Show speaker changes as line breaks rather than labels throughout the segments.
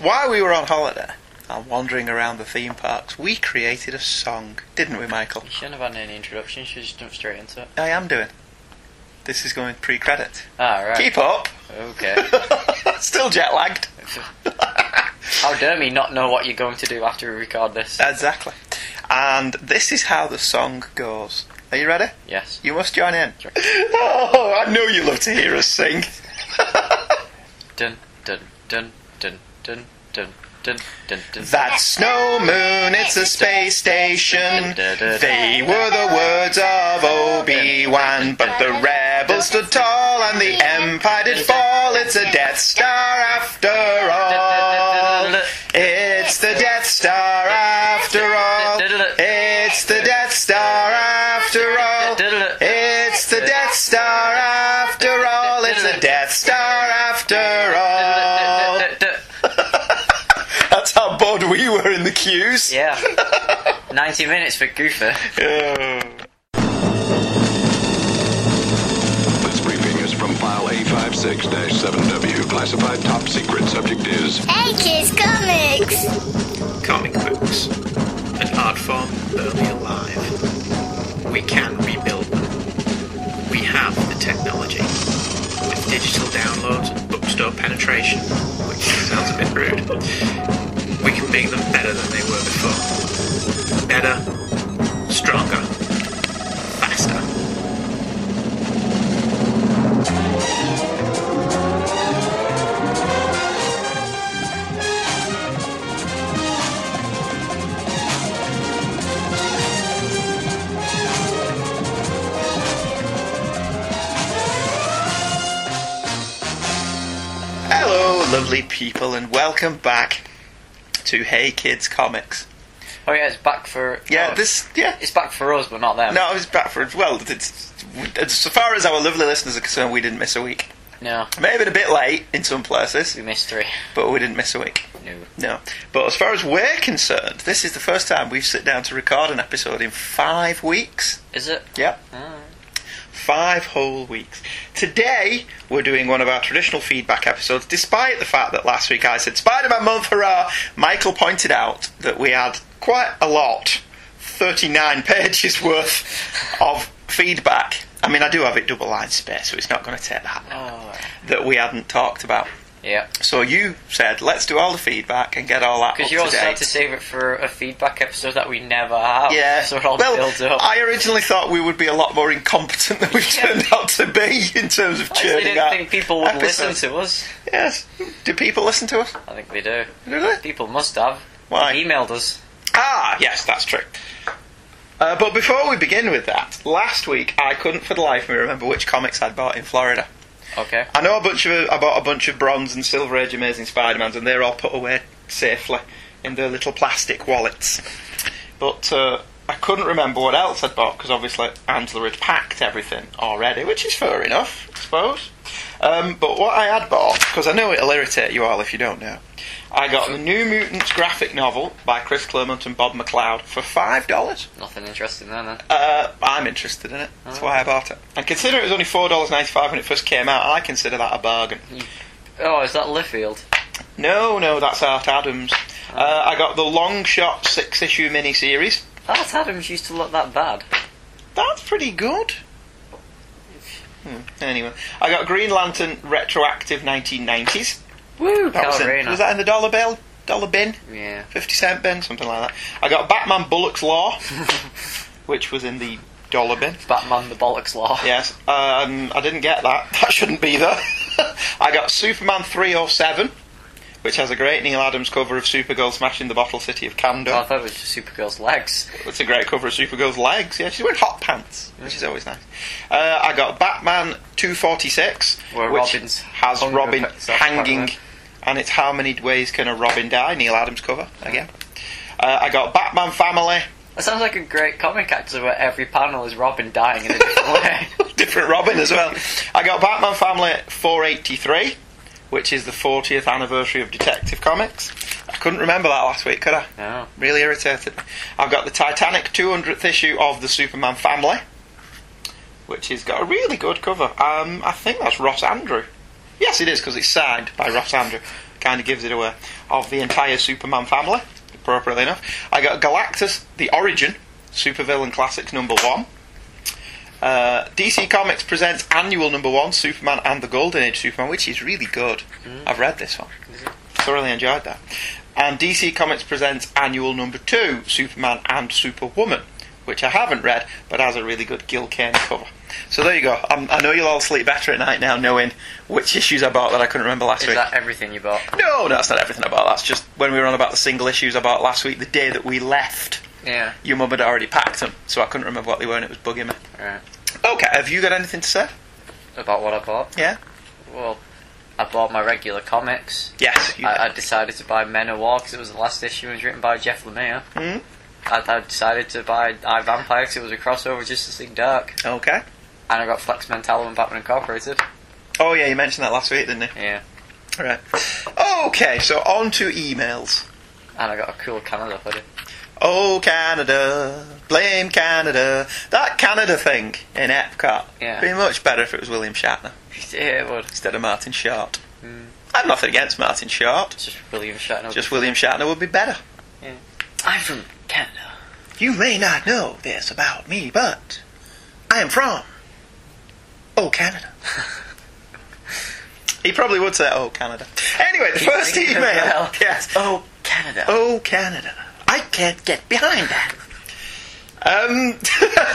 While we were on holiday and wandering around the theme parks, we created a song, didn't we, Michael?
You shouldn't have had any introduction, you should just jump straight into it.
I am doing. This is going pre credit.
Ah, right.
Keep up!
Okay.
Still jet lagged.
How dare me not know what you're going to do after we record this?
Uh, exactly. And this is how the song goes. Are you ready?
Yes.
You must join in.
Sure.
Oh, I know you love to hear us sing.
Dun, dun, dun, dun, dun, dun, dun, dun, dun.
That snow moon, it's a space station. They were the words of Obi Wan, but the rebels stood tall and the empire did fall. It's a Death Star after all. It's the Death Star after all. It's the Death Star after all. It's the Death Star after all. It's the Death Star after all. That's how bored we were in the queues.
Yeah. 90 minutes for Goofer.
This briefing is from file A56-7W, classified top secret. Subject is
Hey Kids Comics!
comic books, an art form barely alive. We can rebuild them. We have the technology. With digital downloads and bookstore penetration, which sounds a bit rude, we can make them better than they were before. Better, stronger, faster.
Hello, lovely people, and welcome back to Hey Kids Comics.
Oh, yeah, it's back for.
Yeah,
oh,
this, yeah.
It's back for us, but not them.
No, it's back for well. It's, as far as our lovely listeners are concerned, we didn't miss a week.
No.
Maybe a bit late in some places,
We missed three.
but we didn't miss a week.
No.
No. But as far as we're concerned, this is the first time we've sit down to record an episode in five weeks.
Is it?
Yep.
Ah.
Five whole weeks. Today, we're doing one of our traditional feedback episodes, despite the fact that last week I said Spider Man Month Hurrah, Michael pointed out that we had quite a lot 39 pages worth of feedback. I mean, I do have it double line space, so it's not going to take that
Oh.
that we hadn't talked about.
Yeah.
So you said, let's do all the feedback and get all that up
Because you
to
also
date.
had to save it for a feedback episode that we never have.
Yeah.
So it all
well,
builds up.
I originally thought we would be a lot more incompetent than we've turned out to be in terms of
I honestly
churning
didn't
out
think people would
episodes.
listen to us.
Yes. Do people listen to us?
I think they do.
Do they?
People must have.
Why?
They emailed us.
Ah, yes, that's true. Uh, but before we begin with that, last week I couldn't for the life of me remember which comics I'd bought in Florida.
Okay.
I know a bunch of I bought a bunch of Bronze and Silver Age Amazing Spider-Mans, and they're all put away safely in their little plastic wallets. But uh, I couldn't remember what else I'd bought because obviously Angela had packed everything already, which is fair enough, I suppose. Um, but what I had bought, because I know it'll irritate you all if you don't know, I got the New Mutants graphic novel by Chris Claremont and Bob McLeod for five dollars.
Nothing interesting there then.
Uh, I'm interested in it. That's why I bought it. And considering it was only four dollars ninety-five when it first came out, I consider that a bargain.
Oh, is that Lifffield?
No, no, that's Art Adams. Uh, I got the Long Shot six issue miniseries.
Art Adams used to look that bad.
That's pretty good. Hmm. Anyway, I got Green Lantern retroactive 1990s.
Woo!
That was,
Cal
in,
Rayner.
was that in the dollar bill, dollar bin,
Yeah.
fifty cent bin, something like that. I got Batman Bullock's Law, which was in the dollar bin.
Batman the Bollocks Law.
Yes, um, I didn't get that. That shouldn't be there. I got Superman 307, which has a great Neil Adams cover of Supergirl smashing the bottle city of Kandor.
Oh, I thought it was just Supergirl's legs.
That's a great cover of Supergirl's legs. Yeah, she's wearing hot pants, which is always nice. Uh, I got Batman 246,
Where
which
Robin's
has
hung
Robin
up itself,
hanging,
apparently.
and it's how many ways can a Robin die? Neil Adams cover again. Uh, I got Batman Family,
That sounds like a great comic actually, where every panel is Robin dying in a different way.
different Robin as well. I got Batman Family 483, which is the 40th anniversary of Detective Comics. I couldn't remember that last week, could I?
No.
Really irritated. I've got the Titanic 200th issue of the Superman Family, which has got a really good cover. Um, I think that's Ross Andrew. Yes, it is because it's signed by Ross Andrew. kind of gives it away, of the entire Superman family, appropriately enough. I got Galactus, The Origin, Supervillain Classics number one. Uh, DC Comics presents annual number one, Superman and the Golden Age Superman, which is really good. I've read this one. Thoroughly enjoyed that. And DC Comics presents annual number two, Superman and Superwoman, which I haven't read, but has a really good Gil Kane cover. So there you go. i I know you'll all sleep better at night now knowing which issues I bought that I couldn't remember last
Is
week.
that everything you bought?
No, no, that's not everything about. That's just when we were on about the single issues about last week, the day that we left.
Yeah.
Your mum had already packed them, so I couldn't remember what they were, and it was bugging me.
Right.
Okay, have you got anything to say?
About what I bought?
Yeah.
Well, I bought my regular comics.
Yes. You,
I, I decided to buy Men of War because it was the last issue and was written by Jeff Lemire.
Mhm.
I, I decided to buy I Vampire because it was a crossover just to see Dark.
okay.
And I got Flex Mentallo and Batman Incorporated.
Oh yeah, you mentioned that last week, didn't you?
Yeah.
All right. Okay, so on to emails.
And I got a cool Canada hoodie.
Oh Canada, blame Canada. That Canada thing in Epcot.
Yeah.
Be much better if it was William Shatner
Yeah, but it's
instead of Martin Short.
Hmm.
I've nothing against Martin Short.
just William Shatner.
Just William Shatner would be better.
I'm from Canada.
You may not know this about me, but I am from Oh Canada. he probably would say Oh Canada. Anyway, the first
thinking
email.
about-
Yes.
Oh, Canada.
Oh Canada. I can't get behind that. Um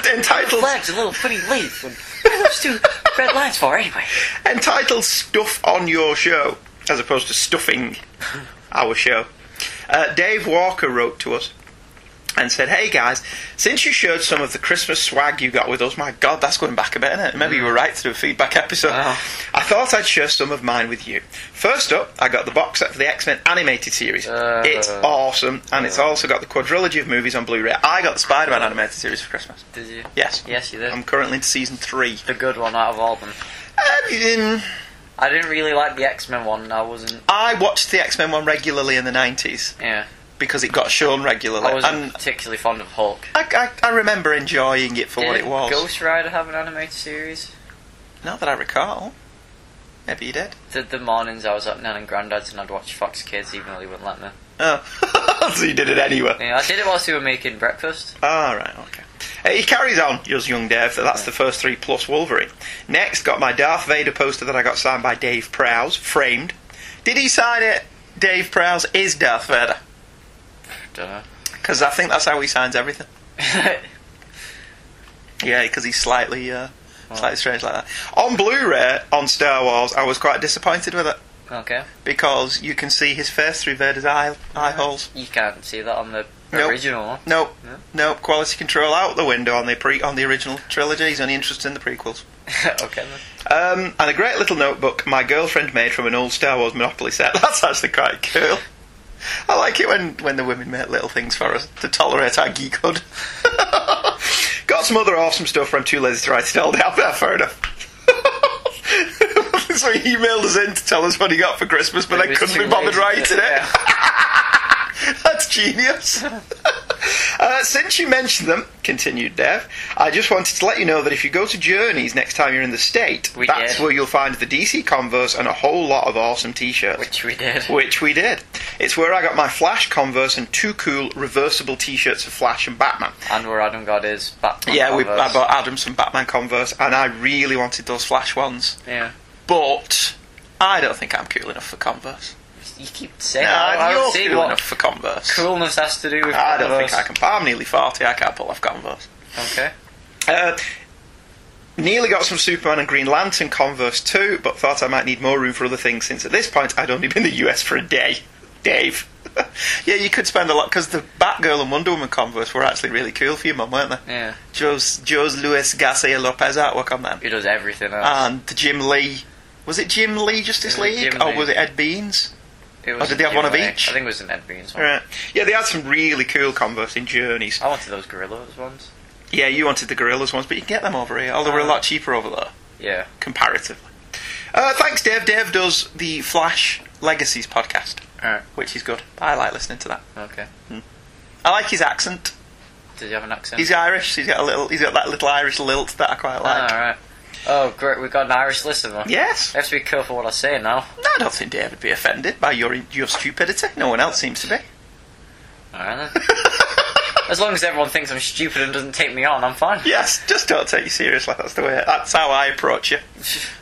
entitled
Flag's a little funny leaf. And those two red lines for anyway.
entitled Stuff on Your Show, as opposed to stuffing our show. Uh, Dave Walker wrote to us and said, Hey guys, since you showed some of the Christmas swag you got with us, my god, that's going back a bit, isn't it? Maybe you were right to do a feedback episode.
Wow.
I thought I'd share some of mine with you. First up, I got the box set for the X Men animated series.
Uh.
it's awesome, and it's also got the quadrilogy of movies on Blu ray. I got the Spider Man animated series for Christmas.
Did you?
Yes.
Yes, you did.
I'm currently in season three.
the good one out of all of them.
Um,
I didn't really like the X Men one. I wasn't.
I watched the X Men one regularly in the nineties
Yeah,
because it got shown regularly,
I wasn't
and
particularly fond of Hulk.
I, I, I remember enjoying it for what
Did
it was.
Ghost Rider have an animated series?
Not that I recall. Maybe you did.
The, the mornings I was at Nan and Grandad's and I'd watch Fox Kids even though they wouldn't let me.
Oh, so you did it anyway.
Yeah, I did it whilst we were making breakfast.
All right, okay. Uh, he carries on, yours young Dave. that That's the first three plus Wolverine. Next, got my Darth Vader poster that I got signed by Dave Prowse, framed. Did he sign it? Dave Prowse is Darth Vader
Don't know.
because I think that's how he signs everything. Yeah, because he's slightly, uh, slightly strange like that. On Blu-ray on Star Wars, I was quite disappointed with it
okay.
because you can see his face through Vader's eye, eye holes.
You can't see that on the
Nope.
original one.
Nope,
No?
nope. Quality control out the window on the pre on the original trilogy. He's only interested in the prequels.
okay then.
Um, and a great little notebook my girlfriend made from an old Star Wars Monopoly set. That's actually quite cool. I like it when, when the women make little things for us to tolerate our geekhood. Got some other awesome stuff where I'm too lazy to write it all down. Yeah, fair enough. so he emailed us in to tell us what he got for Christmas, but
It
I
was
couldn't
too
be bothered
lazy to-
writing it.
yeah.
That's genius. uh, since you mentioned them, continued Dev, I just wanted to let you know that if you go to Journeys next time you're in the state,
We
that's
did.
where you'll find the DC Converse and a whole lot of awesome T-shirts.
Which we did.
Which we did. It's where I got my Flash Converse and two cool reversible T-shirts of Flash and Batman.
And where Adam got his Batman.
yeah, we, I
covers.
bought Adam some Batman Converse, and I really wanted those Flash ones,
Yeah.
but I don't think I'm cool enough for Converse.
You keep saying
No,
that. I
you're
don't see
cool
what
enough for Converse.
coolness has to do with
I don't think
Converse.
I can. I'm nearly forty. I can't pull off Converse.
Okay.
Uh, nearly got some Superman and Green Lantern Converse too, but thought I might need more room for other things since at this point I'd only been in the US for a day. Dave. yeah, you could spend a lot because the Batgirl and Wonder Woman Converse were actually really cool for your mum, weren't they?
Yeah.
Joe's, Joe's Luis Garcia Lopez artwork on them.
He does everything else.
And the Jim Lee. Was it Jim Lee Justice
It was
League?
Uh, Jim
Or
Lee.
was it Ed Beans?
It was
Oh, did they have one of
Jim Lee.
each?
I think it was an Ed Beans one.
Right. Yeah, they had some really cool Converse in Journeys.
I wanted those gorillas ones.
Yeah, you wanted the Gorillas ones, but you can get them over here, although they're a
Uh,
lot cheaper over there.
Yeah.
comparatively. Uh, thanks, Dave. Dave does the Flash Legacies podcast,
Alright.
which is good. I like listening to that.
Okay.
I like his accent.
Did you have an accent?
He's Irish. So he's got a little. He's got that little Irish lilt that I quite like.
Alright. Oh, great, we've got an Irish listener.
Yes.
I have to be careful what I say now.
I don't think Dave would be offended by your your stupidity. No one else seems to be.
Alright then. as long as everyone thinks I'm stupid and doesn't take me on, I'm fine.
Yes, just don't take you seriously. That's the way. That's how I approach you.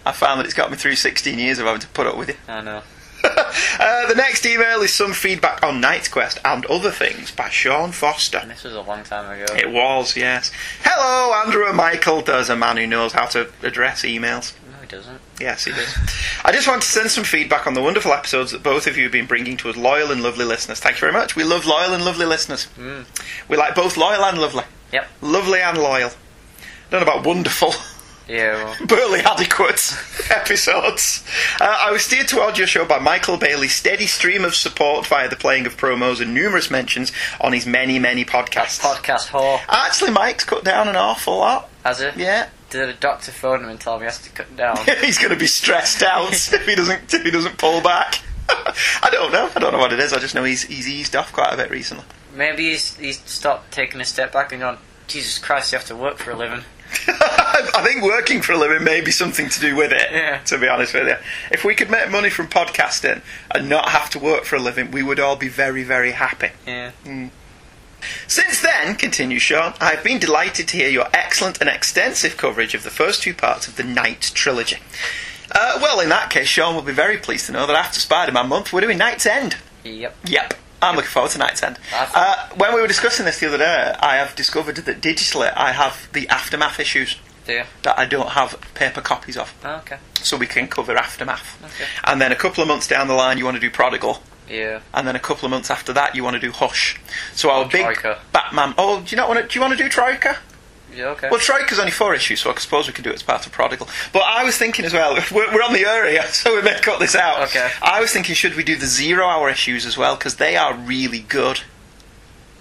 I found that it's got me through 16 years of having to put up with you.
I know.
uh, the next email is some feedback on Night's Quest and other things by Sean Foster.
This was a long time ago.
It was, yes. Hello, Andrew and Michael. There's a man who knows how to address emails.
No, it doesn't.
Yes, he does. I just want to send some feedback on the wonderful episodes that both of you have been bringing to us, loyal and lovely listeners. Thank you very much. We love loyal and lovely listeners. We like both loyal and lovely.
Yep.
Lovely and loyal. Don't know about wonderful,
Yeah, well,
barely adequate episodes. Uh, I was steered towards your show by Michael Bailey's steady stream of support via the playing of promos and numerous mentions on his many, many podcasts.
podcast whore.
Actually, Mike's cut down an awful lot.
Has it?
Yeah.
Did a doctor phone him and tell him he has to cut down?
he's going to be stressed out if he doesn't if he doesn't pull back. I don't know. I don't know what it is. I just know he's he's eased off quite a bit recently.
Maybe he's, he's stopped taking a step back and gone, Jesus Christ, you have to work for a living.
I think working for a living may be something to do with it.
Yeah.
To be honest with you, if we could make money from podcasting and not have to work for a living, we would all be very very happy.
Yeah.
Since then, continues Sean, I have been delighted to hear your excellent and extensive coverage of the first two parts of the Night trilogy. Uh, well, in that case, Sean will be very pleased to know that after Spider Man month, we're doing Night's End.
Yep.
Yep. I'm looking forward to Night's End.
Awesome.
Uh, when we were discussing this the other day, I have discovered that digitally I have the Aftermath issues
Do you?
that I don't have paper copies of,
Oh, okay.
so we can cover Aftermath.
Okay.
And then a couple of months down the line, you want to do Prodigal,
Yeah.
and then a couple of months after that, you want to do Hush. So our big
Troika.
Batman. Oh, do you not want to? Do you want to do Troika?
Yeah, okay.
Well, Troika's only four issues, so I suppose we can do it as part of Prodigal. But I was thinking as well, we're, we're on the air here, so we may cut this out.
Okay.
I was thinking, should we do the zero hour issues as well? Because they are really good.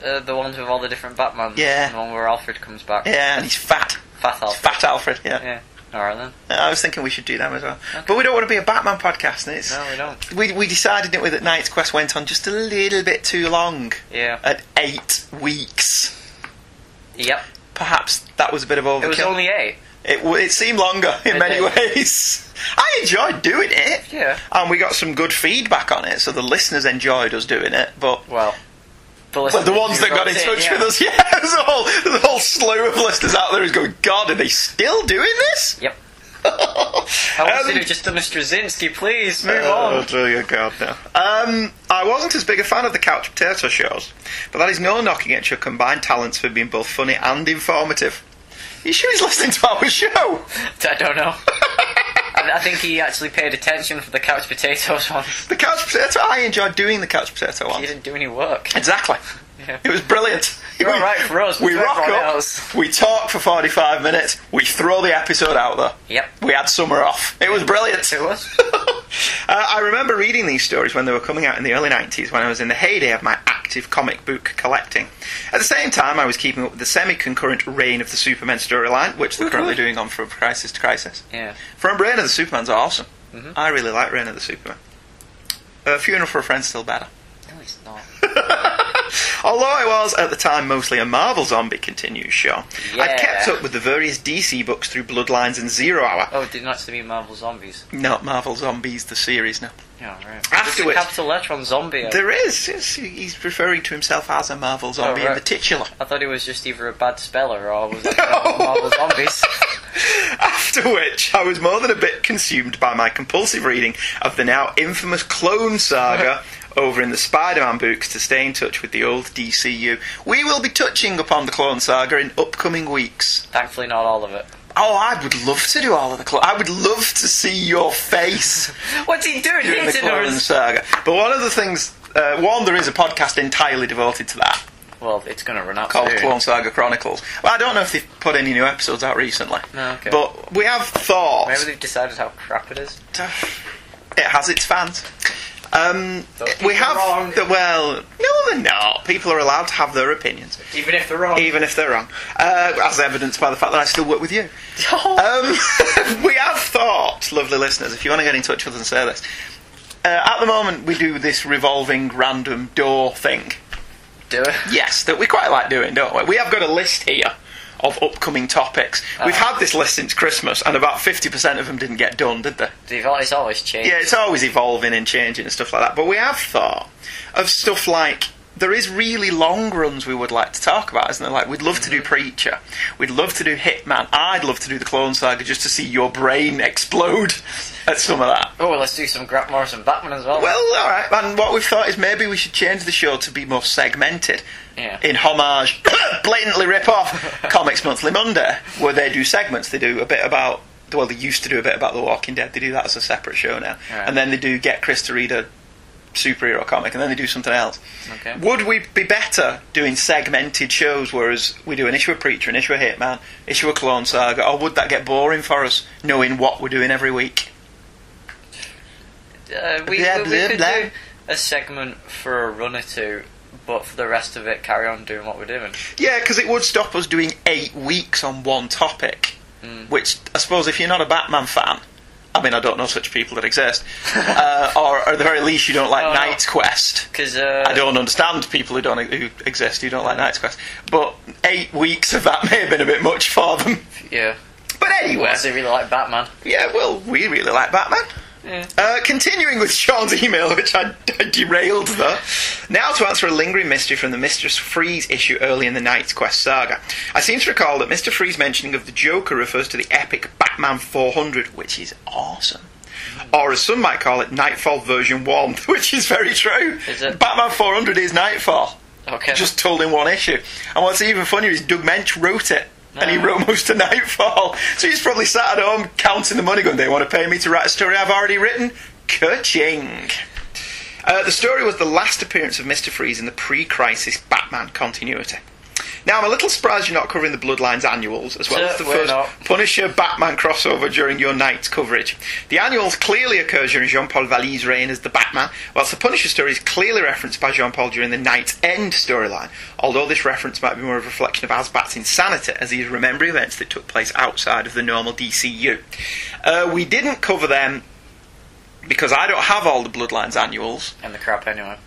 Uh, the ones with all the different Batmans.
Yeah.
The one where Alfred comes back.
Yeah, and he's fat.
Fat
He's
Alfred.
Fat Alfred, yeah.
Yeah. Alright then.
I was thinking we should do them as well. But we don't want to be a Batman podcast, and it's.
No, we don't.
We, we decided it with that Night's Quest went on just a little bit too long
Yeah.
at eight weeks.
Yep.
Perhaps that was a bit of overkill.
It was only eight.
It, w- it seemed longer in
It
many
did.
ways. I enjoyed doing it.
Yeah.
And we got some good feedback on it, so the listeners enjoyed us doing it. But
Well. The,
well, the
listeners
ones
who
that got
wrote
in
it,
touch
yeah.
with us, yeah, there's a whole, there's a whole slew of listeners out there who's going, God, are they still doing this?
Yep. I want
um,
to do just done a Straczynski, please. Move
Oh,
on.
dear God, no. Um, I wasn't as big a fan of the couch potato shows, but that is no knocking at your combined talents for being both funny and informative. You sure he's listening to our show?
I don't know. I, I think he actually paid attention for the couch potatoes one.
The couch potato. I enjoyed doing the couch potato
He
one.
didn't do any work.
Exactly.
Yeah.
It was brilliant.
You're all right for us, but
We
for
rock
everyone
up.
else.
We talk for forty-five minutes. We throw the episode out there.
Yep.
We had summer off. It was brilliant.
It was.
uh, I remember reading these stories when they were coming out in the early 90s when I was in the heyday of my active comic book collecting. At the same time, I was keeping up with the semi concurrent reign of the Superman storyline, which they're currently doing on from Crisis to Crisis.
Yeah.
From Reign of the Superman's awesome.
Mm-hmm.
I really like Reign of the Superman. Uh, Funeral for a Friend's still better.
No, he's not.
Although I was at the time mostly a Marvel zombie, continues Sean, I
Yeah.
kept up with the various DC books through Bloodlines and Zero Hour.
Oh, it did not actually mean Marvel Zombies.
Not Marvel Zombies, the series, no.
Yeah, right.
Afterwards-
There's a capital letter on zombie.
There is. It's- he's referring to himself as a Marvel zombie in
Oh, right.
the titular.
I thought he was just either a bad speller or was it uh, Marvel Zombies.
After which, I was more than a bit consumed by my compulsive reading of the now infamous Clone Saga over in the Spider Man books to stay in touch with the old DCU. We will be touching upon the Clone Saga in upcoming weeks.
Thankfully, not all of it.
Oh, I would love to do all of the Clone. I would love to see your face
What's he doing?
during the Clone Saga. But one of the things, uh, one, there is a podcast entirely devoted to that.
Well, it's going to run out
called
soon.
Clone Saga Chronicles. Well, I don't know if they've put any new episodes out recently.
No, okay.
But we have thought
Maybe they've decided how crap it is.
it has its fans. Um,
Those people
we have
are wrong.
the well, no, they're not. People are allowed to have their opinions,
Even if they're wrong.
even if they're wrong, uh, as evidenced by the fact that I still work with you. Um, we have thought, lovely listeners, if you want to get in touch with us and say this. Uh, at the moment, we do this revolving random door thing.
Do it.
Yes, that we quite like doing, don't we? We have got a list here of upcoming topics. We've had this list since Christmas, and about 50% of them didn't get done, did they?
They've al- It's always changed.
Yeah, it's always evolving and changing and stuff like that. But we have thought of stuff like there is really long runs we would like to talk about, isn't there? Like we'd love to do Preacher, we'd love to do Hitman. I'd love to do the Clone Saga just to see your brain explode at some of that.
Oh, well, let's do some Grant Morrison Batman as well.
Well, all right. And what we've thought is maybe we should change the show to be more segmented.
Yeah.
In homage, blatantly rip off Comics Monthly Monday, where they do segments. They do a bit about. Well, they used to do a bit about The Walking Dead. They do that as a separate show now,
Right.
and then they do get Chris to read a superhero comic, and then they do something else.
okay. Uh,
Would we be better doing segmented shows, whereas we do an issue of Preacher, an issue of Hitman, issue of Clone Saga, or would that get boring for us, knowing what we're doing every week?
Uh, we,
Blah,
we- we
blah,
could
blah.
do a segment for a run or two, but for the rest of it, carry on doing what we're doing.
Yeah, because it would stop us doing eight weeks on one topic,
Hmm.
which I suppose if you're not a Batman fan, I mean, I don't know such people that exist, uh, or at the very least, you don't like
Oh, no.
Night's Quest.
Because uh,
I don't understand people who don't who exist who don't like Night's Quest, but eight weeks of that may have been a bit much for them.
Yeah.
But anyway,
Unless they really like Batman.
yeah, well, we really like Batman.
Yeah.
Uh, continuing with Sean's email, which I, I derailed there. Now to answer a lingering mystery from the Mistress Freeze issue early in the Night's Quest saga. I seem to recall that Mr. Freeze mentioning of the Joker refers to the epic Batman 400, which is awesome. Or as some might call it, Nightfall version 1, which is very true.
Is it?
Batman 400 is Nightfall
Okay.
just told in one issue. And what's even funnier is Doug Mensch wrote it. And he wrote most of Nightfall. So he's probably sat at home counting the money going, they want to pay me to write a story I've already written? Ka-ching. Uh, the story was the last appearance of Mr. Freeze in the pre-crisis Batman continuity. Now, I'm a little surprised you're not covering the Bloodlines annuals as well
Yeah,
as the
we're
first
not.
Punisher Batman crossover during your night's coverage. The annuals clearly occurs during Jean Paul Vally's reign as the Batman, whilst the Punisher story is clearly referenced by Jean Paul during the Night's End storyline, although this reference might be more of a reflection of Asbat's insanity as he is remembering events that took place outside of the normal DCU. Uh, we didn't cover them because I don't have all the Bloodlines annuals
and the crap anyway.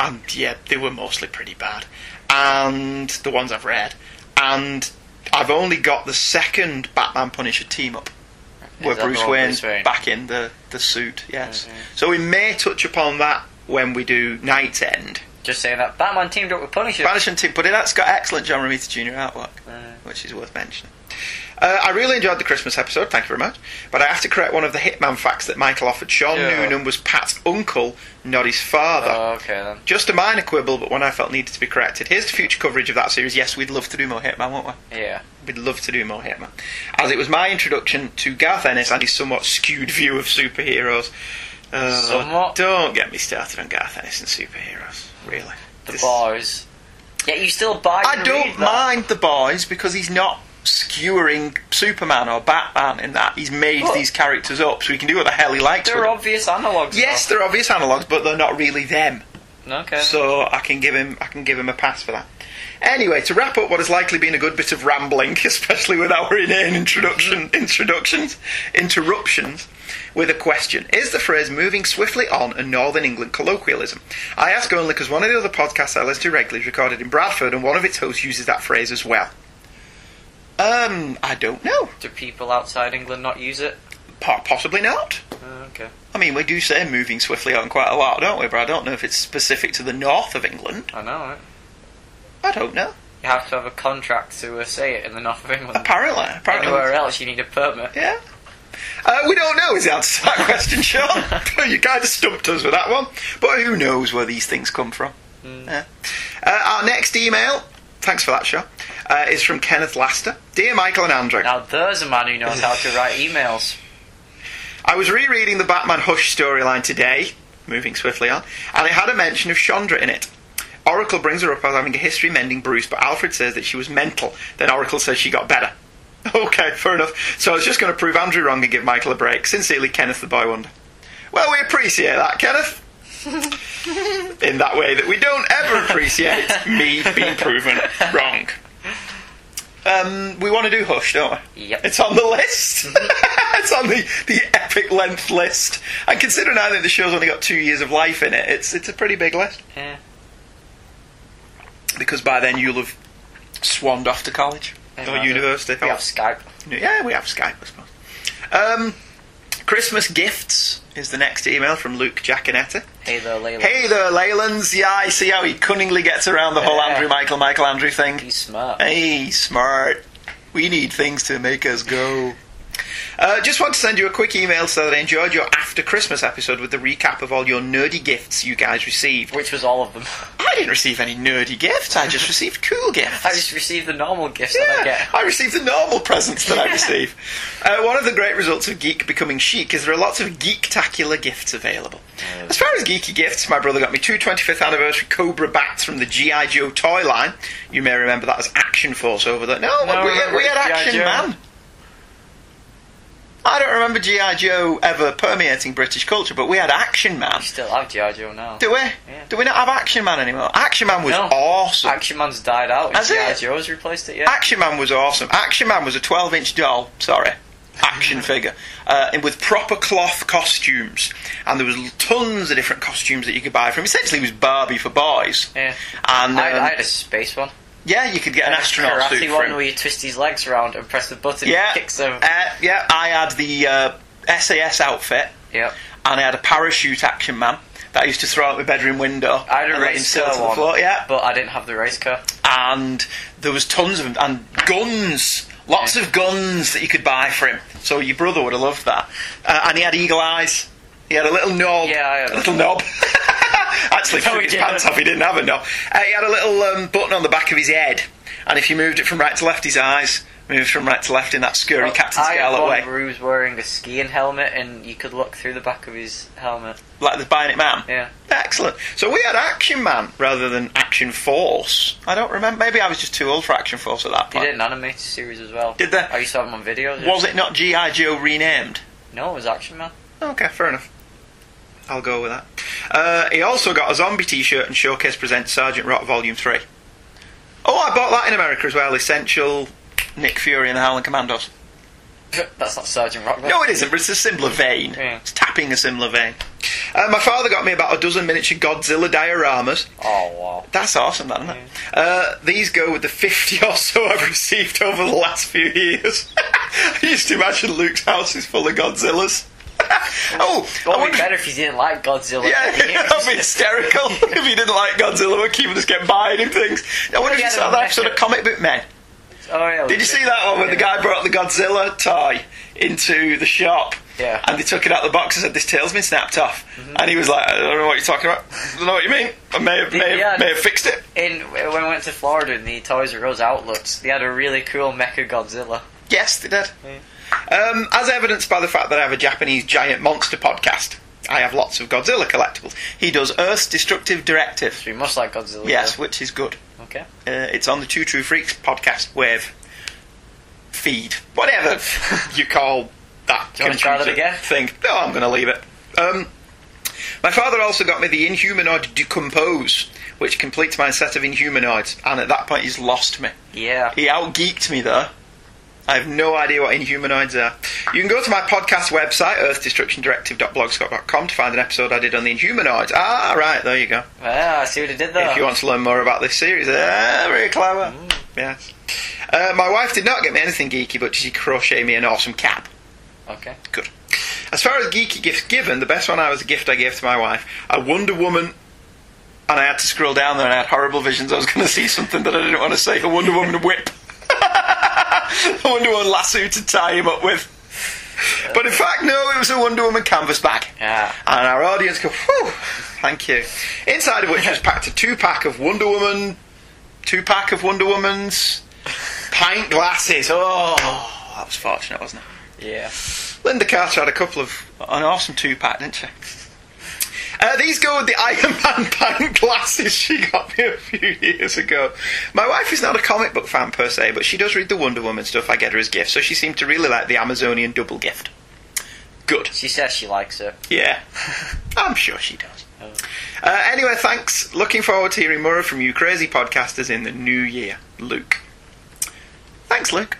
and yeah, they were mostly pretty bad. And the ones I've read, and I've only got the second Batman Punisher team up, where
that the
Bruce
one with
Wayne's
Bruce Wayne?
back in the the suit. Yes,
Mhm.
so we may touch upon that when we do Night's End.
Just saying that Batman teamed up with Punisher.
Vanishing Team, but that's got excellent John Romita Jr. artwork, which is worth mentioning. Uh, I really enjoyed the Christmas episode, thank you very much. But I have to correct one of the Hitman facts that Michael offered. Sean
Yeah.
Noonan was Pat's uncle, not his father.
oh, okay then.
Just a minor quibble, but one I felt needed to be corrected. Here's the future coverage of that series. Yes, we'd love to do more Hitman, won't we?
Yeah.
We'd love to do more Hitman. As it was my introduction to Garth Ennis and his somewhat skewed view of superheroes. Uh,
Somewhat?
Don't get me started on Garth Ennis and superheroes. Really.
The
This-
boys. Yeah, you still buy.
I
and read
don't
that.
mind the boys because he's not skewering Superman or Batman in that. He's made
Well-
these characters up so he can do what the hell he likes with
They're
them.
obvious analogues.
Yes, they're obvious analogues, but they're not really them.
though. Okay.
So I can give him I can give him a pass for that. Anyway, to wrap up what has likely been a good bit of rambling, especially with our inane introduction introductions interruptions, with a question. Is the phrase moving swiftly on a Northern England colloquialism? I ask only because one of the other podcasts I listen to regularly is recorded in Bradford and one of its hosts uses that phrase as well. Um, I don't know.
Do people outside England not use it?
Po- possibly not.
Oh, okay.
I mean, we do say moving swiftly on quite a lot, don't we? But I don't know if it's specific to the north of England.
I know. Right?
I don't know.
You have to have a contract to uh, say it in the north of England.
Apparently, apparently.
Anywhere else, you need a permit.
Yeah. Uh, we don't know is the answer to that question, Sean. you kind of stumped us with that one. But who knows where these things come from? Yeah. Uh, our next email, thanks for that, Sean, uh, is from Kenneth Laster. Dear Michael and Andrew,
Now there's a man who knows how to write emails.
I was rereading the Batman Hush storyline today, moving swiftly on, and it had a mention of Chandra in it. Oracle brings her up as having a history mending Bruce, but Alfred says that she was mental. Then Oracle says she got better. Okay, fair enough. So I was just going to prove Andrew wrong and give Michael a break. Sincerely, Kenneth the Boy Wonder. Well, we appreciate that, Kenneth. in that way that we don't ever appreciate me being proven wrong. Um, we want to do Hush, don't we?
Yep.
It's on the list. it's on the, the epic length list. And considering now that the show's only got two years of life in it, it's it's a pretty big list.
Yeah.
Because by then you'll have swanned off to college. Or university.
We have Skype.
Yeah, we have Skype, I suppose. Um, Christmas gifts is the next email from Luke Giaconetta.
Hey there, Layla.
Hey there, Leylands. Yeah, I see how he cunningly gets around the whole
Yeah.
Andrew Michael Michael Andrew thing.
He's smart.
Hey, smart. We need things to make us go. Uh, just want to send you a quick email so that I enjoyed your after Christmas episode with the recap of all your nerdy gifts you guys received.
Which was all of them.
I didn't receive any nerdy gifts, I just received cool gifts.
I just received the normal gifts that I
Yeah,
get.
I receive the normal presents that I receive. Uh, one of the great results of geek becoming chic is there are lots of geektacular gifts available.
Uh,
As far as geeky gifts, my brother got me two 25th anniversary Cobra bats from the GI Joe toy line. You may remember that as Action Force over there. No,
No,
we,
I
had, we had
remember
Action
G.I. Joe.
Man. I don't remember GI Joe ever permeating British culture, but we had Action Man.
We still have G.I. Joe now.
Do we?
Yeah.
Do we not have Action Man anymore? Action Man was
No.
awesome.
Action Man's died out.
Has
G.I.
it?
Joe's replaced it, yeah.
Action Man was awesome. Action Man was a 12 inch doll, sorry, action figure, uh, and with proper cloth costumes. And there was l- tons of different costumes that you could buy from. Essentially, it was Barbie for boys.
yeah.
And
I,
um,
I had a space one.
yeah, you could get an
And a
astronaut
karate
suit
one
for him.
where you twist his legs around and press the button
Yeah,
and kicks them.
uh, yeah. I had the uh, SAS outfit,
Yep.
and I had a parachute Action Man. That I used to throw out my bedroom window.
I had a
and let him
race
sail
car
to the
one,
floor. Yeah,
but I didn't have the race car.
and there was tons of them and guns lots of guns that you could buy for him so your brother would have loved that uh, and he had eagle eyes he had a little knob
Yeah, I had
a
a
little knob actually
No,
took
he
his pants
didn't.
off he didn't have a knob uh, he had a little um, button on the back of his head and if you moved it from right to left his eyes moved from right to left in that scurry Captain
I had
Scarlet
one
way
who was wearing a skiing helmet and you could look through the back of his helmet.
like the Bionic Man
Yeah.
Excellent. So we had Action Man rather than Action Force. I don't remember. Maybe I was just too old for Action Force at that
He
point.
did an animated series as well.
Did they?
I used to have him on videos.
Was it not G.I. Joe renamed?
No, it was Action Man.
Okay, fair enough. I'll go with that. Uh, he also got a zombie t shirt and Showcase Presents Sergeant Rot Volume 3. Oh, I bought that in America as well Essential Nick Fury and the Howling Commandos.
That's not Sergeant Rock.
No, it isn't, but it's a similar vein.
Yeah.
It's tapping a similar vein. Uh, my father got me about a dozen miniature Godzilla dioramas.
Oh wow.
That's awesome, that, isn't it? Uh, these go with the 50 or so I've received over the last few years. I used to imagine Luke's house is full of Godzillas. oh, I
Well, it'd
wonder-
be better if you didn't like Godzilla.
Yeah,
It'd be
that'd be hysterical if you didn't like Godzilla. We'll keep just get buying him things. I wonder if you
Yeah,
saw
they'll
that episode
mess
of
it.
Comic Book Men.
Oh, yeah,
Did you see that one where the guy brought the Godzilla toy into the shop?
Yeah. Mm-hmm.
And they took it out of the box and said, "This tail's been snapped off." And he was like, "I don't know what you're talking about. I don't know what you mean. I may have, may,
Yeah.
have, may have fixed it."
In when I went to Florida in the Toys R Us outlets, they had a really cool Mecha Godzilla.
Yes, they did. Um, as evidenced by the fact that I have a Japanese giant monster podcast, I have lots of Godzilla collectibles. He does Earth's Destructive Directive.
So you must like Godzilla.
Yes,
though.
which is good.
Okay.
Uh, it's on the Two True Freaks podcast wave feed, whatever you call that.
Do you wanna try that
computer
again?
Thing. No, I'm going to leave it. Um, my father also got me the Inhumanoid Decompose, which completes my set of Inhumanoids, and at that point he's lost me.
Yeah.
He outgeeked me there. I have no idea what Inhumanoids are. You can go to my podcast website, earthdestructiondirective.blogspot.com, to find an episode I did on the Inhumanoids. Ah, right, there you go.
Ah, I see what he did there.
If you want to learn more about this series, ah, very clever. Yes. Uh, my wife did not get me anything geeky, but she crocheted me an awesome cap.
Okay.
Good. As far as geeky gifts given, the best one I was a gift I gave to my wife, a Wonder Woman. And I had to scroll down there, and I had horrible visions. I was going to see something that I didn't want to see. A Wonder Woman whip. a Wonder Woman lasso to tie him up with. But in fact, no, it was a Wonder Woman canvas bag.
Yeah.
And our audience go, whew, thank you. Inside of which was packed a two pack of Wonder Woman, two pack of Wonder Woman's pint glasses. Oh, that was fortunate, wasn't it?
Yeah.
Linda Carter had a couple of an awesome two pack, didn't she? Uh, these go with the Iron Man pint glasses she got me a few years ago. My wife is not a comic book fan per se, but she does read the Wonder Woman stuff I get her as gifts, so she seemed to really like the Amazonian double gift. Good.
She says she likes it.
Yeah, I'm sure she does. Uh, anyway, thanks. Looking forward to hearing more from you, crazy podcasters, in the new year, Luke. Thanks, Luke.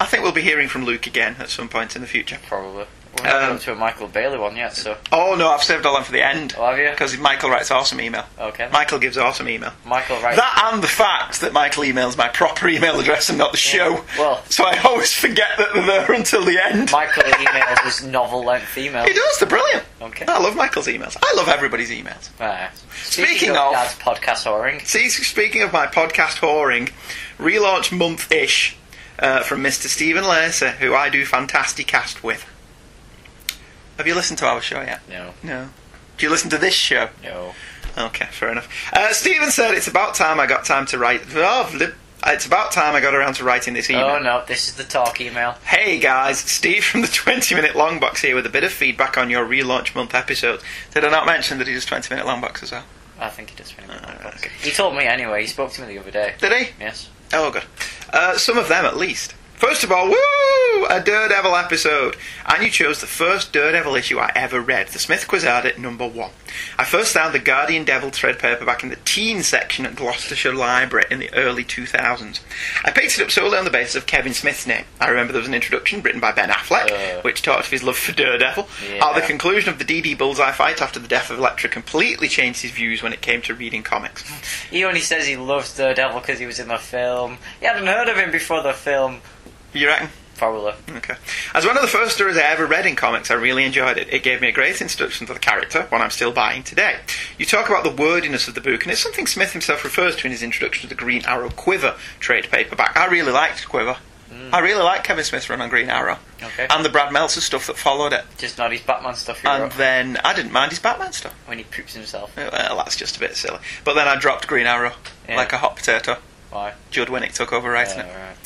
I think we'll be hearing from Luke again at some point in the future.
Probably. We haven't
Um,
got to a Michael Bailey one yet, so.
Oh no, I've saved all them for the end.
Oh, have you?
Because Michael writes awesome email.
Okay.
Michael gives awesome email.
Michael writes.
That and the fact that Michael emails my proper email address and not the show.
Well-
so I always forget that they're there until the end.
Michael emails us novel length emails.
he does. They're brilliant.
Okay.
I love Michael's emails. I love everybody's emails.
Right.
Speaking of-
Dad's podcast whoring.
See, speaking of my podcast whoring, relaunch month ish uh, from Mr. Stephen Lacer, who I do Fantastic Cast with. Have you listened to our show yet?
No,
No. Do you listen to this show?
no.
Okay, fair enough. Uh, Stephen said it's about time I got time to write. Oh, li- it's about time I got around to writing this email.
Oh no, this is the talk email.
Hey guys, Steve from the 20 Minute Long Box here with a bit of feedback on your relaunch month episode. Did I not mention that he does 20 Minute Long Box as well?
I think he does for anyone.
Uh, okay.
He told me anyway. He spoke to me the other day.
Did he?
Yes.
Oh, good. Uh, some of them at least. First of all, woo! A Daredevil episode. And you chose the first Daredevil issue I ever read, the Smith Quizard at number one. I first found the Guardian Devil thread paper back in the teen section at Gloucestershire Library in the early 2000s. I picked it up solely on the basis of Kevin Smith's name. I remember there was an introduction written by Ben Affleck,
Uh.
which talked of his love for Daredevil,
Yeah.
how the conclusion of the DD Bullseye fight after the death of Elektra completely changed his views when it came to reading comics.
He only says he loves Daredevil because he was in the film. He hadn't heard of him before the film.
You reckon?
Probably.
Okay. As one of the first stories I ever read in comics, I really enjoyed it. It gave me a great introduction to the character, one I'm still buying today. You talk about the wordiness of the book, and it's something Smith himself refers to in his introduction to the Green Arrow Quiver trade paperback. I really liked Quiver. I really liked Kevin Smith's run on Green Arrow.
Mm. Okay.
And the Brad Meltzer stuff that followed it.
Just not his Batman stuff he
Um, And
wrote
then I didn't mind his Batman stuff.
when he poops himself.
Uh, Well, that's just a bit silly. But then I dropped Green Arrow
Yeah.
like a hot potato.
Why?
Judd Winnick took over writing it.
Yeah, right.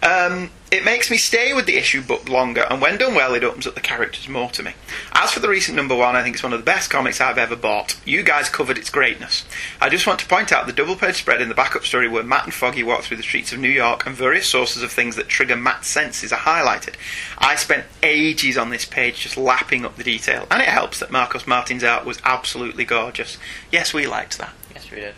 Um, it makes me stay with the issue but longer, and when done well, it opens up the characters more to me. As for the recent number one, I think it's one of the best comics I've ever bought. You guys covered its greatness. I just want to point out the double page spread in the backup story where Matt and Foggy walk through the streets of New York, and various sources of things that trigger Matt's senses are highlighted. I spent ages on this page just lapping up the detail, and it helps that Marcos Martin's art was absolutely gorgeous. Yes, we liked that.
Yes, we did.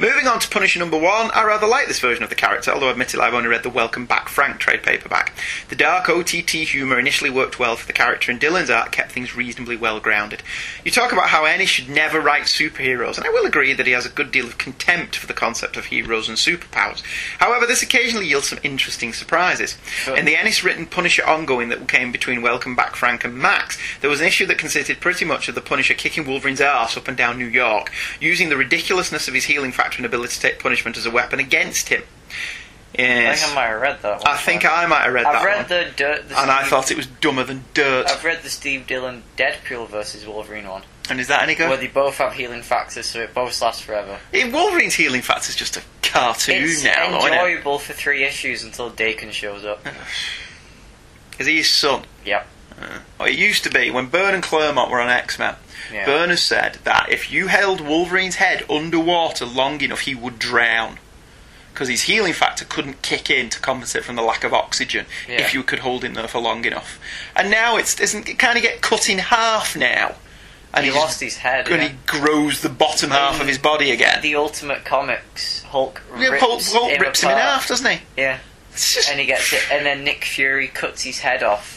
Moving on to Punisher number one, I rather like this version of the character, although admittedly I've only read the Welcome Back Frank trade paperback. The dark OTT humour initially worked well for the character, and Dylan's art kept things reasonably well grounded. You talk about how Ennis should never write superheroes, and I will agree that he has a good deal of contempt for the concept of heroes and superpowers. However, this occasionally yields some interesting surprises.
Oh.
In the Ennis written Punisher ongoing that came between Welcome Back Frank and Max, there was an issue that consisted pretty much of the Punisher kicking Wolverine's ass up and down New York, using the ridiculousness of his healing factor and ability to take punishment as a weapon against him.
I
Yes.
think I might have read that one.
I think I might have read
I've
that
read
one.
the, dirt, the
and I
Steve-
thought it was dumber than dirt.
I've read the Steve Dillon Deadpool versus Wolverine one,
and is that any
where
good?
they both have healing factors, so it both lasts forever.
Eh, Wolverine's healing factor is just a cartoon
it's
now, Oh, though, isn't it?
enjoyable for three issues until Dakin shows up.
Is he his son? Uh,
Yep.
Well, it used to be when Byrne and Claremont were on X Men.
Yeah.
Byrne has said that if you held Wolverine's head underwater long enough, he would drown because his healing factor couldn't kick in to compensate from the lack of oxygen
Yeah.
if you could hold him there for long enough. And now it's isn't it kind of get cut in half now, and
he
he's-
lost his head.
and
yeah.
he grows the bottom half of his body again.
The Ultimate Comics Hulk
Yeah,
rips,
Hulk- Hulk
him,
rips him in
apart.
half, doesn't he?
Yeah,
It's just
and he gets it, and then Nick Fury cuts his head off,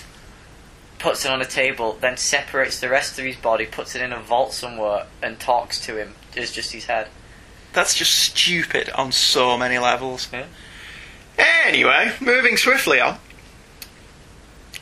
puts it on a table, then separates the rest of his body, puts it in a vault somewhere, and talks to him. It's just his head.
That's just stupid on so many levels.
Yeah.
Anyway, moving swiftly on.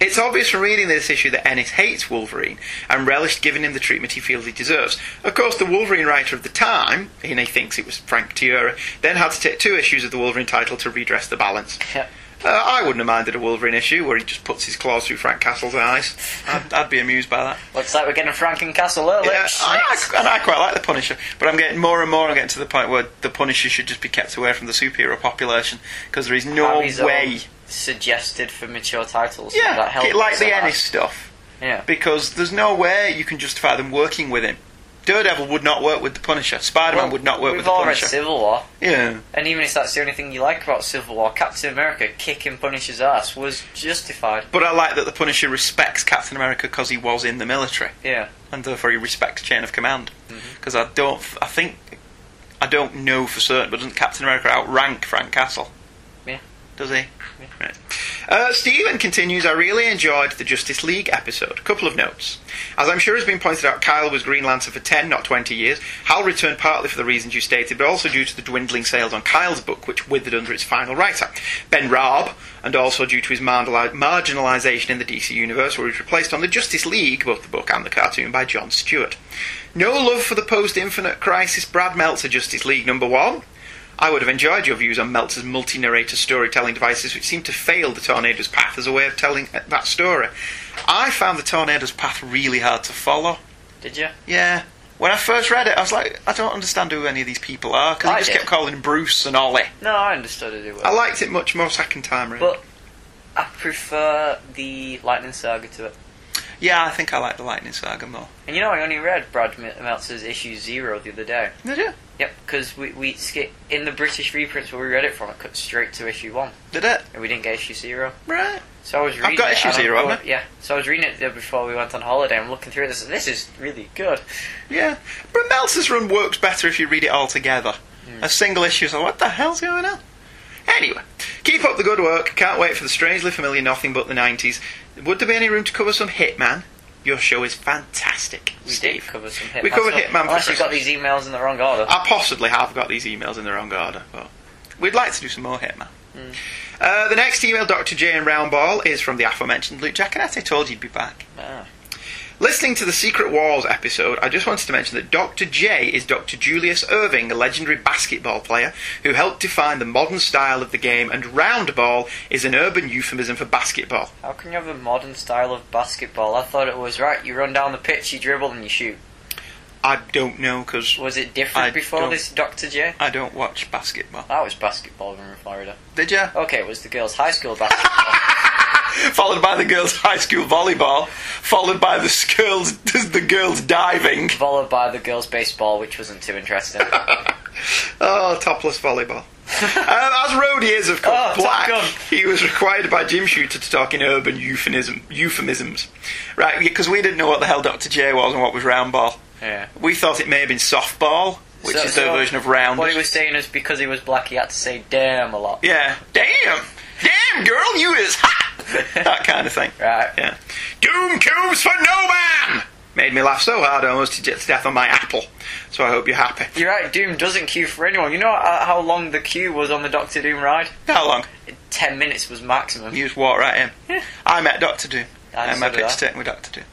It's obvious from reading this issue that Ennis hates Wolverine and relished giving him the treatment he feels he deserves. Of course, the Wolverine writer of the time, and he thinks it was Frank Tiura, then had to take two issues of the Wolverine title to redress the balance.
Yep.
Uh, I wouldn't have minded a Wolverine issue where he just puts his claws through Frank Castle's eyes. I'd, I'd be amused by that.
Looks like we're getting Frankencastle early.
Yeah, I, I, and I quite like the Punisher, but I'm getting more and more. I'm getting to the point where the Punisher should just be kept away from the superhero population because there is no
Harry's
way.
own Suggested for mature titles. that
Yeah,
helped
like the
us a lot.
Ennis stuff
Yeah.
because there's no way you can justify them working with him. Daredevil would not work with the Punisher. Spider-Man
Well,
would not work
We've
with the
all read
Punisher.
Civil War,
yeah,
and even if that's the only thing you like about Civil War, Captain America kicking Punisher's ass was justified.
but I like that the Punisher respects Captain America because he was in the military.
Yeah.
and therefore he respects chain of command.
Mm-hmm.
Because I don't, f- I think, I don't know for certain, but doesn't Captain America outrank Frank Castle?
Yeah.
Does he?
Yeah.
Right. Uh, Stephen continues, I really enjoyed the Justice League episode. A couple of notes. As I'm sure has been pointed out, Kyle was Green Lantern for 10, not 20 years. Hal returned partly for the reasons you stated, but also due to the dwindling sales on Kyle's book, which withered under its final writer. Ben Raab, and also due to his marginali- marginalisation in the DC Universe, where he was replaced on the Justice League, both the book and the cartoon, by John Stewart. No love for the post Infinite Crisis Brad Meltzer Justice League number one. I would have enjoyed your views on Meltzer's multi narrator storytelling devices, which seem to fail the tornado's path as a way of telling uh, that story. I found the tornado's path really hard to follow.
Did you?
Yeah. When I first read it, I was like, I don't understand who any of these people are, because
I
just
did.
kept calling them Bruce and Ollie.
No, I understood it. it was.
I liked it much more second time around.
But I prefer the Lightning Saga to it.
yeah, I think I like the Lightning Saga more.
And you know, I only read Brad M- Meltzer's issue zero the other day.
Did you?
Yep, because we, we skip in the British reprints where we read it from, it cut straight to issue one,
Did it?
and we didn't get issue zero.
Right.
So I was
I've
reading.
got
it,
issue
and I'm
zero, haven't
going- Yeah. So I was reading it the- before we went on holiday. I'm looking through this. This is really good.
Yeah. But Meltzer's run works better if you read it all together.
Hmm.
A single issue, so what the hell's going on? Anyway, keep up the good work. Can't wait for the strangely familiar Nothing But the 90s. Would there be any room to cover some Hitman? Your show is fantastic.
We did
Steve.
cover some Hitman.
We covered
stuff,
Hitman for
Unless you got
Christmas. Uh,
these emails in the wrong order.
I possibly have got these emails in the wrong order, but we'd like to do some more Hitman. Uh, the next email, Dr. J and Roundball, is from the aforementioned Luke Giaconetti. Told you'd be back.
Ah.
Listening to the Secret Wars episode, I just wanted to mention that Dr. J is Dr. Julius Irving, a legendary basketball player who helped define the modern style of the game, and roundball is an urban euphemism for basketball.
How can you have a modern style of basketball? I thought it was right. You run down the pitch, you dribble, and you shoot.
I don't know because
Was it different
I
before
don't-
this, Doctor J?
I don't watch basketball.
That was basketball when we were in Florida.
Did you?
Okay, it was the girls' high school basketball.
Followed by the girls' high school volleyball, followed by the girls the girls diving.
followed by the girls' baseball, which wasn't too interesting.
Oh, topless volleyball. um, as Rhodey is, of course,
Oh, Top Gun.
black, he was required by Jim Shooter to talk in urban euphemism, euphemisms. Right, because we didn't know what the hell Dr. J was and what was round ball.
yeah.
We thought it may have been softball, which
So-
is their
so
version of round.
What he was saying is because he was black, he had to say "damn" a lot.
Yeah. Damn! Damn, girl, you is hot! that kind of thing.
Right.
Yeah. Doom comes for no man! Made me laugh so hard I almost to to death on my apple. So I hope you're happy.
You're right. Doom doesn't queue for anyone. You know uh, how long the queue was on the Doctor Doom ride?
How long?
Ten minutes was maximum.
You just walk right in.
Yeah.
I met Doctor Doom.
I
I, my
said
pitch
that.
taken with Doctor Doom.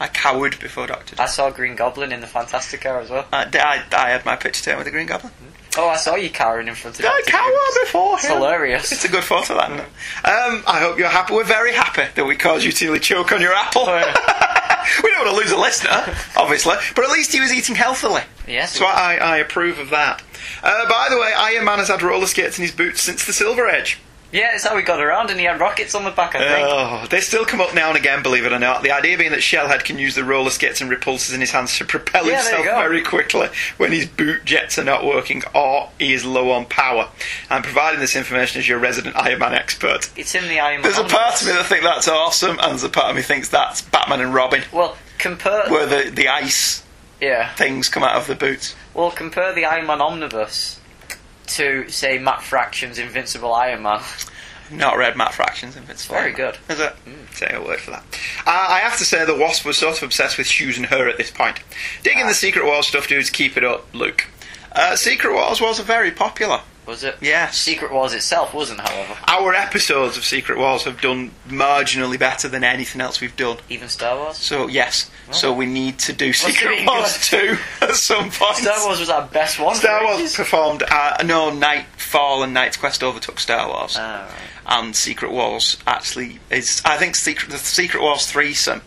I cowered before Doctor Doom.
I saw Green Goblin in the Fantastica as well.
I, I, I had my pitch taken with the Green Goblin.
Oh, I saw you cowering in front of
I
Doctor
cowered
Doom.
before
It's
him.
hilarious.
It's a good photo, that. isn't it? Um, I hope you're happy. We're very happy that we caused you to nearly choke on your apple.
Oh,
we don't want to lose a listener, obviously, but at least he was eating healthily.
Yes.
So I, I approve of that. Uh, by the way, Iron Man has had roller skates in his boots since the Silver Age.
Yeah, it's how he got around, and he had rockets on the back. I think.
Oh, they still come up now and again, believe it or not. The idea being that Shellhead can use the roller skates and repulsors in his hands to propel
Yeah, there you
himself
go.
very quickly when his boot jets are not working or he is low on power. I'm providing this information as your resident Iron Man expert.
It's in the Iron Man.
There's a part of me that think that's awesome, and there's a part of me thinks that's Batman and Robin,
Well, compare.
where the, the ice
yeah.
things come out of the boots.
Well, compare the Iron Man Omnibus to, say, Matt Fraction's Invincible Iron Man.
Not read Matt Fraction's Invincible.
Very good. Hmm.
Is it? Take a word for that. Uh, I I have to say, the Wasp was sort of obsessed with shoes and her at this point. Digging
Ah.
the Secret Wars stuff, dudes. Keep it up, Luke. Uh, Secret Wars was very popular.
Was it?
Yes.
Secret Wars itself wasn't, however.
Our episodes of Secret Wars have done marginally better than anything else we've done.
Even Star Wars.
So yes, so we need to do Secret
doing
Wars two at some point.
Star Wars was our best one.
Star
for
Wars
ages.
performed. Uh, no, Nightfall and Night's Quest overtook Star Wars,
Ah, right.
and Secret Wars actually is. I think Secret the Secret Wars threesome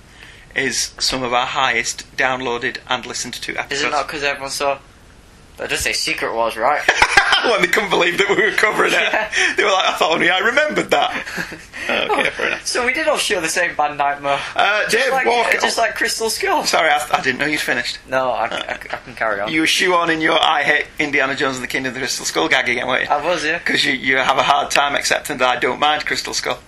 is some of our highest downloaded and listened to episodes.
Is it not because everyone saw? I just say Secret Wars, right?
when they couldn't believe that we were covering
Yeah.
it, they were like, "I thought only I remembered that." okay, fair enough.
so we did all share the same bad nightmare.
Uh, Dave
just like,
Walker.
just like Crystal Skull.
Sorry, I, I didn't know you'd finished.
No, I, I, I can carry on.
You were shoe on in your "I hate Indiana Jones and the Kingdom of the Crystal Skull" gag again, weren't you?
I was yeah.
because you, you have a hard time accepting that I don't mind Crystal Skull.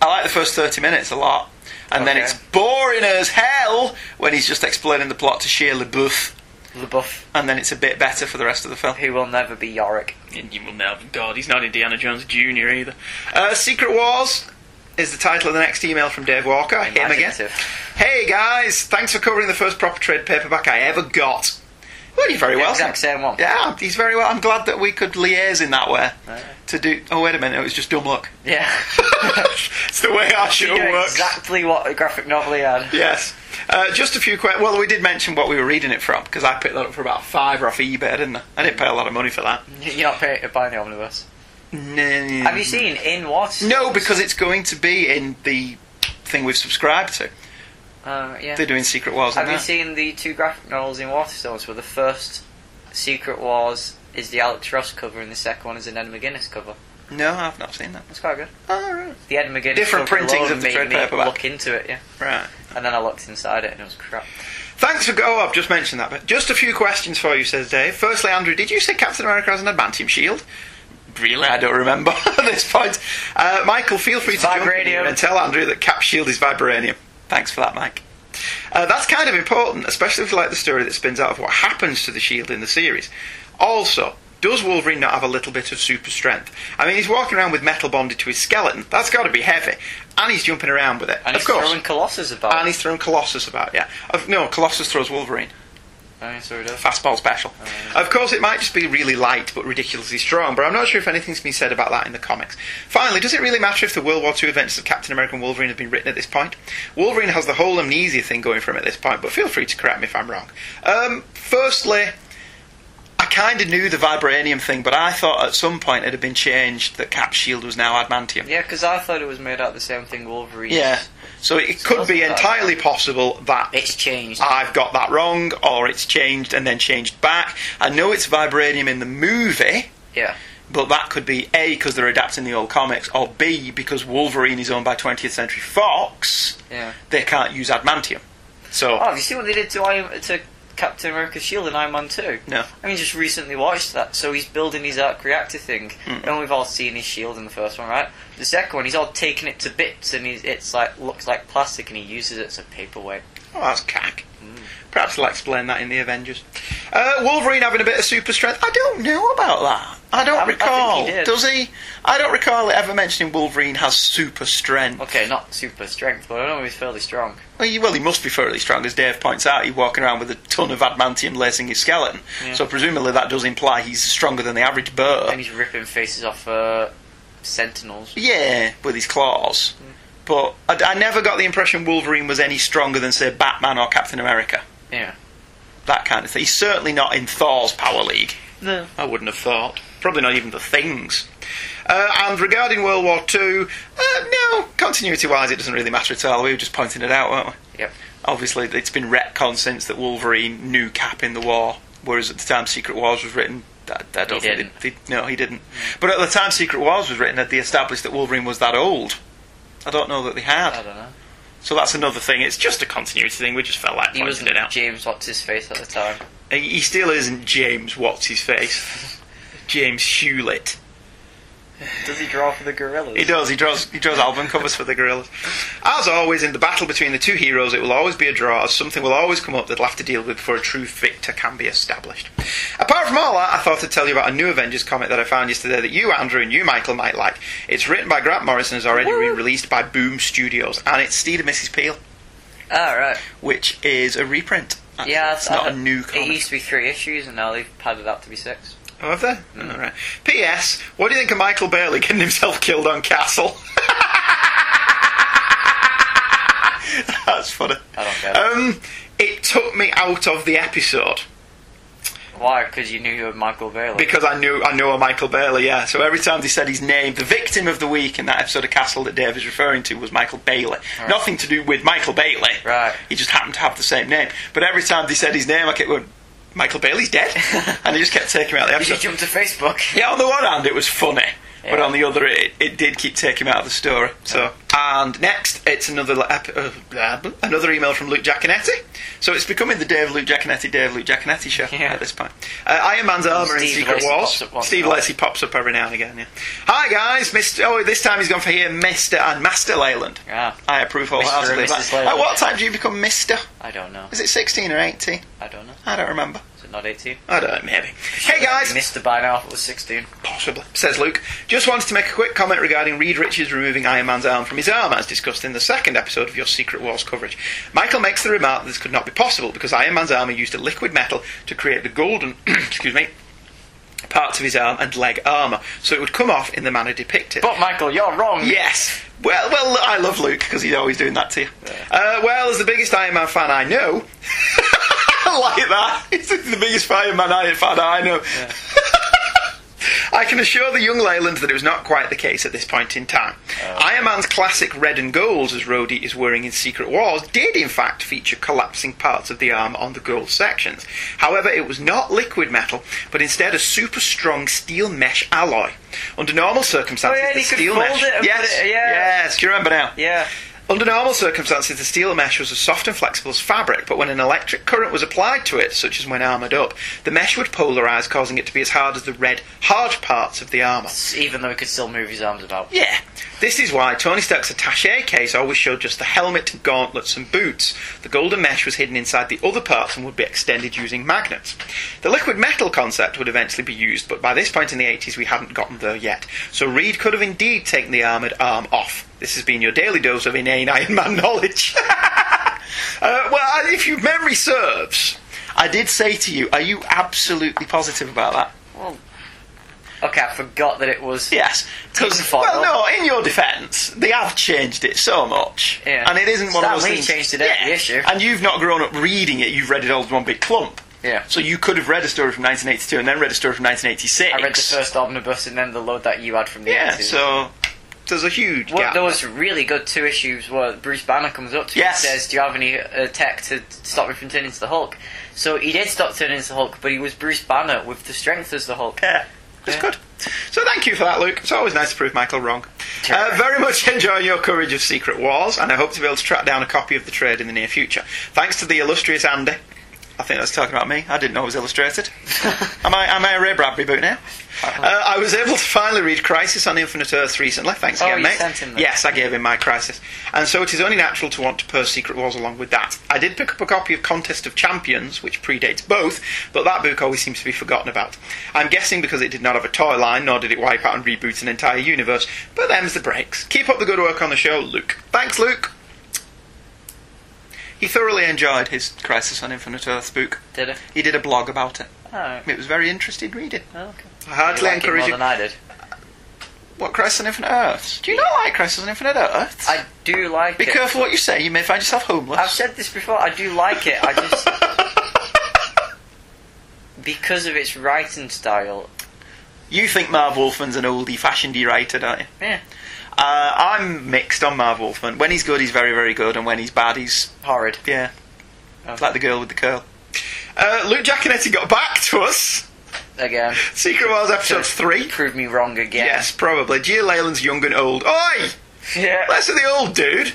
I like the first 30 minutes a lot, and then
Okay.
it's boring as hell when he's just explaining the plot to Shia LaBeouf.
LaBeouf,
and then it's a bit better for the rest of the film.
who will never be Yorick.
And you will never. God, he's not Indiana Jones Jr. either. Uh, Secret Wars is the title of the next email from Dave Walker. Him again.
Imaginative.
Hey guys, thanks for covering the first proper trade paperback I ever got. Well, you're very
The
well.
exact
sir.
same one.
Yeah, he's very well. I'm glad that we could liaise in that way.
Right.
To do. Oh wait a minute, it was just dumb luck.
Yeah.
it's the way our show
You know
works.
exactly what a graphic novel he had.
Yes. Uh, just a few questions. Well, we did mention what we were reading it from because I picked that up for about five off eBay, didn't I? I didn't pay a lot of money for that.
You're not paying to buy the omnibus.
No.
Have you seen In What?
Mm-hmm. No, because it's going to be in the thing we've subscribed to.
Uh, yeah.
They're doing Secret Wars.
Have
now.
you seen the two graphic novels in Waterstones where the first Secret Wars is the Alex Ross cover and the second one is an Ed McGuinness cover?
No, I've not seen that.
That's quite good.
Oh, right.
The Ed McGuinness
Different
cover
printings
alone
of the
made
trade
me
paperback.
look into it, yeah.
Right.
And then I looked inside it and it was crap.
Thanks for go. Oh, I've just mentioned that, but just a few questions for you, says Dave. Firstly, Andrew, did you say Captain America has an adamantium shield? Really, I don't remember at this point. Uh, Michael, feel free to jump in
Vibranium.
here and tell Andrew that Cap Shield is vibranium. Thanks for that, Mike. Uh, that's kind of important, especially if you like the story that spins out of what happens to the shield in the series. Also, does Wolverine not have a little bit of super strength? I mean, he's walking around with metal bonded to his skeleton. That's got to be heavy, and he's jumping around with it.
And
of
he's
course,
throwing Colossus about.
and he's throwing Colossus about. Yeah, Of- no, Colossus throws Wolverine
I mean, so he does.
fastball special. Of course, it might just be really light but ridiculously strong, but I'm not sure if anything's been said about that in the comics. Finally, does it really matter if the World War II events of Captain America and Wolverine have been written at this point? Wolverine has the whole amnesia thing going for him at this point, but feel free to correct me if I'm wrong. Um, firstly, I kind of knew the vibranium thing, but I thought at some point it had been changed that Cap's shield was now adamantium.
Yeah, because I thought it was made out of the same thing Wolverine.
Yeah. So it could be entirely possible that
It's changed.
I've got that wrong, or it's changed and then changed back. I know it's vibranium in the movie,
yeah.
but that could be A, because they're adapting the old comics, or B, because Wolverine is owned by 20th Century Fox,
Yeah.
they can't use adamantium. So,
Oh, have you seen what they did to Iron, to Captain America's shield in Iron Man 2?
no.
I mean, just recently watched that. So he's building his arc reactor thing,
Hmm.
and we've all seen his shield in the first one, right? The second one, he's all taking it to bits, and he's, it's like looks like plastic, and he uses it as a paperweight.
Oh, that's cack. Perhaps they'll explain that in the Avengers. Uh, Wolverine having a bit of super strength. I don't know about that. I don't
I- I think he
recall.
did.
Does he? I don't recall it ever mentioning Wolverine has super strength.
Okay, not super strength, but I know he's fairly strong.
Well, he, well, he must be fairly strong, as Dave points out. He's walking around with a ton of adamantium lacing his skeleton,
Yeah.
so presumably that does imply he's stronger than the average
And
bird.
he's ripping faces off uh, sentinels.
Yeah, with his claws. But I, I never got the impression Wolverine was any stronger than, say, Batman or Captain America.
Yeah.
That kind of thing. He's certainly not in Thor's Power League.
No.
I wouldn't have thought. Probably not even the things. Uh, and regarding World War Two, uh, no, continuity wise, it doesn't really matter at all. We were just pointing it out, weren't we?
Yep.
obviously it's been retcon since that Wolverine knew Cap in the war, whereas at the time Secret Wars was written. That, that
He
don't think
didn't.
They, they- no, he didn't. But at the time Secret Wars was written, had they established that Wolverine was that old? I don't know that they
I
had.
don't know.
So that's another thing. It's just a continuity thing. We just felt like
He
pointing
wasn't
it out.
James what's his face at the time.
He he still isn't James. What's his face? James Hewlett.
Does he draw for the gorillas?
He does. He draws. He draws album covers for the Gorillas. As always, in the battle between the two heroes, it will always be a draw, as something will always come up that they'll have to deal with before a true victor can be established. Apart from all that, I thought I'd tell you about a new Avengers comic that I found yesterday that you, Andrew, and you, Michael, might like. It's written by Grant Morrison, and is already re-released by Boom Studios, and it's Steed and Mrs. Peel,
Ah, right.
which is a reprint. actually.
Yeah, uh,
it's
I-
not
I-
a new comic.
It used to be three issues, and now they've padded out to be six.
Oh, have they? All right. P.S. What do you think of Michael Bailey getting himself killed on Castle? That's funny.
I don't get it.
Um, it took me out of the episode
Why? Because you knew you were Michael Bailey.
because I knew I know a Michael Bailey. Yeah. So every time they said his name, the victim of the week in that episode of Castle that Dave is referring to was Michael Bailey.
Right.
Nothing to do with Michael Bailey.
Right.
He just happened to have the same name. But every time they said his name, I kept going, Michael Bailey's dead, and he just kept taking me out of the
you
episode.
should jump to Facebook.
Yeah, on the one hand, it was funny, but
Yeah.
on the other, it, it did keep taking him out of the story. So, and next, it's another le- ep- uh, blah, blah, another email from Luke Giaconetti. So it's becoming the Dave Luke Giaconetti, Dave Luke Giaconetti show
Yeah.
at this point. Uh, Iron Man's armor in
Steve
Secret
Lacey
Wars.
pops up once
Steve
in a while.
Lacey pops up every now and again. Yeah. Hi guys, Mr. Oh, this time he's gone for here, Mister and Master Leyland.
Ah,
I approve
Mr.
wholeheartedly.
and
of that.
Mrs. Leyland.
At what time do you become Mister?
I don't know.
Is it sixteen or eighteen?
I don't know.
I don't remember.
Is it not 18.
I don't know, maybe. Hey guys!
Missed the by now if it was 16.
Possibly, says Luke. Just wanted to make a quick comment regarding Reed Richards removing Iron Man's arm from his arm, as discussed in the second episode of your Secret Wars coverage. Michael makes the remark that this could not be possible because Iron Man's armor used a liquid metal to create the golden, excuse me, parts of his arm and leg armor, so it would come off in the manner depicted.
But Michael, you're wrong.
Yes. Well, well, I love Luke because he's always doing that to you. Uh, well, as the biggest Iron Man fan I know, I like that. He's the biggest Iron Man I- fan I know. I can assure the young Leyland that it was not quite the case at this point in time.
Oh.
Iron Man's classic red and gold, as Rhodey is wearing in Secret Wars, did in fact feature collapsing parts of the arm on the gold sections. However, it was not liquid metal, but instead a super strong steel mesh alloy. Under normal circumstances,
Oh, yeah,
the
you could
steel
fold
mesh.
it and put
yes,
it- yeah.
yes, do you remember now?
Yeah.
Under normal circumstances, the steel mesh was as soft and flexible as fabric, but when an electric current was applied to it, such as when armoured up, the mesh would polarise, causing it to be as hard as the red, hard parts of the armour.
Even though he could still move his arms about.
Yeah. This is why Tony Stark's attache case always showed just the helmet, gauntlets, and boots. The golden mesh was hidden inside the other parts and would be extended using magnets. The liquid metal concept would eventually be used, but by this point in the 80s we hadn't gotten there yet. So Reed could have indeed taken the armoured arm off. This has been your daily dose of inane Iron Man knowledge. Uh, well, I- if your memory serves, I did say to you, are you absolutely positive about that?
Well, okay, I forgot that it was.
Yes, because
Didn't follow.
well, no. In your defence, they have changed it so much,
Yeah.
and it isn't one of
Stan
those
Lee
things.
changed it at the issue.
and you've not grown up reading it. You've read it all as one big clump.
Yeah.
So you could have read a story from 1982 and then read a story from 1986.
I read the first omnibus and then the load that you had from the
Yeah.
80s.
So there's a huge
Well,
gap.
there was really good two issues where Bruce Banner comes up to
Yes.
him and says, "Do you have any uh, tech to stop me from turning into the Hulk?" So he did stop turning into the Hulk, but he was Bruce Banner with the strength as the Hulk.
Yeah. It's
Yeah.
good. So thank you for that, Luke. It's always nice to prove Michael wrong. Uh, very much enjoying your coverage of Secret Wars, and I hope to be able to track down a copy of the trade in the near future. Thanks to the illustrious Andy. I think that's talking about me. I didn't know it was illustrated. am I? Am I a Ray Bradbury boot now? Uh, I was able to finally read Crisis on Infinite Earths recently. Thanks
Oh,
again,
you
mate.
sent him that.
yes, I gave him my Crisis, and so it is only natural to want to purse Secret Wars along with that. I did pick up a copy of Contest of Champions, which predates both, but that book always seems to be forgotten about. I'm guessing because it did not have a toy line, nor did it wipe out and reboot an entire universe. But them's the breaks. Keep up the good work on the show, Luke. Thanks, Luke. He thoroughly enjoyed his Crisis on Infinite Earths book.
Did it?
He did a blog about it.
Oh,
It was very interesting reading.
okay.
I hardly
You like it
encourage
more
you.
than I did.
What Crisis on Infinite Earths? Do you not like Crisis on Infinite Earths?
I do like
Be
it.
careful what you say. You may find yourself homeless.
I've said this before. I do like it. I just because of its writing style.
You think Marv Wolfman's an oldie fashionedy writer, don't you?
Yeah,
Uh, I'm mixed on Marv Wolfman. When he's good, he's very, very good, and when he's bad, he's
horrid.
yeah,
Okay.
like the girl with the curl. Uh, Luke Giaconetti got back to us.
Again,
Secret Wars episode three.
prove me wrong again.
Yes, probably. Gia Leyland's young and old. Oi!
Yeah.
Less of the old dude.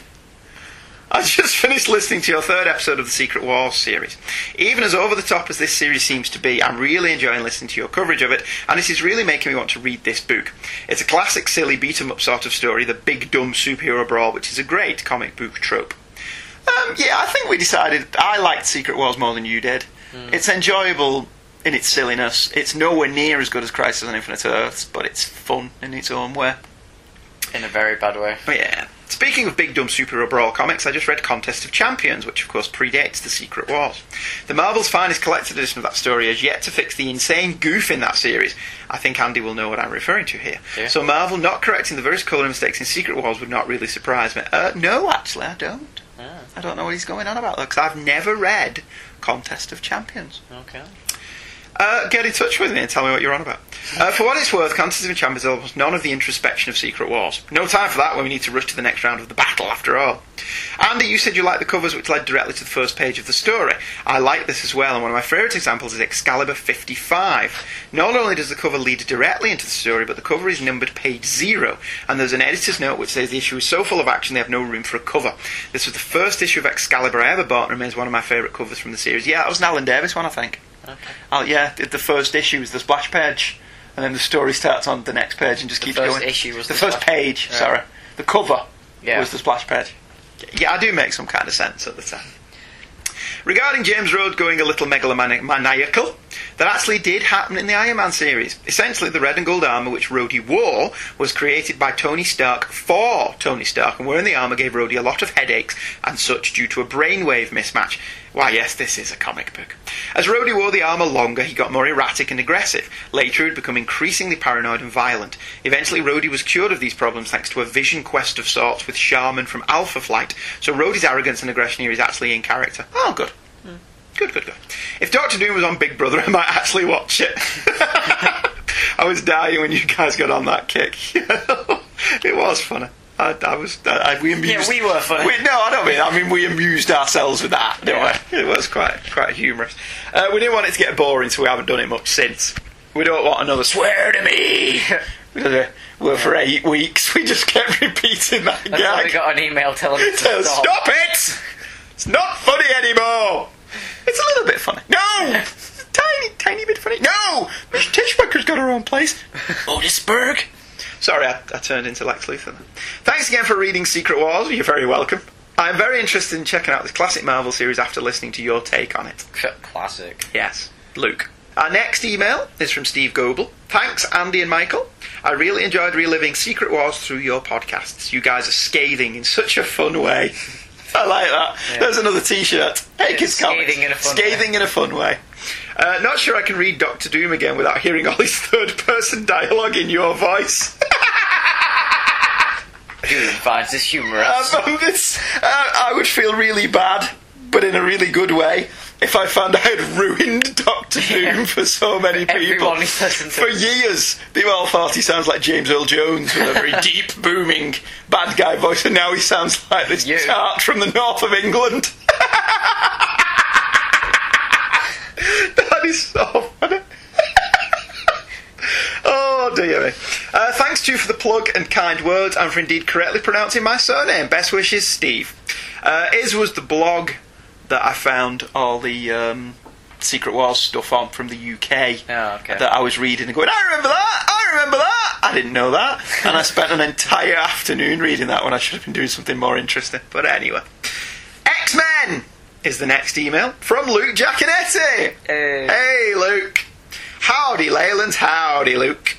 I just finished listening to your third episode of the Secret Wars series. Even as over the top as this series seems to be, I'm really enjoying listening to your coverage of it, and it is really making me want to read this book. It's a classic, silly, beat 'em up sort of story, the big dumb superhero brawl, which is a great comic book trope. Um, yeah, I think we decided I liked Secret Wars more than you did. It's enjoyable in its silliness. It's nowhere near as good as Crisis on Infinite Earths, but it's fun in its own way.
In a very bad way.
But yeah. Speaking of big dumb superhero brawl comics, I just read Contest of Champions, which of course predates the Secret Wars. The Marvel's finest collected edition of that story has yet to fix the insane goof in that series. I think Andy will know what I'm referring to here.
Yeah.
So Marvel not correcting the various colour mistakes in Secret Wars would not really surprise me. Uh, no, actually, I don't.
Ah,
I don't know what he's going on about because I've never read Contest of Champions.
okay.
Uh, get in touch with me and tell me what you're on about. Uh, for what it's worth, Contest of Champions almost none of the introspection of Secret Wars. No time for that when we need to rush to the next round of the battle, after all. Andy, you said you liked the covers which led directly to the first page of the story. I like this as well, and one of my favourite examples is Excalibur 55. Not only does the cover lead directly into the story, but the cover is numbered page zero, and there's an editor's note which says the issue is so full of action they have no room for a cover. This was the first issue of Excalibur I ever bought and remains one of my favourite covers from the series. Yeah, that was an Alan Davis one, I think. Oh yeah, the, the first issue is the splash page, and then the story starts on the next page and just keeps
first
going.
issue was
the,
the
first
splash-
page.
yeah.
Sorry, the cover
Yeah.
was the splash page. Yeah, I do make some kind of sense at the time. Regarding James Road going a little megalomaniacal, that actually did happen in the Iron Man series. Essentially, the red and gold armour which Rhodey wore was created by Tony Stark for Tony Stark, and wearing the armour gave Rhodey a lot of headaches and such due to a brainwave mismatch. Why, Ah, yes, this is a comic book. As Rhodey wore the armour longer, he got more erratic and aggressive. Later, he would become increasingly paranoid and violent. Eventually, Rhodey was cured of these problems thanks to a vision quest of sorts with Shaman from Alpha Flight, so Rhodey's arrogance and aggression here is actually in character. Oh, good. Good, good, good. If Doctor Doom was on Big Brother, I might actually watch it. I was dying when you guys got on that kick. it was funny. I, I was. I, I- we amused.
we were funny.
we- no, I don't mean. that. I mean we amused ourselves with that. Didn't we? It was quite quite humorous. Uh, we didn't want it to get boring, so we haven't done it much since. We don't want another swear to me. We did a- Well, for eight weeks, we just kept repeating that
That's why we
gag.
got an email telling us
So
to
stop.
stop.
it! It's not funny anymore. It's a little bit funny. No, tiny, tiny bit funny. No, Miss Tishbucker's got her own place. Otisburg. Sorry, I, I turned into Lex Luthor. Then. Thanks again for reading Secret Wars. You're very welcome. I'm very interested in checking out this classic Marvel series after listening to your take on it.
Classic.
Yes, Luke. Our next email is from Steve Goebel. Thanks, Andy and Michael. I really enjoyed reliving Secret Wars through your podcasts. You guys are scathing in such a fun way. I like that.
Yeah.
There's another T-shirt. Hey, kids,
Scathing
comics.
in a fun
Scathing in a fun way. Uh, not sure I can read Doctor Doom again without hearing all his third-person dialogue in your voice.
Doom finds this humorous.
Um, it's- uh, I would feel really bad, but in a really good way, if I found I had ruined Doctor Doom for so many people.
Everyone who's listened to
For years, people all thought he sounds like James Earl Jones with a very deep, booming, bad guy voice, and now he sounds like this
You.
tart from the north of England. that is so funny. Oh dear me. Uh, thanks to you for the plug and kind words, and for indeed correctly pronouncing my surname. Best wishes, Steve. Uh, his was the blog that I found all the um, Secret Wars stuff on from the UK
Oh, okay.
that I was reading and going, I remember that, I remember that. I didn't know that, and I spent an entire afternoon reading that when I should have been doing something more interesting. But anyway, X Men is the next email from Luke Giaconetti.
Hey.
Hey, Luke. Howdy, Leyland. Howdy, Luke.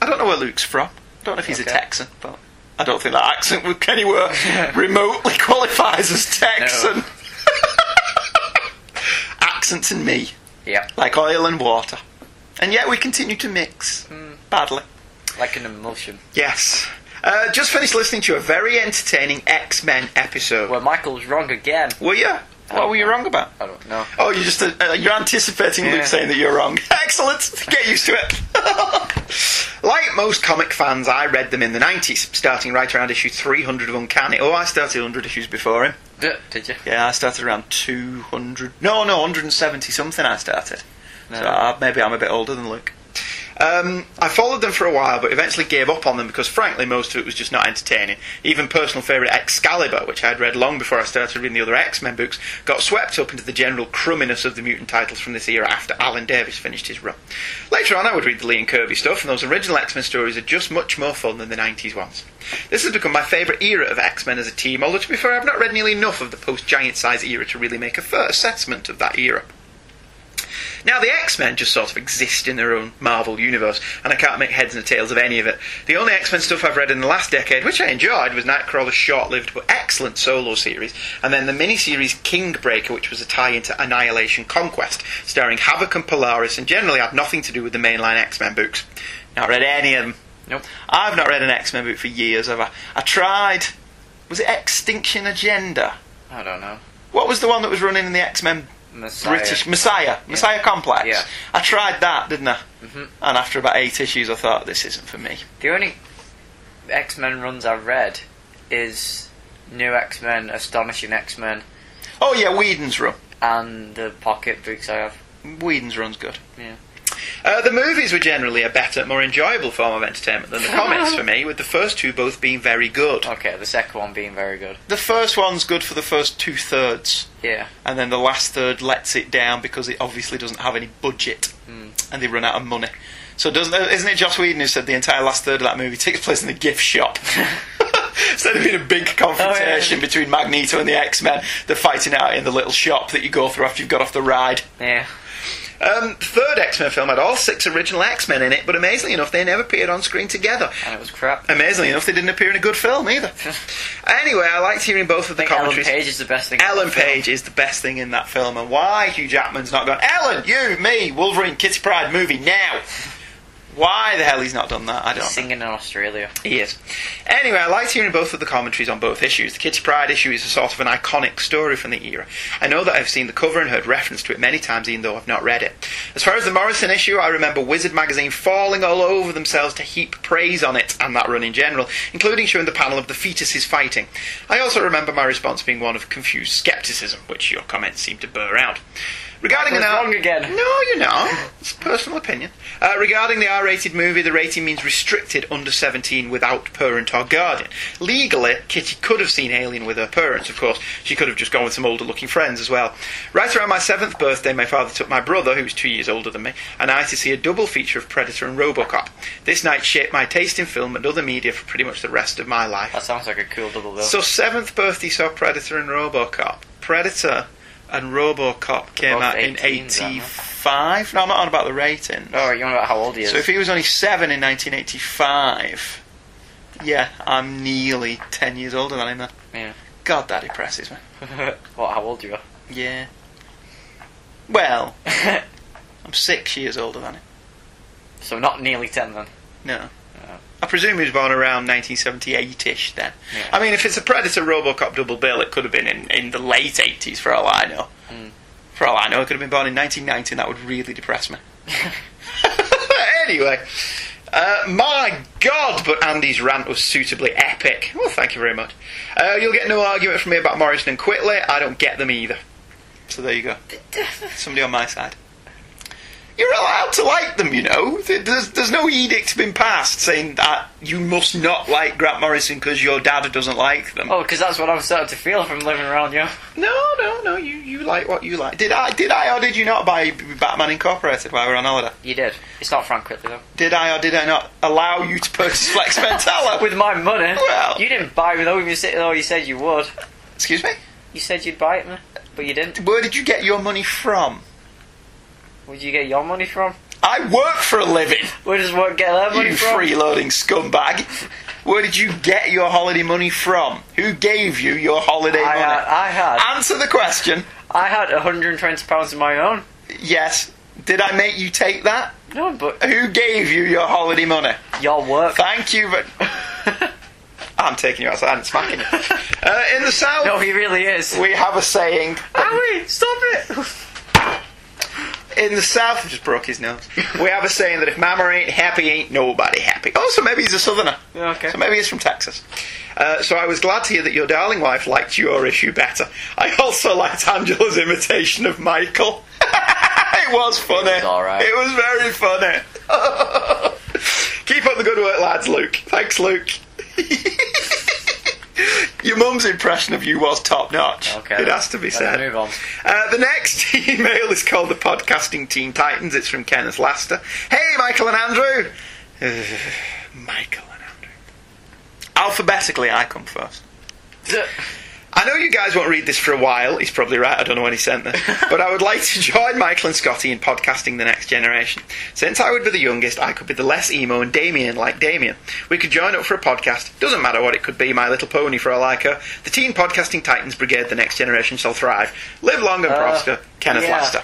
I don't know where Luke's from. I don't know if he's
Okay.
a Texan, but I don't think that accent would anywhere remotely qualifies as Texan. Accents and me,
Yeah,
like oil and water. And yet we continue to mix
Hmm.
badly.
like an emulsion.
Yes. Uh, just finished listening to a very entertaining X Men episode.
Well, Michael's wrong again.
were you? What were you wrong about?
I don't know.
Oh, you're just uh, you're anticipating
Yeah.
Luke saying that you're wrong. Excellent. Get used to it. like most comic fans, I read them in the 90s, starting right around issue 300 of Uncanny. Oh, I started 100 issues before him.
D- Did you?
Yeah, I started around 200. No, no, 170 something I started. So uh, maybe I'm a bit older than Luke. Um, I followed them for a while, but eventually gave up on them because, frankly, most of it was just not entertaining. Even personal favourite Excalibur, which I had read long before I started reading the other X Men books, got swept up into the general crumminess of the mutant titles from this era after Alan Davis finished his run. Later on, I would read the Lee and Kirby stuff, and those original X Men stories are just much more fun than the 90s ones. This has become my favourite era of X Men as a team, although, to be fair, I've not read nearly enough of the post Giant Size era to really make a fair assessment of that era. Now, the X Men just sort of exist in their own Marvel universe, and I can't make heads and tails of any of it. The only X Men stuff I've read in the last decade, which I enjoyed, was Nightcrawler's short lived but excellent solo series, and then the miniseries Kingbreaker, which was a tie into Annihilation Conquest, starring Havoc and Polaris, and generally had nothing to do with the mainline X Men books. Not read any of them.
Nope.
I've not read an X Men book for years, have I? I tried. Was it Extinction Agenda?
I don't know.
What was the one that was running in the X Men
Messiah.
British Messiah, Messiah Complex.
Yeah.
I tried that, didn't I?
Mhm.
And after about eight issues, I thought this isn't for me.
The only X Men runs I've read is New X Men, Astonishing X Men,
Oh yeah, Whedon's run.
and the pocket books I have.
Whedon's run's good.
Yeah.
Uh, the movies were generally a better, more enjoyable form of entertainment than the comics for me, with the first two both being very good.
Okay, the second one being very good.
The first one's good for the first two thirds,
Yeah.
and then the last third lets it down because it obviously doesn't have any budget, and they run out of money. So doesn't isn't it Joss Whedon who said the entire last third of that movie takes place in the gift shop? Instead of being a big confrontation between Magneto and the X Men, they're fighting out in the little shop that you go through after you've got off the ride.
Yeah.
Um, the third X Men film had all six original X Men in it, but amazingly enough, they never appeared on screen together.
and it was crap. I
Amazingly enough, they didn't appear in a good film either. anyway, I liked hearing both of the
think Ellen
commentaries.
Page is the best thing. about
Ellen
the film.
Page is the best thing in that film, and why Hugh Jackman's not gone, Ellen, you, me, Wolverine, Kitty Pride movie now. Why the hell he's not done that, I don't know.
singing in Australia.
He is. Anyway, I liked hearing both of the commentaries on both issues. The Kitty Pride issue is a sort of an iconic story from the era. I know that I've seen the cover and heard reference to it many times, even though I've not read it. As far as the Morrison issue, I remember Wizard magazine falling all over themselves to heap praise on it and that run in general, including showing the panel of the fetuses fighting. I also remember my response being one of confused scepticism, which your comments seem to burr out. Regarding
I
an
was
art-
wrong again.
No, you're not. It's a personal opinion. Uh, regarding the R-rated movie, the rating means restricted under 17 without parent or guardian. Legally, Kitty could have seen Alien with her parents, of course. She could have just gone with some older-looking friends as well. Right around my seventh birthday, my father took my brother, who was two years older than me, and I to see a double feature of Predator and RoboCop. This night shaped my taste in film and other media for pretty much the rest of my life.
That sounds like a cool double bill.
So seventh birthday saw Predator and RoboCop. Predator and RoboCop came
Both
out in
18s, aren't they?
eighty-five. No, I'm not on about the rating.
oh, you want to know how old he is?
So if he was only seven in nineteen eighty-five, yeah, I'm nearly ten years older than him. Then.
yeah.
God, that depresses me.
what? How old you
Yeah. Well,
are?
I'm six years older than him.
so not nearly ten then.
No.
No.
I presume he was born around 1978-ish then.
Yeah.
I mean, if it's a Predator RoboCop double bill, it could have been in, in the late 80s for all I know.
Mm.
For all I know, it could have been born in 1990 and that would really depress me. anyway, uh, my God, but Andy's rant was suitably epic. Well, thank you very much. Uh, you'll get no argument from me about Morrison and Quitley. I don't get them either. So there you go. Somebody on my side. You're allowed to like them, you know. Th- There's, there's no edict been passed saying that you must not like Grant Morrison because your dad doesn't like them.
Oh, because that's what I'm starting to feel from living around you.
No, no, no. You, you like what you like. Did I did I or did you not buy Batman Incorporated while we were on holiday?
You did. It's not Frank Whitley though.
Did I or did I not allow you to purchase Flex Mentala?
With my money.
Well-
You didn't buy me though. You said, oh, you said you would.
Excuse me.
You said you'd buy it me, but you didn't.
Where did you get your money from?
Where'd you get your money from?
I work for a living.
Where does one get their money
you
from?
freeloading scumbag. Where did you get your holiday money from? Who gave you your holiday
I uh,
money?
had, I had,
Answer the question.
I had 120 pounds of my own.
Yes. Did I make you take that?
No, but
Who gave you your holiday money?
your work.
Thank you, but I'm taking you outside and smacking you. Uh, in the south,
no, he really is.
we have a saying.
Owie, stop it!
In the south, I just broke his nose. We have a saying that if mama ain't happy, ain't nobody happy. Oh, so maybe he's a southerner.
Okay.
So maybe he's from Texas. Uh, so I was glad to hear that your darling wife liked your issue better. I also liked Angela's imitation of Michael. it was funny.
was all right.
It was very funny. Keep up the good work, lads, Luke. Thanks, Luke. Your mum's impression of you was top notch.
Okay,
It has to be
let's
said.
move on.
Uh, the next email is called the Podcasting Teen Titans. It's from Kenneth Laster. Hey, Michael and Andrew. Ugh, Michael and Andrew. Alphabetically, I come first. I know you guys won't read this for a while. He's probably right. I don't know when he sent this. but I would like to join Michael and Scotty in podcasting the next generation. Since I would be the youngest, I could be the less emo and Damien like Damien. We could join up for a podcast. Doesn't matter what it could be, My Little Pony for all I care. The Teen Podcasting Titans Brigade, the next generation shall thrive. Live long and
Uh,
prosper. Kenneth
yeah.
Laster.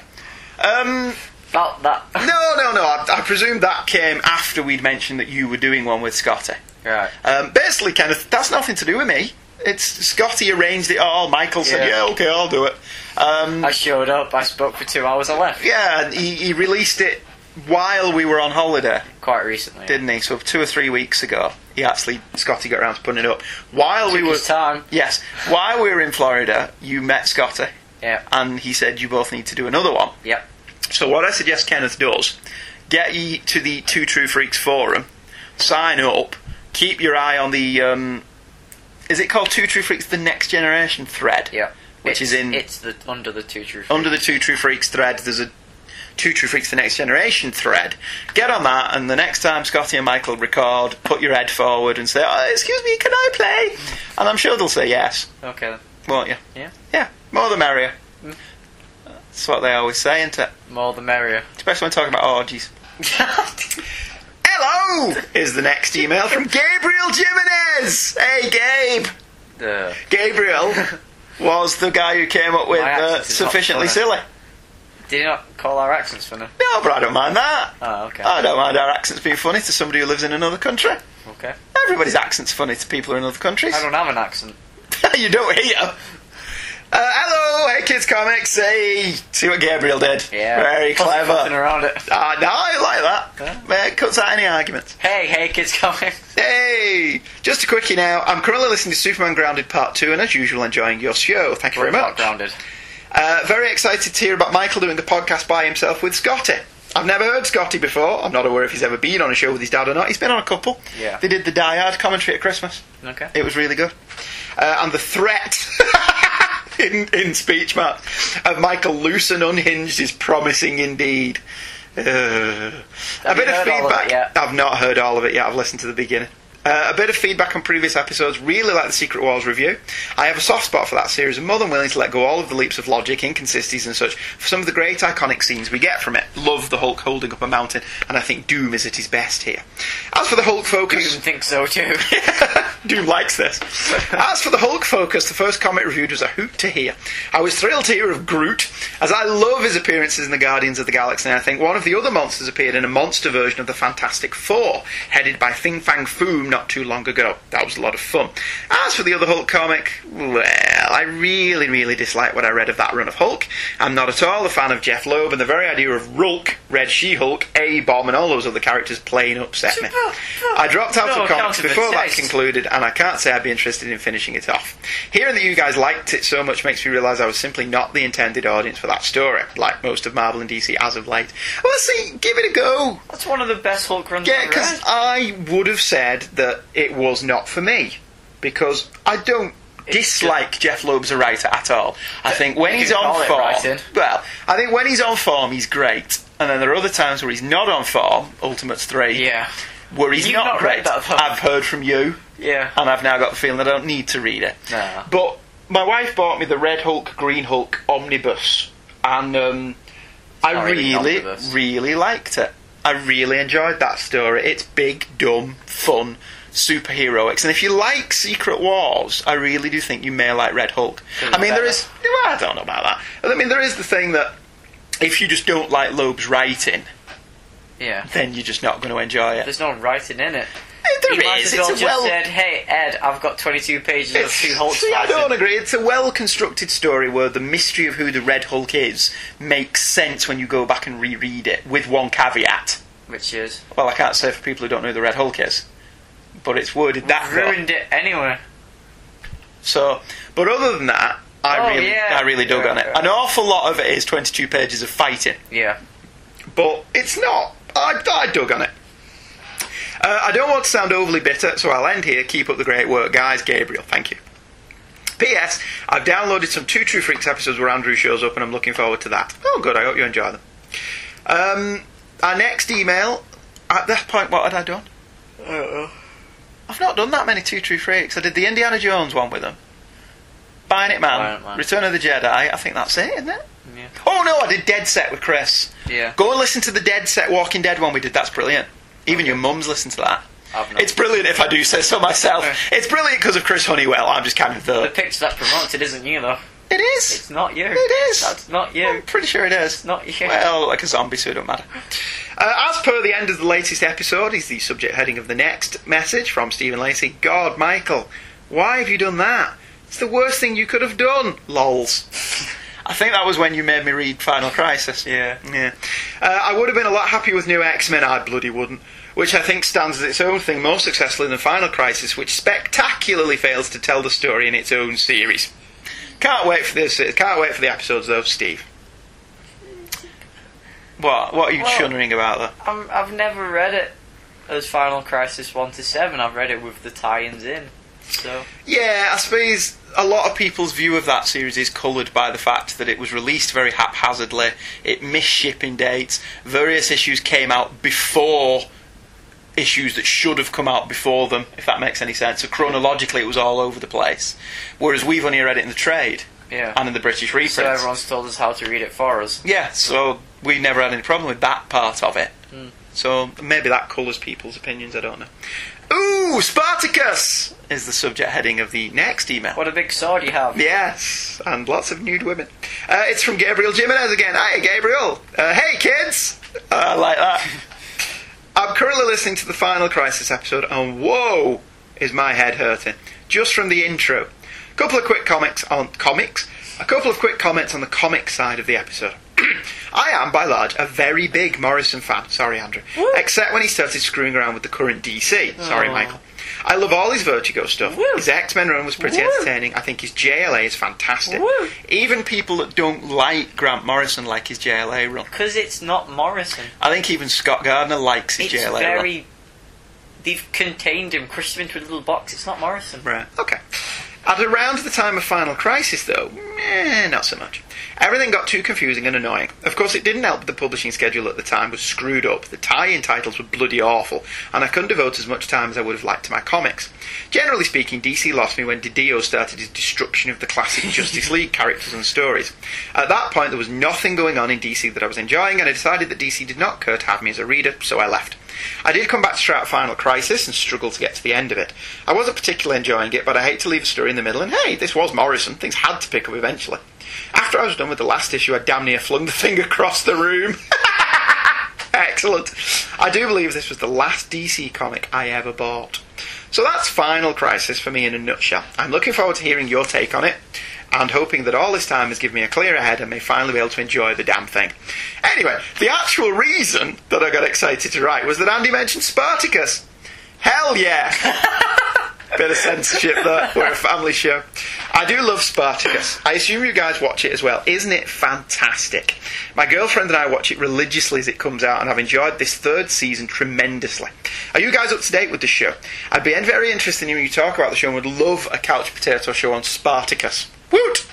Um,
About that.
no, no, no. I, I presume that came after we'd mentioned that you were doing one with Scotty.
Right.
Um, basically, kind of, that's nothing to do with me. It's Scotty arranged it all. Michael said,
Yeah.
"Yeah, okay, I'll do it." Um,
I showed up, I spoke for two hours, I left.
yeah, and he, he released it while we were on holiday,
Quite recently.
didn't he? So two or three weeks ago, he actually Scotty got around to putting it up while we
Took
were
his time.
yes while we were in Florida. You met Scotty,
Yeah.
and he said you both need to do another one.
Yep.
So what I suggest Kenneth does, get ye to the Two True Freaks forum, sign up, keep your eye on the. Um, is it called Two True Freaks: The Next Generation thread?
Yep.
Which is
It's-
in-
It's the under the two truth.
Under the Two True Freaks thread, there's a Two True Freaks: The Next Generation thread. Get on that, and the next time Scotty and Michael record, put your head forward and say, oh, "Excuse me, can I play?" And I'm sure they'll say yes,
Okay.
won't you?
Yeah.
Yeah. More the merrier. That's what they always say, isn't it?
More the merrier.
Especially when talking about orgies. Hello! Is the next email from Gabriel Jimenez! Hey, Gabe!
Uh,
Gabriel was the guy who came up with uh,
My accent is not
sufficiently silly.
funny. did you not call our accents funny?
No, but I don't mind that.
Oh, okay.
I don't mind our accents being funny to somebody who lives in another country.
okay.
Everybody's accent's funny to people who are in other countries.
I don't have an accent.
you don't hear. Uh, hello, hey kids, comics. Hey, see what Gabriel did.
Yeah.
very
Puzzle puzzing
clever.
around it.
Ah, no, I like that.
Yeah.
Uh, It cuts out any arguments.
Hey, hey, kids, coming.
Hey, just a quickie now. I'm currently listening to Superman Grounded Part Two, and as usual, enjoying your show. Thank you very
Not
much.
grounded.
Uh, very excited to hear about Michael doing a podcast by himself with Scotty. I've never heard Scotty before. I'm not aware if he's ever been on a show with his dad or not. He's been on a couple.
Yeah.
They did the Die Hard commentary at Christmas.
Okay.
It was really good. Uh, and the threat in, in speech marks of Michael loose and unhinged is promising indeed. Uh, a bit
you
of
heard all of it
feedback.
yet?
I've not heard all of it yet. I've listened to the beginning. Uh, a bit of feedback on previous episodes. Really like the Secret Wars review. I have a soft spot for that series and more than willing to let go all of the leaps of logic, inconsistencies, and such for some of the great iconic scenes we get from it. Love the Hulk holding up a mountain, and I think Doom is at his best here. As for the Hulk focus.
Doom thinks so too.
Doom likes this. As for the Hulk focus, the first comic reviewed was a hoot to hear. I was thrilled to hear of Groot, as I love his appearances in the Guardians of the Galaxy, and I think one of the other monsters appeared in a monster version of the Fantastic Four, headed by Thing Fang Foom not too long ago. That was a lot of fun. As for the other Hulk comic, well, I really, really dislike what I read of that run of Hulk. I'm not at all a fan of Jeff Loeb, and the very idea of Rulk, Red She-Hulk, A-Bomb, and all those other characters plain upset me. I dropped out
No
of comics
account of
before
its
that
taste.
concluded included, and I can't say I'd be interested in finishing it off. Hearing that you guys liked it so much makes me realise I was simply not the intended audience for that story, like most of Marvel and DC as of late. Well, see, give it a go.
That's one of the best Hulk runs
Yeah,
I've
because
read.
I would have said that it was not for me, because I don't. Dislike Jeff Loeb's a writer at all. I think when he's
You can call
on
it
form,
writing.
well, I think when he's on form, he's great. And then there are other times where he's not on form. Ultimates three,
Yeah.
where he's
You've
not,
not read
great.
that, though.
I've heard from you
Yeah.
and I've now got the feeling I don't need to read it.
Nah.
But my wife bought me the Red Hulk, Green Hulk omnibus, and um, I
not really an
really,
omnibus.
really liked it. I really enjoyed that story. It's big, dumb, fun, superheroics, and if you like Secret Wars, I really do think you may like Red Hulk.
Could've
I mean,
been
there
better.
is. I don't know about that. I mean, there is the thing that if you just don't like Loeb's writing,
Yeah.
then you're just not going to enjoy it.
There's no writing in it.
There
he might
is,
as well
It's
just
a well
said, "Hey Ed, I've got 22 pages of two Hulk
See, I
fighting."
don't agree. It's a well constructed story where the mystery of who the Red Hulk is makes sense when you go back and reread it, with one caveat.
Which is
Well, I can't say for people who don't know who the Red Hulk is, but it's worded that way.
ruined it anyway.
So, but other than that, I
Oh,
really,
yeah.
I really dug
Yeah,
on it.
yeah.
An awful lot of it is twenty-two pages of fighting.
Yeah.
but it's not. I, I dug on it. Uh, I don't want to sound overly bitter, so I'll end here. Keep up the great work, guys. Gabriel, thank you. P.S. I've downloaded some Two True Freaks episodes where Andrew shows up, and I'm looking forward to that. Oh, good. I hope you enjoy them. Um, our next email. At that point, what had I done? I've not done that many Two True Freaks. I did the Indiana Jones one with them. Bionic Man,
Bionic Man.
Return of the Jedi. I think that's it, isn't it?
Yeah.
Oh no, I did Dead Set with Chris.
Yeah.
Go and listen to the Dead Set Walking Dead one we did. That's brilliant. Even your mum's listened to that.
I've not.
It's brilliant if I do say so myself. It's brilliant because of Chris Honeywell. I'm just kind of
the
the.
picture that promotes it isn't you though.
It is.
It's not you.
It is.
That's not
I'm
you.
pretty sure it is.
It's not you.
Well, like a zombie, so it don't matter. Uh, as per the end of the latest episode, is the subject heading of the next message from Stephen Lacey. God, Michael, why have you done that? It's the worst thing you could have done. Lols. I think that was when you made me read Final Crisis.
Yeah.
Yeah. Uh, I would have been a lot happier with new X Men, I bloody wouldn't. Which I think stands as its own thing more successfully than Final Crisis, which spectacularly fails to tell the story in its own series. Can't wait for this. Can't wait for the episodes, though, Steve. What? What are you
Well-
chunnering about, though?
I'm, I've never read it as Final Crisis one to seven. I've read it with the tie-ins in. So
Yeah, I suppose a lot of people's view of that series is coloured by the fact that it was released very haphazardly, it missed shipping dates, various issues came out before issues that should have come out before them, if that makes any sense. So chronologically, it was all over the place. Whereas we've only read it in the trade.
Yeah.
and in the British reprints.
So everyone's told us how to read it for us.
Yeah, so we never had any problem with that part of it. So maybe that colours people's opinions, I don't know. Ooh, Spartacus is the subject heading of the next email.
What a big sword you have.
Yes, and lots of nude women. Uh, it's from Gabriel Jimenez again. Hi, Gabriel. Uh, hey, kids. I like that. I'm currently listening to the Final Crisis episode, and whoa, is my head hurting just from the intro. Couple of quick comics on comics. A couple of quick comments on the comic side of the episode. I am, by large, a very big Morrison fan. Sorry, Andrew. Except when he started screwing around with the current DC. Sorry, Michael. I love all his Vertigo stuff. His X Men run was pretty entertaining. I think his JLA is fantastic. Even people that don't like Grant Morrison like his JLA run.
Because it's not Morrison.
I think even Scott Gardner likes his
It's
JLA run.
very. They've contained him, crushed him into a little box. It's not Morrison.
Right. Okay. At around the time of Final Crisis, though, eh, not so much. Everything got too confusing and annoying. Of course, it didn't help that the publishing schedule at the time was screwed up. The tie-in titles were bloody awful, and I couldn't devote as much time as I would have liked to my comics. Generally speaking, DC lost me when Didio started his destruction of the classic Justice League characters and stories. At that point, there was nothing going on in DC that I was enjoying, and I decided that DC did not care to have me as a reader, so I left. I did come back to try out Final Crisis and struggled to get to the end of it. I wasn't particularly enjoying it, but I hate to leave a story in the middle, and hey, this was Morrison. Things had to pick up eventually. After I was done with the last issue, I damn near flung the thing across the room. Excellent. I do believe this was the last DC comic I ever bought. So that's Final Crisis for me in a nutshell. I'm looking forward to hearing your take on it and hoping that all this time has given me a clearer head and may finally be able to enjoy the damn thing. Anyway, the actual reason that I got excited to write was that Andy mentioned Spartacus. Hell yeah! Bit of censorship there. We're a family show. I do love Spartacus. I assume you guys watch it as well. Isn't it fantastic? My girlfriend and I watch it religiously as it comes out, and I've enjoyed this third season tremendously. Are you guys up to date with the show? I'd be very interested in hearing you talk about the show and would love a couch potato show on Spartacus. Woot!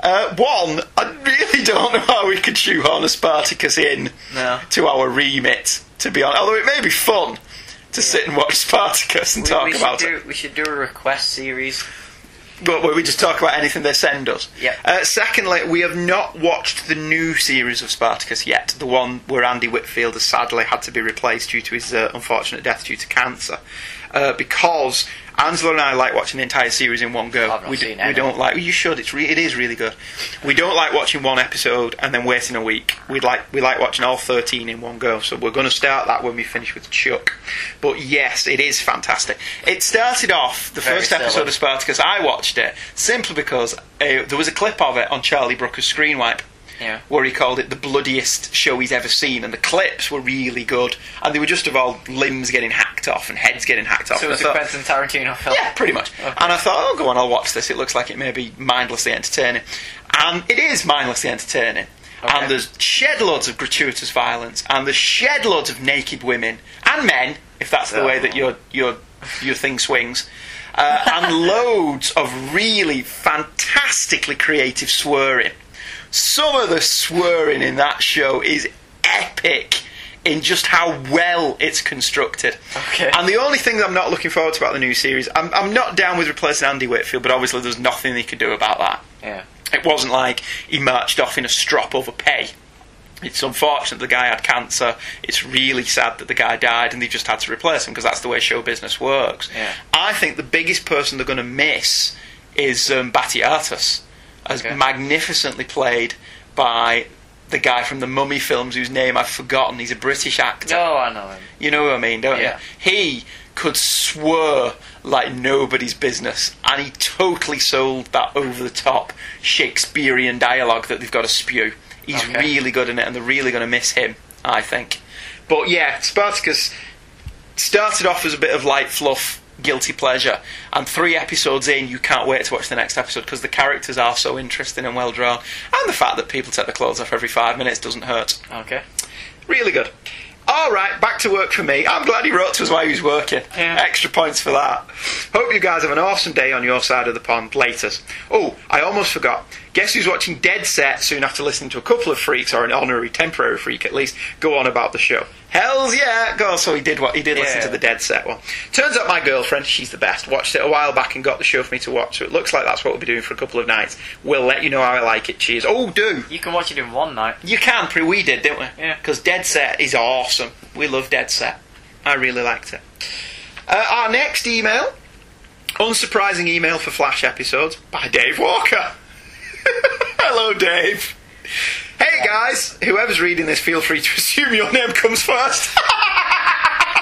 Uh, one, I really don't know how we could shoehorn a Spartacus in
No.
to our remit, to be honest. Although it may be fun to sit and watch Spartacus and
We,
talk
we
about
should
it.
Do, we should do a request series.
But where we just talk about anything they send us.
Yep.
Uh, secondly, we have not watched the new series of Spartacus yet, the one where Andy Whitfield has sadly had to be replaced due to his uh, unfortunate death due to cancer. Uh, because Angela and I like watching the entire series in one go.
I've not
we, d-
seen
we
any.
don't like. You should. It's re- it is really good. We don't like watching one episode and then waiting a week. We like we like watching all thirteen in one go. So we're going to start that when we finish with Chuck. But yes, it is fantastic. It started off the
Very
first
silly.
episode of Spartacus. I watched it simply because uh, there was a clip of it on Charlie Brooker's Screen Wipe.
Yeah.
Where he called it the bloodiest show he's ever seen, and the clips were really good, and they were just of all limbs getting hacked off and heads getting hacked off. and Oh,
So
I
it's a
thought-
Quentin Tarantino film.
yeah, pretty much. And I thought, oh, go on, I'll watch this. It looks like it may be mindlessly entertaining. And it is mindlessly entertaining.
Okay.
And there's shed loads of gratuitous violence, and there's shed loads of naked women and men, if that's the way that your your your thing swings, uh, and loads of really fantastically creative swearing. Some of the swearing in that show is epic in just how well it's constructed.
Okay.
And the only thing that I'm not looking forward to about the new series, I'm, I'm not down with replacing Andy Whitfield, but obviously there's nothing they could do about that.
Yeah.
It wasn't like he marched off in a strop over pay. It's unfortunate the guy had cancer. It's really sad that the guy died and they just had to replace him because that's the way show business works.
Yeah.
I think the biggest person they're going to miss is um, Batty Artus, as
Okay.
magnificently played by the guy from the Mummy films whose name I've forgotten. He's a British actor.
Oh, I know him.
You know what I mean, don't
Yeah.
you? He could swear like nobody's business, and he totally sold that over the top Shakespearean dialogue that they've got to spew. He's
Okay.
really good in it, and they're really going to miss him, I think. But yeah, Spartacus started off as a bit of light fluff, guilty pleasure, and three episodes in, you can't wait to watch the next episode because the characters are so interesting and well drawn, and the fact that people take their clothes off every five minutes doesn't hurt.
Okay.
Really good. All right, back to work for me. I'm glad he wrote to us while he was working.
Yeah.
Extra points for that. Hope you guys have an awesome day on your side of the pond. Laters. Oh, I almost forgot. Guess who's watching Dead Set soon after listening to a couple of freaks, or an honorary temporary freak at least, go on about the show? Hell's yeah! God, so he did what he did listen
Yeah.
to the Dead Set one. Turns out my girlfriend, she's the best, watched it a while back and got the show for me to watch, so it looks like that's what we'll be doing for a couple of nights. We'll let you know how I like it. Cheers. Oh, do!
You can watch it in one night.
You can, pre we did, didn't we?
Yeah.
Because Dead Set is awesome. We love Dead Set. I really liked it. Uh, our next email, unsurprising email for Flash episodes by Dave Walker. Hello, Dave. Hey guys, whoever's reading this, feel free to assume your name comes first.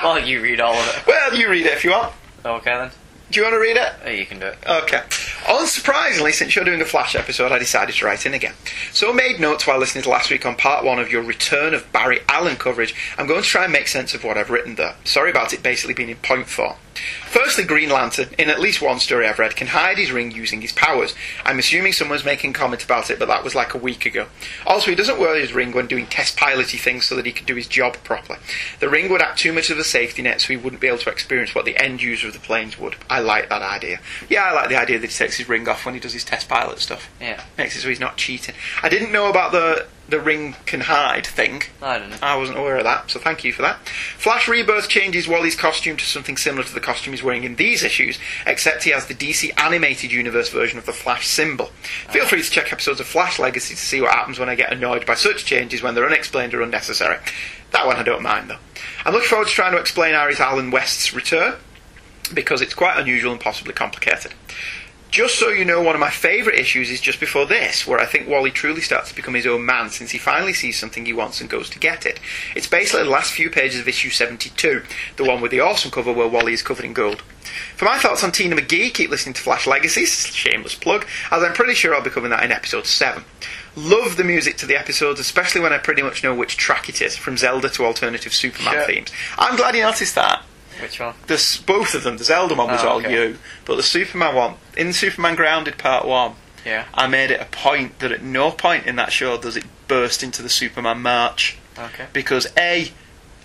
Well, you read all of it.
well, you read it if you want.
Okay then.
Do you want to read it?
Oh, you can do it.
Okay. Unsurprisingly, since you're doing a Flash episode, I decided to write in again. So I made notes while listening to last week on part one of your return of Barry Allen coverage. I'm going to try and make sense of what I've written there. Sorry about it basically being in point form. Firstly, Green Lantern, in at least one story I've read, can hide his ring using his powers. I'm assuming someone's making comment about it, but that was like a week ago. Also, he doesn't wear his ring when doing test piloty things so that he can do his job properly. The ring would act too much of a safety net, so he wouldn't be able to experience what the end user of the planes would. I like that idea. Yeah, I like the idea that he takes his ring off when he does his test pilot stuff.
Yeah.
Makes it so he's not cheating. I didn't know about the the ring can hide thing.
I don't know.
I wasn't aware of that, so thank you for that. Flash Rebirth changes Wally's costume to something similar to the costume he's wearing in these issues, except he has the DC animated universe version of the Flash symbol. Feel free to check episodes of Flash Legacy to see what happens when I get annoyed by such changes when they're unexplained or unnecessary. That one I don't mind though. I'm looking forward to trying to explain Iris Allen West's return, because it's quite unusual and possibly complicated. Just so you know, one of my favourite issues is just before this, where I think Wally truly starts to become his own man since he finally sees something he wants and goes to get it. It's basically the last few pages of issue 72, the one with the awesome cover where Wally is covered in gold. For my thoughts on Tina McGee, keep listening to Flash Legacies, shameless plug, as I'm pretty sure I'll be covering that in episode 7. Love the music to the episodes, especially when I pretty much know which track it is, from Zelda to alternative Superman
Sure.
themes. I'm glad you noticed that
Which one?
this both of them. The Zelda one was
Oh,
all
okay.
you, but the Superman one in Superman Grounded Part One,
Yeah.
I made it a point that at no point in that show does it burst into the Superman march
Okay.
because a,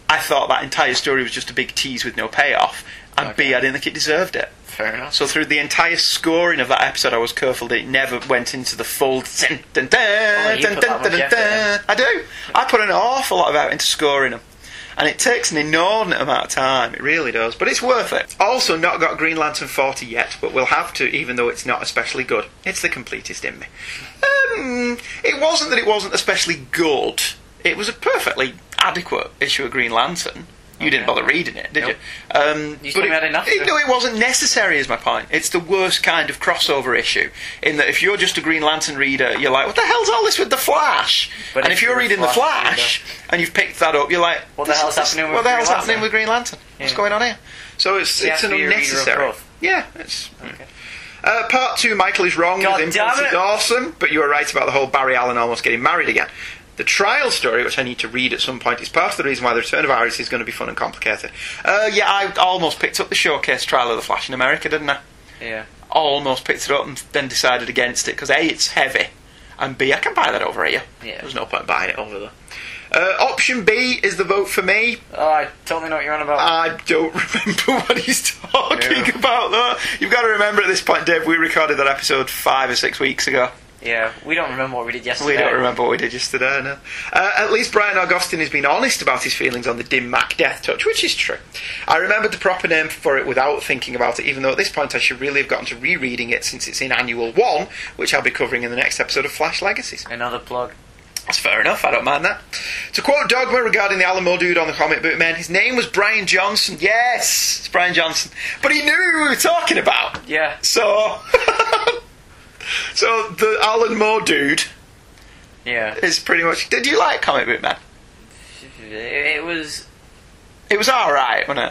I thought that entire story was just a big tease with no payoff, and
Okay.
b, I didn't think it deserved it.
Fair enough.
So through the entire scoring of that episode, I was careful that it never went into the full. dun, dun, dun,
you
dun,
put
dun,
that much
dun,
effort
dun. I do. I put an awful lot of out into scoring them. And it takes an inordinate amount of time, it really does, but it's worth it. Also, not got Green Lantern 40 yet, but we'll have to, even though it's not especially good. It's the completest in me. Um, it wasn't that it wasn't especially good, it was a perfectly adequate issue of Green Lantern. You didn't bother reading it, did
Nope.
you? Um,
You
but
told
it,
me I didn't have
it-
to.
no, it wasn't necessary, is my point. It's the worst kind of crossover issue. In that, if you're just a Green Lantern reader, you're like, what the hell's all this with the Flash?
But
and
if
if you're
you're a
reading the
Flash
Flash and you've picked that up, you're like,
What the
this-
hell's
this-
happening with
what the
Green
hell's happening
Lantern?
with Green Lantern? What's
Yeah.
going on here? So it's
you
it's an
have to be a reader of
unnecessary.
both.
Yeah, it's. Uh, part two, Michael is wrong.
God
with impulse
damn it.
is awesome, but you were right about the whole Barry Allen almost getting married again. The trial story, which I need to read at some point, is part of the reason why the return of Iris is going to be fun and complicated. Uh, yeah, I almost picked up the showcase trial of the Flash in America, didn't I?
Yeah.
Almost picked it up and then decided against it because a, it's heavy, and b, I can buy that over here.
Yeah.
There's no point buying it over there. Uh, option B is the vote for me.
Oh, I totally know what you're on about.
I don't remember what he's talking
Yeah.
about, though. You've got to remember at this point, Dave, we recorded that episode five or six weeks ago.
yeah. We don't remember what we did yesterday.
We don't remember what we did yesterday, no. Uh, at least Brian Augustin has been honest about his feelings on the Dim Mac Death Touch, which is true. I remembered the proper name for it without thinking about it, even though at this point I should really have gotten to rereading it since it's in Annual 1, which I'll be covering in the next episode of Flash Legacies.
Another plug.
That's fair enough. I don't mind that. To quote Dogma regarding the Alamo dude on the comic book man, his name was Brian Johnson. Yes, it's Brian Johnson. But he knew who we were talking about.
Yeah.
So, so the Alan Moore dude
Yeah.
is pretty much. Did you like Comic Book Man?
It was.
It was all right, wasn't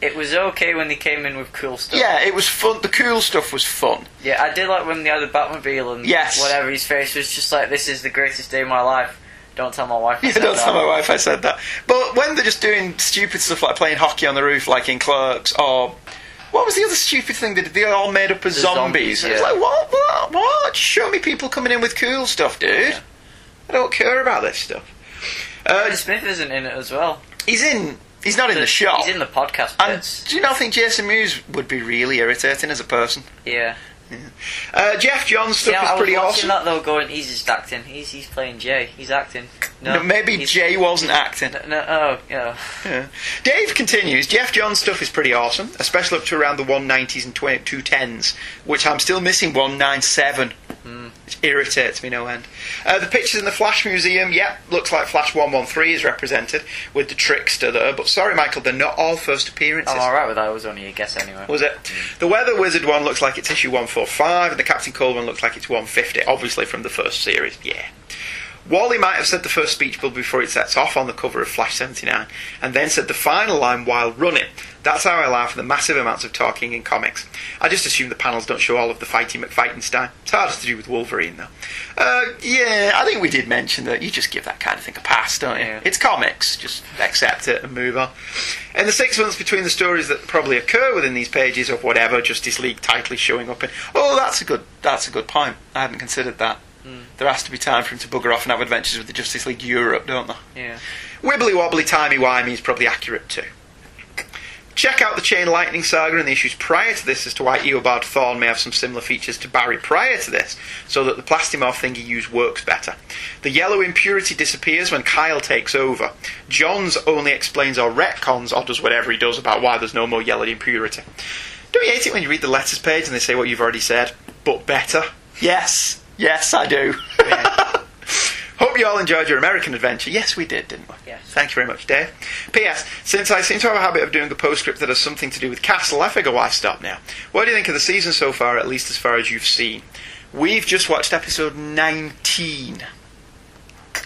it?
It was okay when they came in with cool stuff.
Yeah, it was fun. The cool stuff was fun.
Yeah, I did like when they had the Batmobile and
Yes.
whatever. His face was just like, "This is the greatest day of my life." Don't tell my wife. I
Yeah,
said
don't
that.
tell my wife I said that. But when they're just doing stupid stuff like playing hockey on the roof, like in Clerks, or what was the other stupid thing that they all made up as
The
zombies?
zombies,
And it's
yeah.
like what, what, what? Show me people coming in with cool stuff, dude. I don't care about this stuff. Uh,
Kevin Smith isn't in it as well.
he's in. He's not in the shop.
He's in the podcast
Oh. and
bits.
do you not think Jason Mewes would be really irritating as a person?
yeah.
Uh, Jeff John's stuff
yeah,
is
I was
pretty
watching
awesome.
that though, going, he's just acting. He's he's playing Jay. He's acting. No,
No, maybe
he's-
Jay wasn't acting.
No, oh yeah.
Yeah. Dave continues. Jeff John's stuff is pretty awesome, especially up to around the 190s and 20, 210s, which I'm still missing 197. Which irritates me no end. Uh, the pictures in the Flash Museum, yep, looks like Flash 113 is represented with the trickster there, but sorry, Michael, they're not all first appearances.
I'm alright with that. It was only a guess anyway.
Was it? The Weather Wizard one looks like it's issue 145, and the Captain Cold one looks like it's 150, obviously from the first series, yeah. Wally might have said the first speech bubble before it sets off on the cover of Flash 79, and then said the final line while running. That's how I laugh at the massive amounts of talking in comics. I just assume the panels don't show all of the fighty McFightenstein. It's hardest to do with Wolverine, though. Uh, yeah, I think we did mention that you just give that kind of thing a pass, don't you?
Yeah.
It's comics. Just accept it and move on. In the six months between the stories that probably occur within these pages of whatever Justice League title is showing up in, oh, that's a good, that's a good point. I hadn't considered that. There has to be time for him to bugger off and have adventures with the Justice League Europe, don't there?
Yeah.
Wibbly wobbly, timey wimey is probably accurate too. Check out the Chain Lightning saga and the issues prior to this as to why Eobard Thorn may have some similar features to Barry prior to this, so that the plastimorph thing he used works better. The yellow impurity disappears when Kyle takes over. Johns only explains or retcons or does whatever he does about why there's no more yellow impurity. Don't you hate it when you read the letters page and they say what you've already said, but better? Yes, yes, I do. Hope you all enjoyed your American adventure. Yes, we did, didn't we?
Yes.
Thank you very much, Dave. P.S. Since I seem to have a habit of doing a postscript that has something to do with Castle, I figure why stop now. What do you think of the season so far, at least as far as you've seen? We've just watched episode 19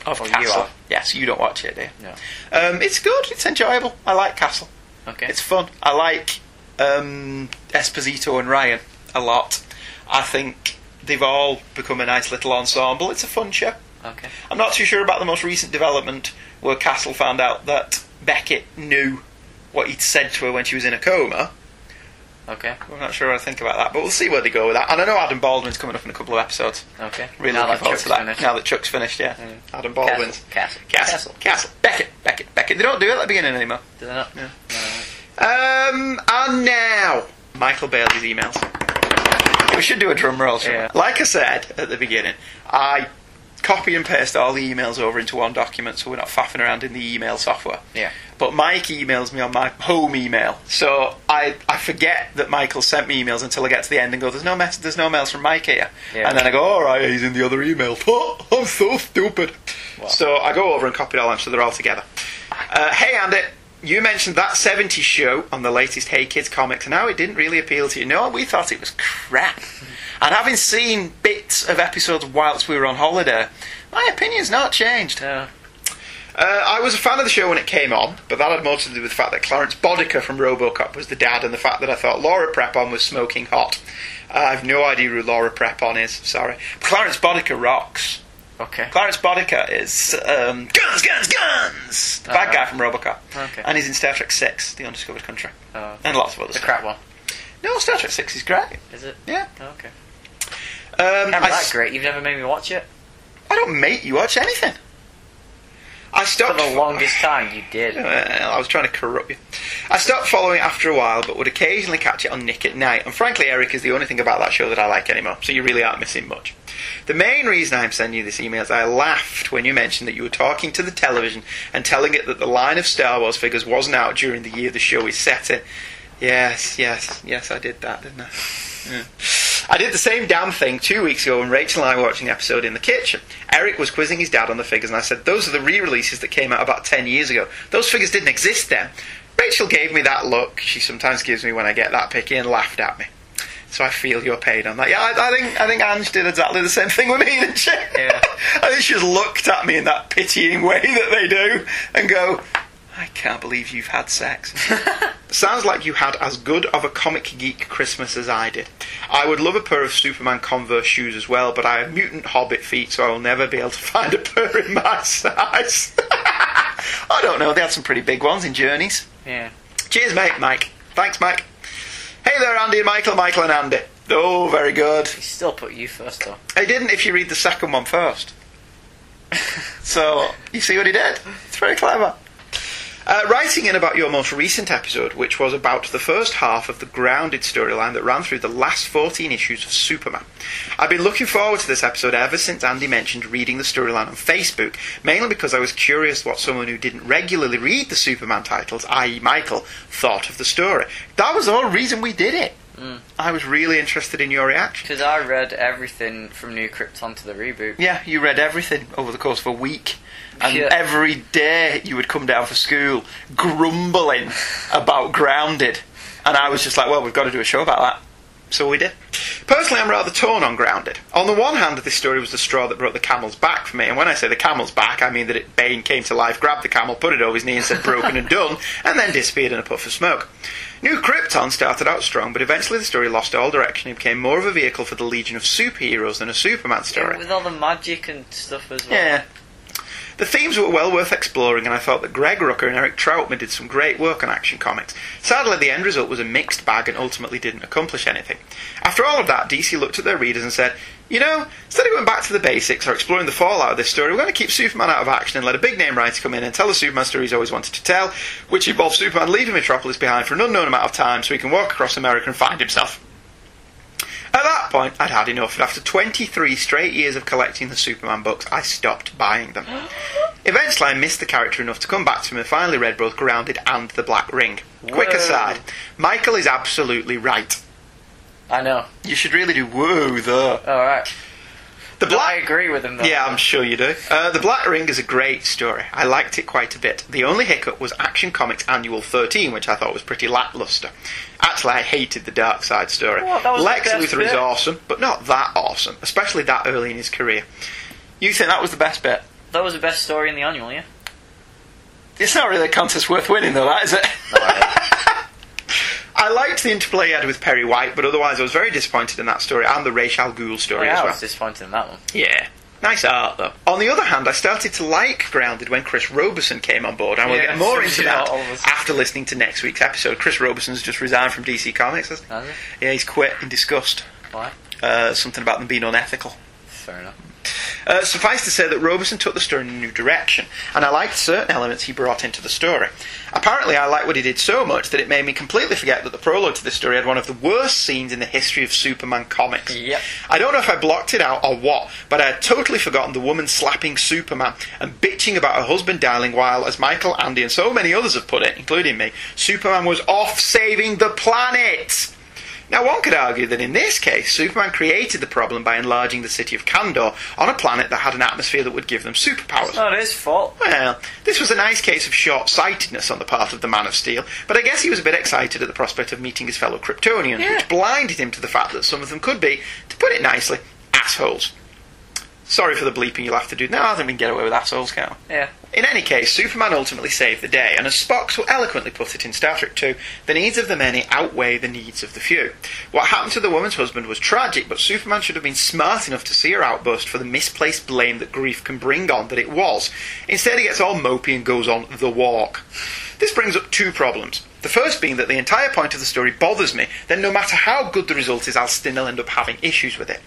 of
Oh, you
Castle.
are.
Yes, you don't watch it, do you?
No.
Um, it's good. It's enjoyable. I like Castle.
Okay.
It's fun. I like um, Esposito and Ryan a lot. I think they've all become a nice little ensemble. It's a fun show.
okay.
I'm not too sure about the most recent development where Castle found out that Beckett knew what he'd said to her when she was in a coma.
Okay.
I'm not sure what I think about that, but we'll see where they go with that. And I know Adam Baldwin's coming up in a couple of episodes.
Okay.
Really
now
looking
that
forward
Chuck's
to that.
finished.
Now that Chuck's finished, yeah.
Mm.
Adam
Castle,
Baldwin's.
Castle.
Castle. Castle. Beckett. Beckett. Beckett. They don't do it at the beginning anymore.
Do they not?
Yeah.
No.
Um, and now Michael Bailey's emails. We should do a drum roll. shouldn't we?
Yeah.
Like I said at the beginning, I copy and paste all the emails over into one document, so we're not faffing around in the email software.
Yeah.
But Mike emails me on my home email, so I, I forget that Michael sent me emails until I get to the end and go, "There's no mess, there's no mails from Mike here,"
Yeah.
and then I go, "All right, he's in the other email." Oh, I'm so stupid. So I go over and copy it all, so they're all together. Uh, hey Andy, you mentioned that '70s show on the latest Hey Kids comics, and how it didn't really appeal to you. No, we thought it was crap. And having seen bits of episodes whilst we were on holiday, my opinion's not changed.
No.
Uh, I was a fan of the show when it came on, but that had more to do with the fact that Clarence Bodicker from RoboCop was the dad, and the fact that I thought Laura Prepon was smoking hot. Uh, I have no idea who Laura Prepon is. Sorry, Clarence Bodicker rocks.
Okay.
Clarence Bodicker is um, guns, guns, guns. The bad
Uh-huh.
guy from RoboCop,
Okay.
and he's in Star Trek Six: The Undiscovered Country,
Oh.
and lots of other
The
stuff.
crap one.
No, Star Trek Six is great.
Is it?
Yeah.
Okay.
Um, I,
Remember that
s-
great? You've never made me watch it?
I don't make you watch anything. I
For
stopped
the longest time, you did.
Well, I was trying to corrupt you. I stopped following it after a while, but would occasionally catch it on Nick at Night. And frankly, Eric is the only thing about that show that I like anymore, so you really aren't missing much. The main reason I'm sending you this email is I laughed when you mentioned that you were talking to the television and telling it that the line of Star Wars figures wasn't out during the year the show is set in. Yes, yes, yes, I did that, didn't I? Yeah. I did the same damn thing two weeks ago when Rachel and I were watching an episode in the kitchen. Eric was quizzing his dad on the figures, and I said, Those are the re releases that came out about 10 years ago. Those figures didn't exist then. Rachel gave me that look she sometimes gives me when I get that picky and laughed at me. So I feel your pain on that. Yeah, I, I think I think Ange did exactly the same thing with me, didn't she?
Yeah.
I think she just looked at me in that pitying way that they do and go, I can't believe you've had sex. Sounds like you had as good of a comic geek Christmas as I did. I would love a pair of Superman Converse shoes as well, but I have mutant hobbit feet, so I will never be able to find a pair in my size. I don't know, they had some pretty big ones in Journeys.
Yeah.
Cheers, mate, Mike. Thanks, Mike. Hey there, Andy and Michael, Michael and Andy. Oh, very good.
He still put you first, though.
I didn't if you read the second one first. so, you see what he did? It's very clever. Uh, writing in about your most recent episode, which was about the first half of the grounded storyline that ran through the last 14 issues of Superman. I've been looking forward to this episode ever since Andy mentioned reading the storyline on Facebook, mainly because I was curious what someone who didn't regularly read the Superman titles, i.e., Michael, thought of the story. That was the whole reason we did it. I was really interested in your reaction.
Because I read everything from New Krypton to the reboot.
Yeah, you read everything over the course of a week. And
Yeah.
every day you would come down for school grumbling about Grounded. And I was just like, well, we've got to do a show about that. So we did. Personally, I'm rather torn on Grounded. On the one hand, this story was the straw that brought the camel's back for me. And when I say the camel's back, I mean that it, Bane came to life, grabbed the camel, put it over his knee, and said, broken and done, and then disappeared in a puff of smoke. New Krypton started out strong, but eventually the story lost all direction and became more of a vehicle for the Legion of Superheroes than a Superman story.
With all the magic and stuff as well.
Yeah. The themes were well worth exploring, and I thought that Greg Rucker and Eric Troutman did some great work on Action Comics. Sadly, the end result was a mixed bag and ultimately didn't accomplish anything. After all of that, DC looked at their readers and said, you know, instead of going back to the basics or exploring the fallout of this story, we're going to keep Superman out of action and let a big name writer come in and tell the Superman story he's always wanted to tell, which involves Superman leaving Metropolis behind for an unknown amount of time so he can walk across America and find himself. At that point, I'd had enough, and after 23 straight years of collecting the Superman books, I stopped buying them. Eventually, I missed the character enough to come back to him and finally read both Grounded and The Black Ring. Quick
Whoa.
aside, Michael is absolutely right.
I know.
You should really do woo though.
Alright.
The
I
Black
agree with him though.
yeah, I'm sure you do. Uh, the Black Ring is a great story. I liked it quite a bit. The only hiccup was Action Comics Annual 13, which I thought was pretty lackluster. Actually, I hated the Dark Side story.
What? That was the
Lex
best
Luthor is
bit.
awesome, but not that awesome, especially that early in his career. You think that was the best bit?
That was the best story in the annual, yeah?
It's not really a contest worth winning, though, that is it? I liked the interplay he had with Perry White, but otherwise I was very disappointed in that story and the Ra's al Ghul
Oh,
story
yeah,
as
I
well.
was disappointed in that one.
Yeah. Nice art, though. On the other hand, I started to like Grounded when Chris Roberson came on board, and we'll
Yeah,
get more
so
into
we
that
are all of us.
after listening to next week's episode. Chris Roberson's just resigned from DC Comics, hasn't he?
Has he?
Yeah, he's quit in disgust.
Why?
Uh, something about them being unethical.
Fair enough.
Uh, suffice to say that Robeson took the story in a new direction, and I liked certain elements he brought into the story. Apparently, I liked what he did so much that it made me completely forget that the prologue to this story had one of the worst scenes in the history of Superman comics.
Yep.
I don't know if I blocked it out or what, but I had totally forgotten the woman slapping Superman and bitching about her husband darling while, as Michael, Andy, and so many others have put it, including me, Superman was off saving the planet. Now, one could argue that in this case, Superman created the problem by enlarging the city of Kandor on a planet that had an atmosphere that would give them superpowers.
Not his Oh, fault.
Well, this was a nice case of short sightedness on the part of the Man of Steel, but I guess he was a bit excited at the prospect of meeting his fellow Kryptonians, which blinded him to the fact that some of them could be, to put it nicely, assholes. Sorry for the bleeping you'll have to do. No, I think we can get away with assholes, can't we?
Yeah.
In any case, Superman ultimately saved the day, and as Spock so eloquently put it in Star Trek 2, the needs of the many outweigh the needs of the few. What happened to the woman's husband was tragic, but Superman should have been smart enough to see her outburst for the misplaced blame that grief can bring on that it was. Instead, he gets all mopey and goes on the walk. This brings up two problems. The first being that the entire point of the story bothers me, then no matter how good the result is, I'll still end up having issues with it.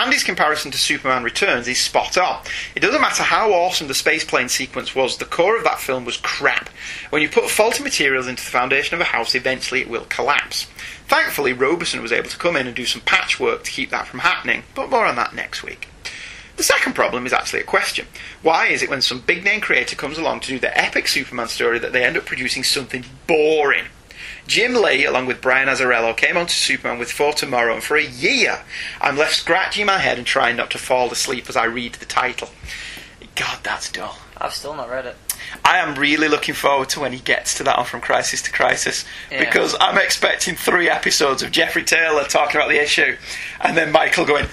Andy's comparison to Superman Returns is spot on. It doesn't matter how awesome the space plane sequence was, the core of that film was crap. When you put faulty materials into the foundation of a house, eventually it will collapse. Thankfully, Robeson was able to come in and do some patchwork to keep that from happening, but more on that next week. The second problem is actually a question. Why is it when some big name creator comes along to do their epic Superman story that they end up producing something boring? Jim Lee, along with Brian Azzarello, came onto Superman with For Tomorrow, and for a year I'm left scratching my head and trying not to fall asleep as I read the title. God, that's dull.
I've still not read it.
I am really looking forward to when he gets to that on From Crisis to Crisis
Yeah.
because I'm expecting three episodes of Jeffrey Taylor talking about the issue and then Michael going,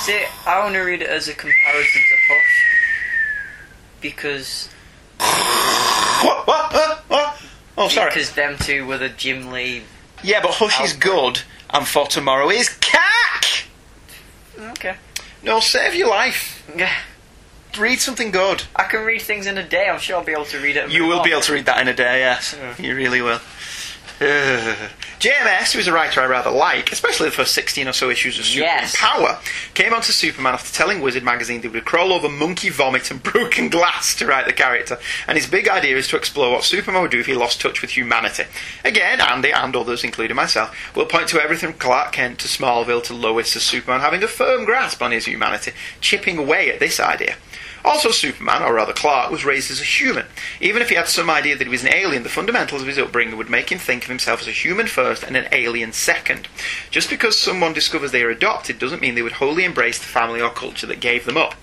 See, I want to read it as a comparison to Hush. Because
what, what, what, what? Oh, sorry.
because them two were the Jim Lee.
Yeah, but Hush is good, and For Tomorrow is cack!
Okay.
No, save your life.
Yeah.
Read something good.
I can read things in a day. I'm sure I'll be able to read it. and
You
move
will
on.
be able to read that in a day, yes.
Yeah.
You really will. JMS, who's a writer I rather like, especially the first 16 or so issues of Superman
Yes.
Power, came onto Superman after telling Wizard magazine they would crawl over monkey vomit and broken glass to write the character, and his big idea is to explore what Superman would do if he lost touch with humanity. Again, Andy and others, including myself, will point to everything from Clark Kent to Smallville to Lois as Superman having a firm grasp on his humanity, chipping away at this idea. Also, Superman, or rather Clark, was raised as a human. Even if he had some idea that he was an alien, the fundamentals of his upbringing would make him think of himself as a human first and an alien second. Just because someone discovers they are adopted doesn't mean they would wholly embrace the family or culture that gave them up.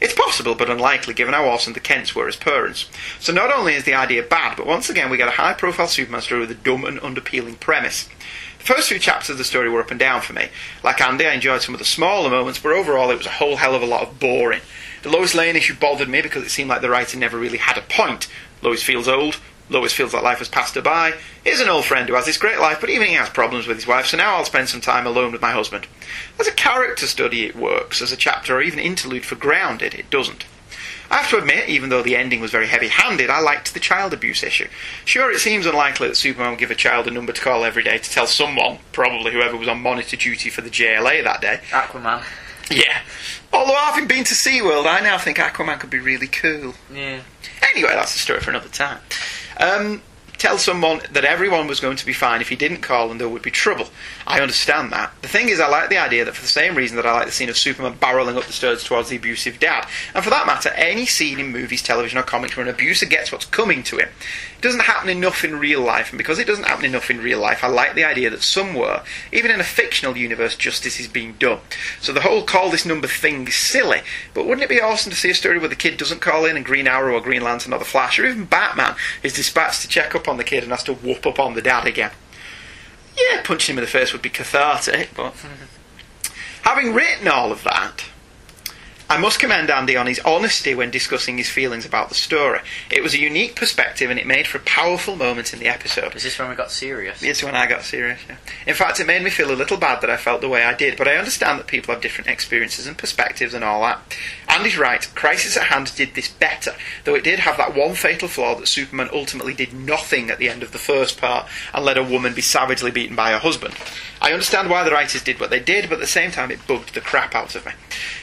It's possible, but unlikely, given how awesome the Kents were as parents. So not only is the idea bad, but once again we get a high-profile Superman story with a dumb and underappealing premise. The first few chapters of the story were up and down for me. Like Andy, I enjoyed some of the smaller moments, but overall it was a whole hell of a lot of boring. The Lois Lane issue bothered me because it seemed like the writer never really had a point. Lois feels old. Lois feels like life has passed her by. Here's an old friend who has this great life, but even he has problems with his wife, so now I'll spend some time alone with my husband. As a character study, it works. As a chapter or even interlude for Grounded, it doesn't. I have to admit, even though the ending was very heavy handed, I liked the child abuse issue. Sure, it seems unlikely that Superman would give a child a number to call every day to tell someone, probably whoever was on monitor duty for the JLA that day.
Aquaman.
Yeah. Although, having been to SeaWorld, I now think Aquaman could be really cool.
Yeah.
Anyway, that's the story for another time. Um, tell someone that everyone was going to be fine if he didn't call and there would be trouble. I understand that. The thing is, I like the idea that for the same reason that I like the scene of Superman barreling up the stairs towards the abusive dad, and for that matter, any scene in movies, television, or comics where an abuser gets what's coming to him. It doesn't happen enough in real life, and because it doesn't happen enough in real life, I like the idea that somewhere, even in a fictional universe, justice is being done. So the whole call this number thing is silly, but wouldn't it be awesome to see a story where the kid doesn't call in and Green Arrow or Green Lantern or the Flash or even Batman is dispatched to check up on the kid and has to whoop up on the dad again? Yeah, punching him in the face would be cathartic, but. Having written all of that, I must commend Andy on his honesty when discussing his feelings about the story. It was a unique perspective and it made for a powerful moment in the episode.
Is this when we got serious?
It's when I got serious. Yeah. In fact, it made me feel a little bad that I felt the way I did, but I understand that people have different experiences and perspectives and all that. Andy's right. Crisis at Hand did this better, though it did have that one fatal flaw that Superman ultimately did nothing at the end of the first part and let a woman be savagely beaten by her husband. I understand why the writers did what they did, but at the same time, it bugged the crap out of me.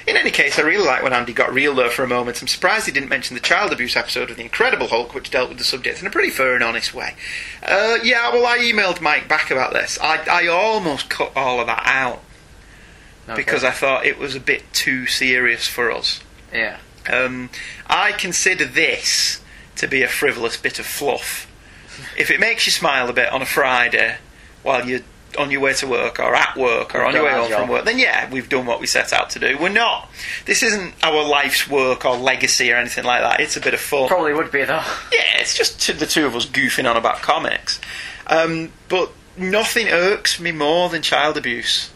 In any case, I really like when Andy got real there for a moment. I'm surprised he didn't mention the child abuse episode of The Incredible Hulk, which dealt with the subject in a pretty fair and honest way. Uh, yeah, well, I emailed Mike back about this. I, I almost cut all of that out
Okay.
because I thought it was a bit too serious for us.
Yeah.
Um, I consider this to be a frivolous bit of fluff. If it makes you smile a bit on a Friday while you're on your way to work or at work or on your way
done our
home from
job.
work, then yeah, we've done what we set out to do. We're not. This isn't our life's work or legacy or anything like that. It's a bit of fun.
Probably would be though.
Yeah, it's just two, the two of us goofing on about comics. Um, but nothing irks me more than child abuse,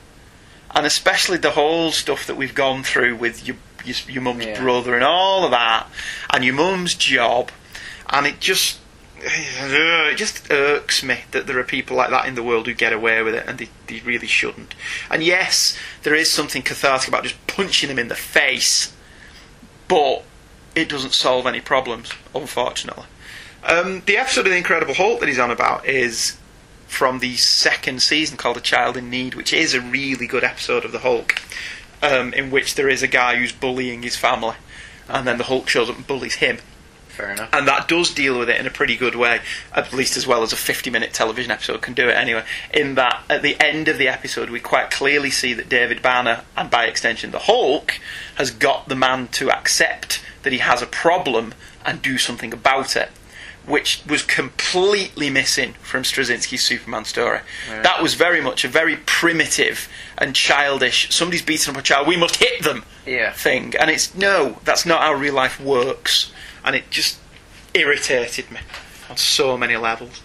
and especially the whole stuff that we've gone through with your your, your mum's
Yeah.
brother and all of that, and your mum's job, and it just it just irks me that there are people like that in the world who get away with it and they, they really shouldn't. And yes, there is something cathartic about just punching them in the face, but it doesn't solve any problems, unfortunately. Um, the episode of The Incredible Hulk that he's on about is from the second season called A Child in Need, which is a really good episode of The Hulk, um, in which there is a guy who's bullying his family, and then the Hulk shows up and bullies him.
Fair enough.
And that does deal with it in a pretty good way, at least as well as a 50 minute television episode can do it anyway. In that, at the end of the episode, we quite clearly see that David Banner, and by extension the Hulk, has got the man to accept that he has a problem and do something about it. Which was completely missing from Straczynski's Superman story. That was very much a very primitive and childish. Somebody's beating up a child. We must hit them
Yeah.
thing. And it's no, that's not how real life works. And it just irritated me on so many levels.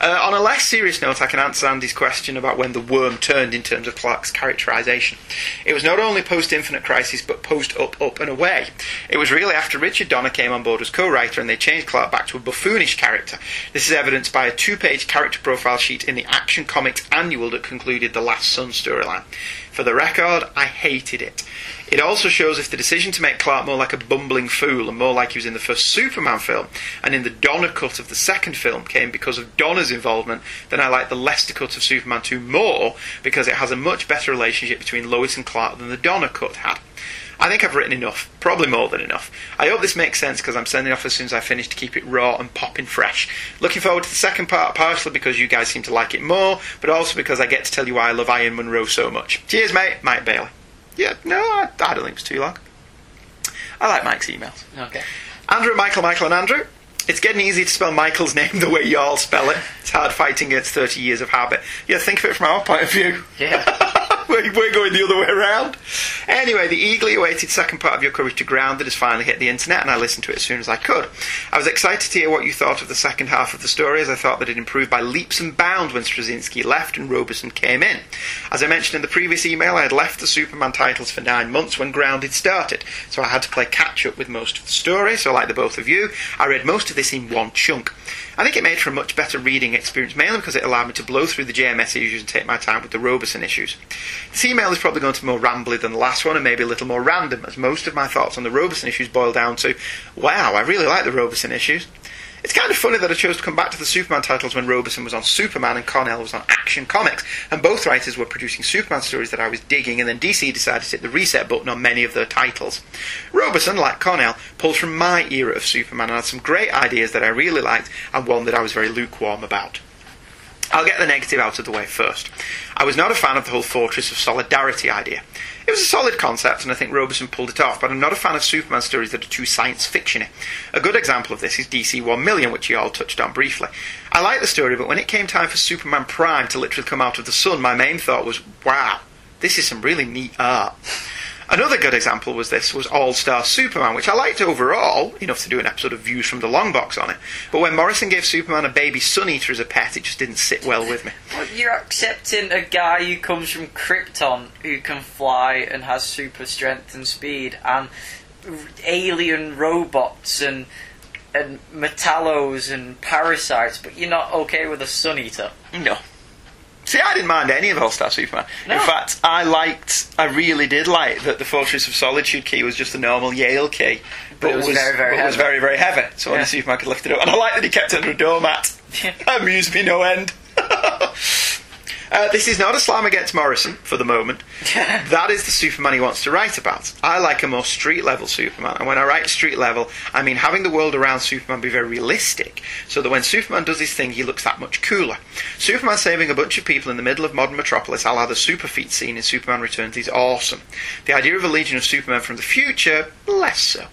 Uh, on a less serious note, I can answer Andy's question about when the worm turned in terms of Clark's characterisation. It was not only post Infinite Crisis, but post Up, Up, and Away. It was really after Richard Donner came on board as co writer and they changed Clark back to a buffoonish character. This is evidenced by a two page character profile sheet in the Action Comics annual that concluded the Last Sun storyline. For the record, I hated it. It also shows if the decision to make Clark more like a bumbling fool and more like he was in the first Superman film and in the Donner cut of the second film came because of Donner's involvement, then I like the Lester cut of Superman 2 more because it has a much better relationship between Lois and Clark than the Donner cut had. I think I've written enough, probably more than enough. I hope this makes sense because I'm sending off as soon as I finish to keep it raw and popping fresh. Looking forward to the second part, partially because you guys seem to like it more, but also because I get to tell you why I love Iron Monroe so much. Cheers, mate, Mike Bailey. Yeah, no, I, I don't think it's too long. I like Mike's emails.
Okay.
Andrew, Michael, Michael, and Andrew. It's getting easy to spell Michael's name the way y'all spell it. It's hard fighting against 30 years of habit. Yeah, think of it from our point of view.
Yeah.
we're, we're going the other way around. Anyway, the eagerly awaited second part of Your Courage to Grounded has finally hit the internet, and I listened to it as soon as I could. I was excited to hear what you thought of the second half of the story, as I thought that it improved by leaps and bounds when Straczynski left and Roberson came in. As I mentioned in the previous email, I had left the Superman titles for nine months when Grounded started, so I had to play catch up with most of the story, so like the both of you, I read most of this in one chunk. I think it made for a much better reading experience, mainly because it allowed me to blow through the JMS issues and take my time with the Roberson issues. This email is probably going to be more rambly than the last one and maybe a little more random, as most of my thoughts on the Roberson issues boil down to, wow, I really like the Roberson issues. It's kind of funny that I chose to come back to the Superman titles when Roberson was on Superman and Cornell was on Action Comics, and both writers were producing Superman stories that I was digging, and then DC decided to hit the reset button on many of their titles. Roberson, like Cornell, pulled from my era of Superman and had some great ideas that I really liked, and one that I was very lukewarm about. I'll get the negative out of the way first. I was not a fan of the whole Fortress of Solidarity idea. It was a solid concept, and I think Roberson pulled it off, but I'm not a fan of Superman stories that are too science fiction A good example of this is DC 1 Million, which you all touched on briefly. I like the story, but when it came time for Superman Prime to literally come out of the sun, my main thought was, wow, this is some really neat art. Another good example was this was All Star Superman, which I liked overall, enough to do an episode of Views from the Long Box on it. But when Morrison gave Superman a baby Sun Eater as a pet, it just didn't sit well with me.
Well, you're accepting a guy who comes from Krypton who can fly and has super strength and speed and r- alien robots and and metallos and parasites, but you're not okay with a sun eater.
No. See, I didn't mind any of All Star Superman. In
No.
fact, I liked, I really did like that the Fortress of Solitude key was just the normal Yale key, but,
it was very, very
but it was
heavy.
very, very heavy. So only
Yeah.
Superman could lift it up, and I like that he kept it under a doormat. Amused me no end. Uh, this is not a slam against Morrison for the moment. that is the Superman he wants to write about. I like a more street level Superman, and when I write street level, I mean having the world around Superman be very realistic, so that when Superman does his thing, he looks that much cooler. Superman saving a bunch of people in the middle of modern metropolis, a la the super feet scene in Superman Returns, is awesome. The idea of a legion of Superman from the future, less so.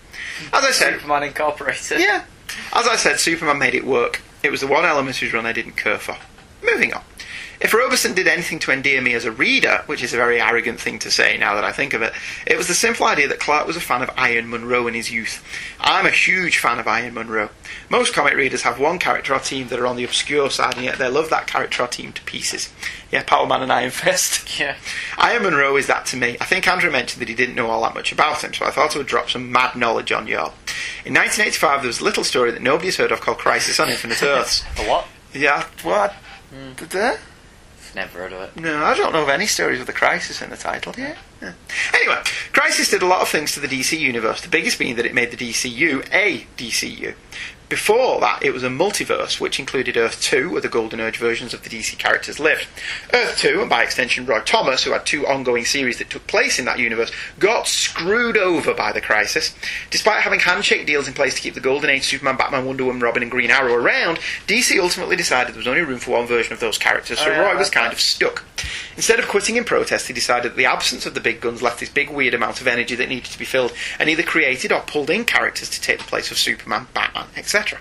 As I said,
Superman Incorporated.
yeah. As I said, Superman made it work. It was the one element whose run I didn't care for. Moving on. If Roberson did anything to endear me as a reader, which is a very arrogant thing to say now that I think of it, it was the simple idea that Clark was a fan of Iron Monroe in his youth. I'm a huge fan of Iron Monroe. Most comic readers have one character or team that are on the obscure side, and yet they love that character or team to pieces. Yeah, Power Man and Iron Fist.
Yeah.
Iron Monroe is that to me. I think Andrew mentioned that he didn't know all that much about him, so I thought I would drop some mad knowledge on y'all. In 1985, there was a little story that nobody's heard of called Crisis on Infinite Earths.
A what?
Yeah, what? Did there?
Never heard of it.
No, I don't know of any stories with a crisis in the title. Yeah. yeah. Anyway, Crisis did a lot of things to the DC universe. The biggest being that it made the DCU a DCU. Before that, it was a multiverse, which included Earth 2, where the Golden Age versions of the DC characters lived. Earth 2, and by extension Roy Thomas, who had two ongoing series that took place in that universe, got screwed over by the crisis. Despite having handshake deals in place to keep the Golden Age Superman, Batman, Wonder Woman, Robin, and Green Arrow around, DC ultimately decided there was only room for one version of those characters, so
Oh, yeah,
Roy was
I-
kind of stuck. Instead of quitting in protest, he decided that the absence of the big guns left this big weird amount of energy that needed to be filled, and either created or pulled in characters to take the place of Superman, Batman, etc.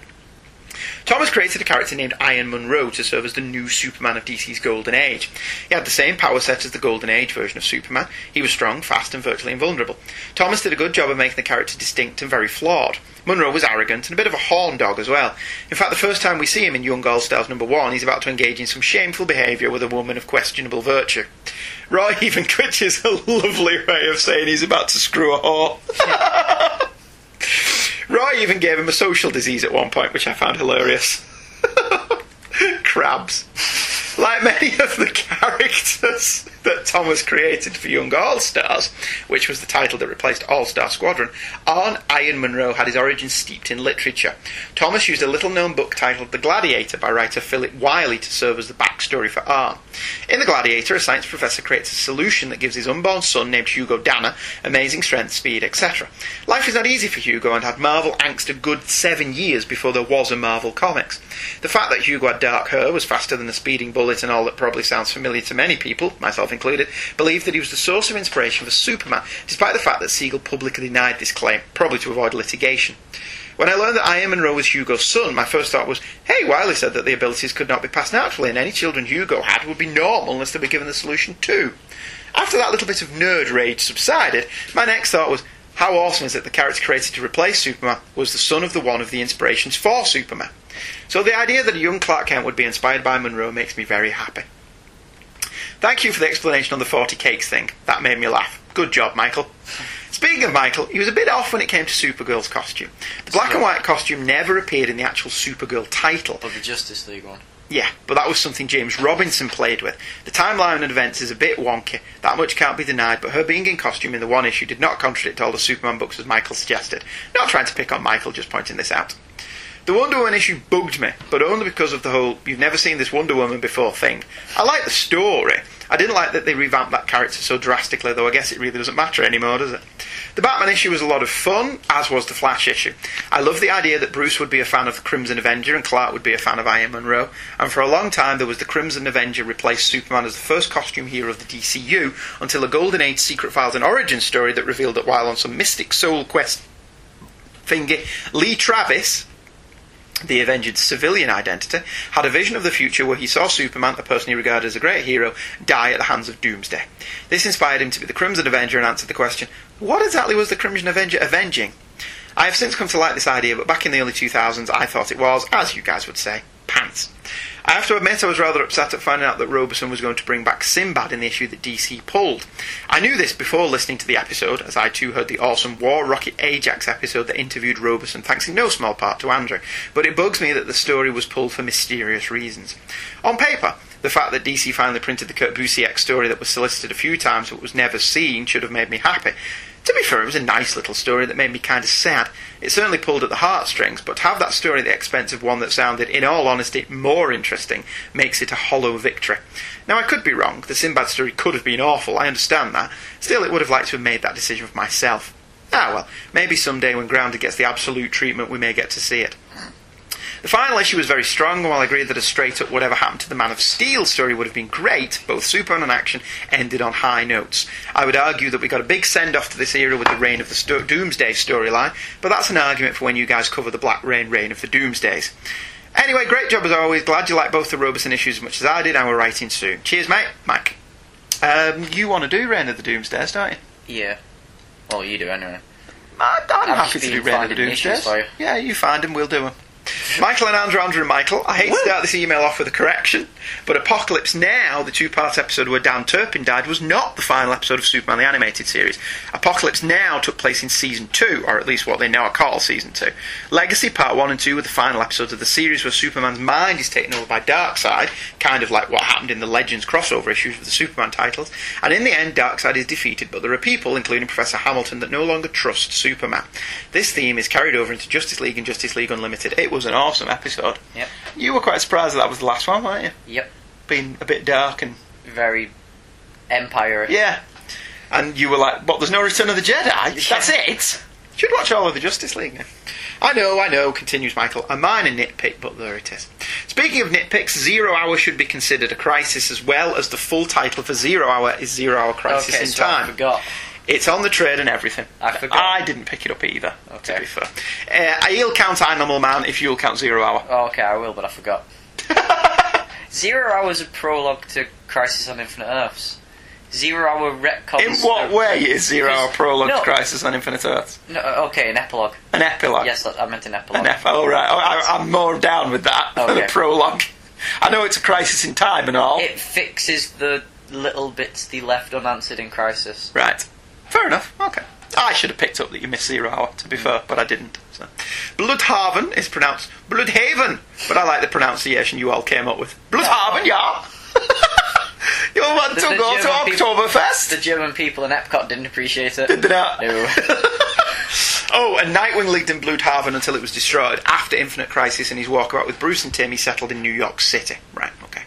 Thomas created a character named Iron Monroe to serve as the new Superman of DC's Golden Age. He had the same power set as the Golden Age version of Superman. He was strong, fast, and virtually invulnerable. Thomas did a good job of making the character distinct and very flawed. Monroe was arrogant and a bit of a horn dog as well. In fact, the first time we see him in Young All Stars number one, he's about to engage in some shameful behaviour with a woman of questionable virtue. Roy even, which is a lovely way of saying he's about to screw a whore. Roy even gave him a social disease at one point, which I found hilarious. Crabs. Like many of the characters, that Thomas created for Young All Stars, which was the title that replaced All Star Squadron, Arn Iron Monroe had his origins steeped in literature. Thomas used a little known book titled The Gladiator by writer Philip Wiley to serve as the backstory for Arn. In The Gladiator, a science professor creates a solution that gives his unborn son, named Hugo Danner, amazing strength, speed, etc. Life is not easy for Hugo and had Marvel angst a good seven years before there was a Marvel Comics. The fact that Hugo had dark hair, was faster than a speeding bullet, and all that probably sounds familiar to many people, myself included, believed that he was the source of inspiration for Superman, despite the fact that Siegel publicly denied this claim, probably to avoid litigation. When I learned that Iron Monroe was Hugo's son, my first thought was, hey, Wiley said that the abilities could not be passed naturally, and any children Hugo had would be normal unless they were given the solution too. After that little bit of nerd rage subsided, my next thought was, how awesome is it the character created to replace Superman was the son of the one of the inspirations for Superman? So the idea that a young Clark Kent would be inspired by Monroe makes me very happy. Thank you for the explanation on the 40 cakes thing. That made me laugh. Good job, Michael. Speaking of Michael, he was a bit off when it came to Supergirl's costume. The black and white costume never appeared in the actual Supergirl title.
But the Justice League one.
Yeah, but that was something James Robinson played with. The timeline and events is a bit wonky, that much can't be denied, but her being in costume in the one issue did not contradict all the Superman books as Michael suggested. Not trying to pick on Michael, just pointing this out. The Wonder Woman issue bugged me, but only because of the whole you've never seen this Wonder Woman before thing. I like the story. I didn't like that they revamped that character so drastically, though I guess it really doesn't matter anymore, does it? The Batman issue was a lot of fun, as was the Flash issue. I love the idea that Bruce would be a fan of the Crimson Avenger and Clark would be a fan of Iron Monroe, and for a long time there was the Crimson Avenger replaced Superman as the first costume hero of the DCU until a Golden Age Secret Files and Origin story that revealed that while on some mystic soul quest thingy, Lee Travis, the Avenger's civilian identity, had a vision of the future where he saw Superman, the person he regarded as a great hero, die at the hands of Doomsday. This inspired him to be the Crimson Avenger and answered the question what exactly was the Crimson Avenger avenging? I have since come to like this idea, but back in the early 2000s I thought it was, as you guys would say, pants. I have to admit I was rather upset at finding out that Robeson was going to bring back Sinbad in the issue that DC pulled. I knew this before listening to the episode, as I too heard the awesome War Rocket Ajax episode that interviewed Robeson, thanks in no small part to Andrew, but it bugs me that the story was pulled for mysterious reasons. On paper, the fact that DC finally printed the Kurt Busiek story that was solicited a few times but was never seen should have made me happy. To be fair, it was a nice little story that made me kind of sad. It certainly pulled at the heartstrings, but to have that story at the expense of one that sounded, in all honesty, more interesting makes it a hollow victory. Now, I could be wrong. The Sinbad story could have been awful, I understand that. Still, it would have liked to have made that decision for myself. Ah, well, maybe someday when Grounded gets the absolute treatment, we may get to see it. The final issue was very strong, and while I agree that a straight up whatever happened to the Man of Steel story would have been great, both Superman and Action ended on high notes. I would argue that we got a big send off to this era with the Reign of the Sto- Doomsday storyline, but that's an argument for when you guys cover the Black Rain Reign of the Doomsdays. Anyway, great job as always. Glad you like both the Robeson issues as much as I did, and we're writing soon. Cheers, mate. Mike. Um, you want to do Reign of the Doomsdays, don't you?
Yeah. Well, you do anyway.
I- I'm,
I'm
Ah, happy to
just
do
been
Reign of the
finding issues,
Doomsdays.
so-
Yeah, you find them, we'll do them. Michael and Andrew, Andrew and Michael. I hate to start this email off with a correction, but Apocalypse Now, the two part episode where Dan Turpin died, was not the final episode of Superman the Animated Series. Apocalypse Now took place in Season 2, or at least what they now call Season 2. Legacy Part 1 and 2 were the final episodes of the series where Superman's mind is taken over by Darkseid, kind of like what happened in the Legends crossover issues with the Superman titles, and in the end, Darkseid is defeated, but there are people, including Professor Hamilton, that no longer trust Superman. This theme is carried over into Justice League and Justice League Unlimited. It was an awesome episode.
Yep.
You were quite surprised that that was the last one, weren't you?
Yep.
Being a bit dark and
Very Empire.
yeah, and you were like, "What? There's no Return of the Jedi? That's it." Should watch all of the Justice League now. I know, I know, continues Michael. A minor nitpick, but there it is. Speaking of nitpicks, Zero Hour should be considered a crisis as well as the full title for Zero Hour is Zero Hour Crisis
Okay,
in
so I
Time.
forgot.
It's on the trade and everything.
I forgot.
didn't pick it up either, to
Okay.
be fair. Uh, I'll count Animal Man if you'll count Zero Hour.
Oh, okay, I will, but I forgot. Zero Hour is a prologue to Crisis on Infinite Earths. Zero Hour retcons.
In what way is Zero
because-
Hour Prologue to
no.
Crisis on Infinite Earths?
No, uh, okay, an epilogue.
An epilogue.
Yes, that- I meant an epilogue.
Uh, An ep- oh, right. I, I, I'm more down with that than a
Okay.
prologue. I know it's a crisis in time and all. Right.
it fixes the little bits they left unanswered in Crisis.
Fair enough. Okay. I should have picked up that you missed Zero Hour, to
Mm.
be fair, but I didn't. So. Bloodhaven is pronounced Bloodhaven, but I like the pronunciation you all came up with. Bloodhaven, yeah. you people want to
Oh. The- the
go to
German people-
Oktoberfest.
The German people in Epcot didn't appreciate it.
Did they not?
No.
Oh, and Nightwing lived in Bloodhaven until it was destroyed. After Infinite Crisis and his walkabout with Bruce and Tim, he settled in New York City. Right, okay.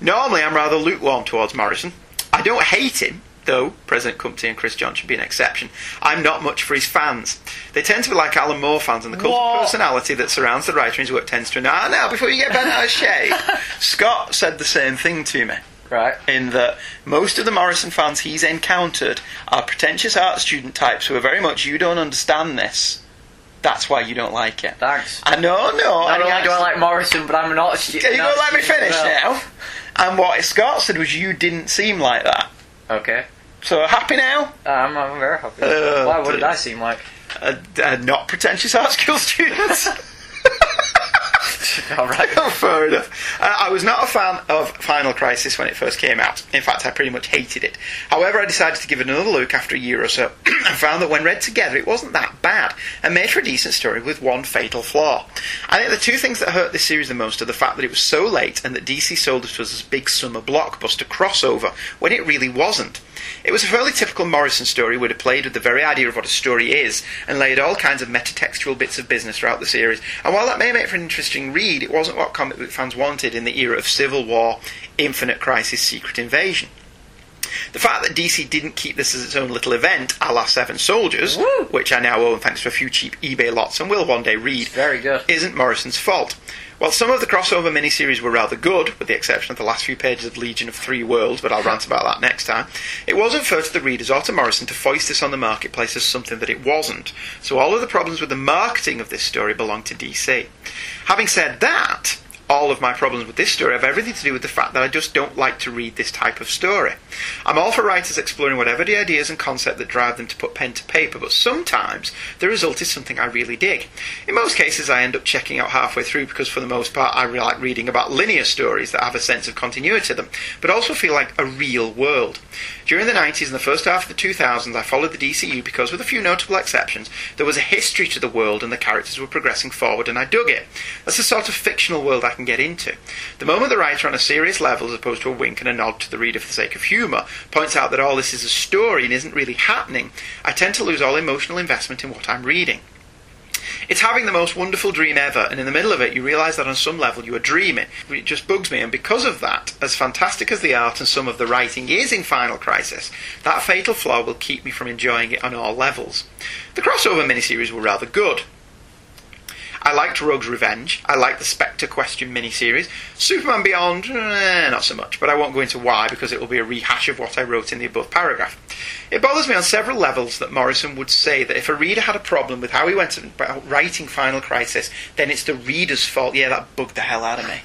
Normally, I'm rather lukewarm towards Morrison. I don't hate him, though President Cumpty and Chris John should be an exception. I'm not much for his fans. They tend to be like Alan Moore fans, and the cult
What?
of personality that surrounds the writer and his work tends to... Ah, now, before you get bent out of shape. Scott said the same thing to me
right.
in that most of the Morrison fans he's encountered are pretentious art student types who are very much you don't understand this. That's why you don't like it.
Thanks.
I know, no.
Not only
I
do I like Morrison, but I'm not. a stu-
Can you
not
go
a
let me
student
finish
as well.
now? And what Scott said was you didn't seem like that.
Okay.
So happy now?
Uh, I'm, I'm very happy.
Uh,
Why? What
please.
did I seem like?
Uh, uh, not pretentious art school students.
All right.
Oh, Fair enough. Uh, I was not a fan of Final Crisis when it first came out. In fact, I pretty much hated it. However, I decided to give it another look after a year or so and found that when read together, it wasn't that bad and made for a decent story with one fatal flaw. I think the two things that hurt this series the most are the fact that it was so late and that DC sold it to us as a big summer blockbuster crossover when it really wasn't. It was a fairly typical Morrison story, would have played with the very idea of what a story is and laid all kinds of metatextual bits of business throughout the series. And while that may make for an interesting read, it wasn't what comic book fans wanted in the era of Civil War, Infinite Crisis, Secret Invasion. The fact that DC didn't keep this as its own little event, a la Seven Soldiers, which I now own thanks to a few cheap eBay lots and will one day read,
Very good.
isn't Morrison's fault. While some of the crossover miniseries were rather good, with the exception of the last few pages of Legion of Three Worlds, but I'll rant about that next time, it wasn't fair to the readers or to Morrison to foist this on the marketplace as something that it wasn't. So all of the problems with the marketing of this story belong to DC. Having said that, all of my problems with this story have everything to do with the fact that I just don't like to read this type of story. I'm all for writers exploring whatever the ideas and concept that drive them to put pen to paper, but sometimes the result is something I really dig. In most cases, I end up checking out halfway through because, for the most part, I really like reading about linear stories that have a sense of continuity to them, but also feel like a real world. During the 90s and the first half of the 2000s, I followed the DCU because, with a few notable exceptions, there was a history to the world and the characters were progressing forward, and I dug it. That's the sort of fictional world I can get into. The moment the writer, on a serious level, as opposed to a wink and a nod to the reader for the sake of humour, points out that all this is a story and isn't really happening, I tend to lose all emotional investment in what I'm reading. It's having the most wonderful dream ever, and in the middle of it, you realise that on some level you are dreaming. It just bugs me, and because of that, as fantastic as the art and some of the writing is in Final Crisis, that fatal flaw will keep me from enjoying it on all levels. The crossover miniseries were rather good. I liked Rogue's Revenge. I liked the Spectre Question miniseries. Superman Beyond, eh, not so much, but I won't go into why because it will be a rehash of what I wrote in the above paragraph. It bothers me on several levels that Morrison would say that if a reader had a problem with how he went about writing Final Crisis, then it's the reader's fault. Yeah, that bugged the hell out of me.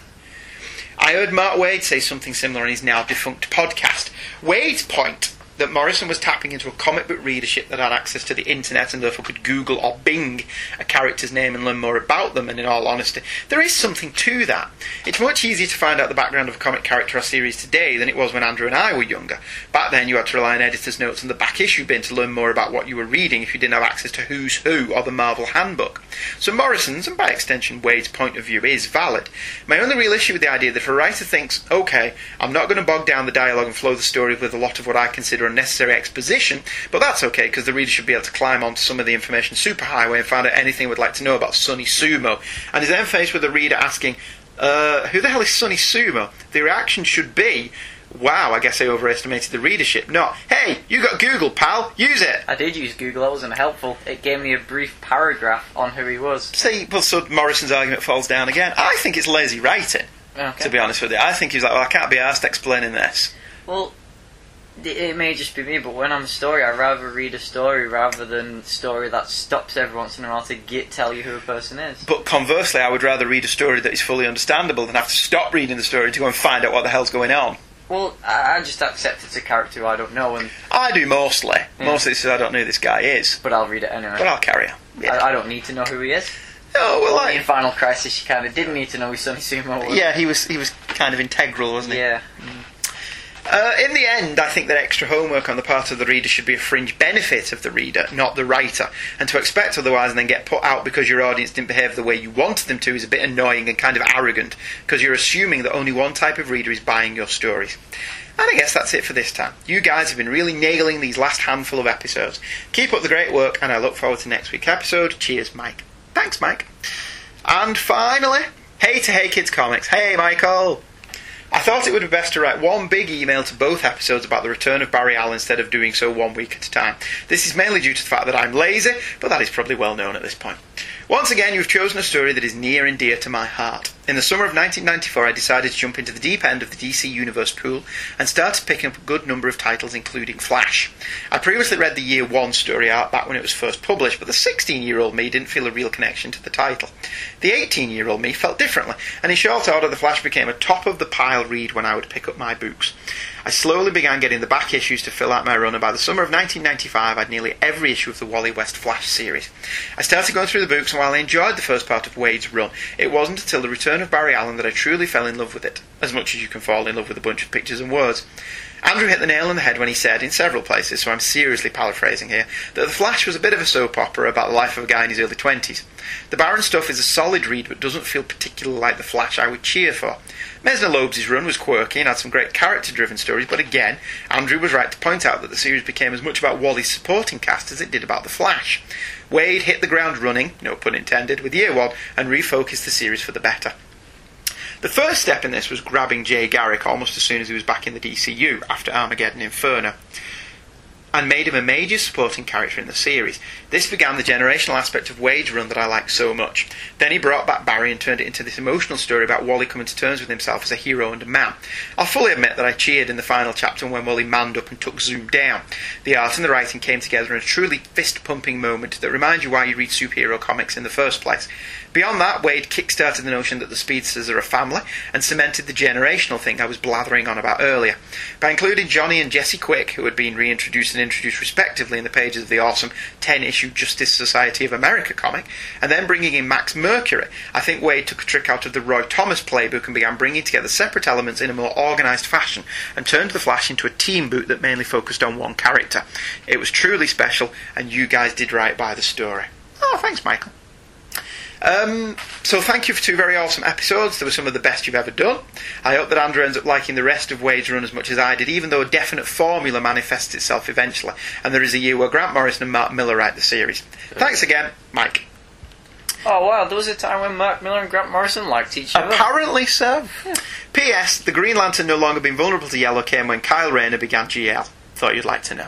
I heard Mark Wade say something similar in his now defunct podcast. Wade's point that Morrison was tapping into a comic book readership that had access to the internet and therefore could Google or Bing a character's name and learn more about them, and in all honesty, there is something to that. It's much easier to find out the background of a comic character or series today than it was when Andrew and I were younger. Back then, you had to rely on editor's notes and the back issue bin to learn more about what you were reading if you didn't have access to Who's Who or the Marvel Handbook. So Morrison's, and by extension Wade's, point of view is valid. My only real issue with the idea that if a writer thinks, okay, I'm not going to bog down the dialogue and flow the story with a lot of what I consider unnecessary exposition, but that's okay because the reader should be able to climb onto some of the information superhighway and find out anything we'd like to know about Sonny Sumo, and is then faced with the reader asking, uh, who the hell is Sonny Sumo? The reaction should be, wow, I guess I overestimated the readership, not, hey, you got Google, pal, use it.
I did use Google. That wasn't helpful. It gave me a brief paragraph on who he was.
See, well, so Morrison's argument falls down again. I think it's lazy writing,
Okay.
to be honest with you. I think he's like, well, I can't be asked explaining this.
Well, it, it may just be me, but when I'm a story, I'd rather read a story rather than story that stops every once in a while to get, tell you who a person is.
But conversely, I would rather read a story that is fully understandable than have to stop reading the story to go and find out what the hell's going on.
Well, I, I just accept it's a character who I don't know, and
I do mostly. Mostly it's 'cause I don't know who this guy is,
but I'll read it anyway.
but I'll carry on. Yeah.
I, I don't need to know who he is.
oh, well,
Only in
I,
Final Crisis, you kind of did need to know who Sonny Sumo was.
yeah, he was he was kind of integral, wasn't he?
Yeah.
Uh, Uh, in the end, I think that extra homework on the part of the reader should be a fringe benefit of the reader, not the writer. And to expect otherwise and then get put out because your audience didn't behave the way you wanted them to is a bit annoying and kind of arrogant, because you're assuming that only one type of reader is buying your stories. And I guess that's it for this time. You guys have been really nailing these last handful of episodes. Keep up the great work, and I look forward to next week's episode. Cheers, Mike. Thanks, Mike. And finally, hey to Hey Kids Comics. Hey, Michael. I thought it would be best to write one big email to both episodes about the return of Barry Allen instead of doing so one week at a time. This is mainly due to the fact that I'm lazy, but that is probably well known at this point. Once again, you've chosen a story that is near and dear to my heart. In the summer of 1994, I decided to jump into the deep end of the DC Universe pool and started picking up a good number of titles, including Flash. I previously read the Year 1 story art back when it was first published, but the 16 year old me didn't feel a real connection to the title. The 18 year old me felt differently, and in short order, The Flash became a top of the pile read when I would pick up my books. I slowly began getting the back issues to fill out my run, and by the summer of 1995, I'd nearly every issue of the Wally West Flash series. I started going through the books, and while I enjoyed the first part of Wade's run, it wasn't until the return of Barry Allen that I truly fell in love with it, as much as you can fall in love with a bunch of pictures and words. Andrew hit the nail on the head when he said, in several places, so I'm seriously paraphrasing here, that The Flash was a bit of a soap opera about the life of a guy in his early 20s. The Baron stuff is a solid read, but doesn't feel particularly like The Flash I would cheer for. Mesner Loebs' run was quirky and had some great character driven stories, but again, Andrew was right to point out that the series became as much about Wally's supporting cast as it did about The Flash. Wade hit the ground running, no pun intended, with Year One and refocused the series for the better. The first step in this was grabbing Jay Garrick almost as soon as he was back in the DCU after Armageddon Inferno, and made him a major supporting character in the series. This began the generational aspect of Wade's run that I liked so much. Then he brought back Barry and turned it into this emotional story about Wally coming to terms with himself as a hero and a man. I'll fully admit that I cheered in the final chapter when Wally manned up and took Zoom down. The art and the writing came together in a truly fist pumping moment that reminds you why you read superhero comics in the first place. Beyond that, Wade kickstarted the notion that the Speedsters are a family and cemented the generational thing I was blathering on about earlier. By including Johnny and Jesse Quick, who had been reintroduced and introduced respectively in the pages of the awesome 10 issue Justice Society of America comic, and then bringing in Max Mercury, I think Wade took a trick out of the Roy Thomas playbook and began bringing together separate elements in a more organised fashion and turned The Flash into a team boot that mainly focused on one character. It was truly special, and you guys did right by the story. Oh, thanks, Michael. Um, so thank you for two very awesome episodes. They were some of the best you've ever done. I hope that Andrew ends up liking the rest of Wade's run as much as I did, even though a definite formula manifests itself eventually, and there is a year where Grant Morrison and Mark Miller write the series. Thanks again, Mike.
Oh wow, there was a time when Mark Miller and Grant Morrison liked each other.
Apparently so. P.S. The Green Lantern no longer being vulnerable to yellow came when Kyle Rayner began GL. Thought you'd like to know.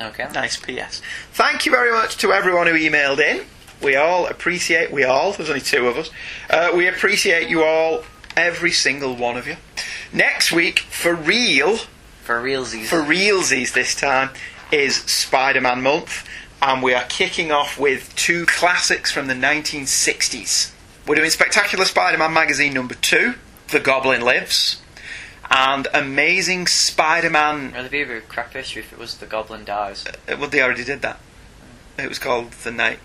okay.
Nice P.S. Thank you very much to everyone who emailed in. We all appreciate, we all, there's only two of us, uh, we appreciate you all, every single one of you. Next week, for real,
For realsies.
for realsies this time, is Spider Man month, and we are kicking off with two classics from the 1960s. We're doing Spectacular Spider Man magazine number two, The Goblin Lives, and Amazing Spider Man.
It'd be a crap issue if it was the Goblin dies.
Uh, Well, they already did that. It was called The Night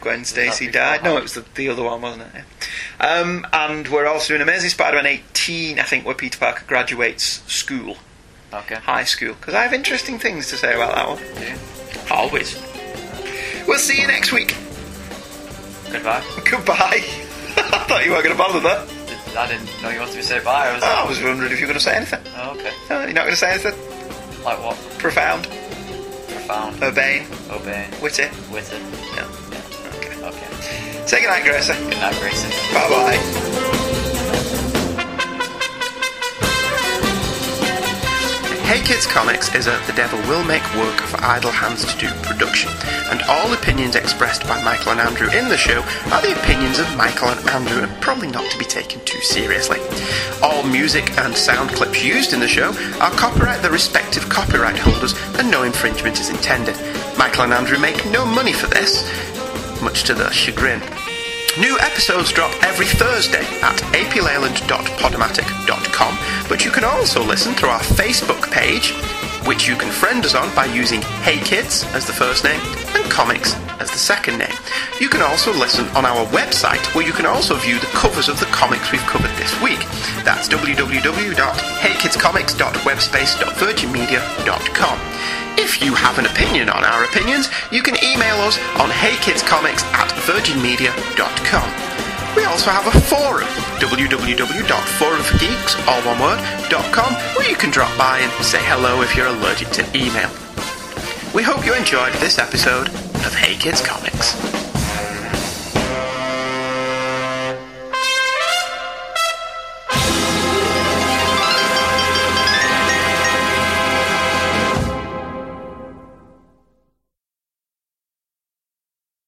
Gwen Stacy
be
died. No,
Gone?
it was the, the other one, wasn't it? Yeah. Um, and we're also doing Amazing Spider Man 18, I think, where Peter Parker graduates school,
Okay.
high school. Because I have interesting things to say about that one.
Do.
Always. We'll see you next week.
Goodbye.
Goodbye. I thought you weren't going to bother that.
I didn't know you wanted to say bye. I was like,
I was wondering if you were going to say anything.
oh, okay.
No, you're not going to say anything.
Like what?
Profound,
Profound.
urbane,
Obeying.
witty.
Wizard.
No. Okay.
Okay.
Say goodnight, Gracie.
Good night, Grayson.
Bye bye. Hey Kids Comics is a The Devil Will Make Work for Idle Hands to Do production, and all opinions expressed by Michael and Andrew in the show are the opinions of Michael and Andrew and probably not to be taken too seriously. All music and sound clips used in the show are copyright the respective copyright holders, and no infringement is intended. Michael and Andrew make no money for this, much to their chagrin. New episodes drop every Thursday at aplayland.podomatic.com, but you can also listen through our Facebook page, which you can friend us on by using Hey Kids as the first name and Comics as the second name. You can also listen on our website, where you can also view the covers of the comics we've covered this week. That's www.heykidscomics.webspace.virginmedia.com. If you have an opinion on our opinions, you can email us on heykidscomics at virginmedia.com. We also have a forum, www.forumforgeeks, all one word, dot com, where you can drop by and say hello if you're allergic to email. We hope you enjoyed this episode of Hey Kids Comics.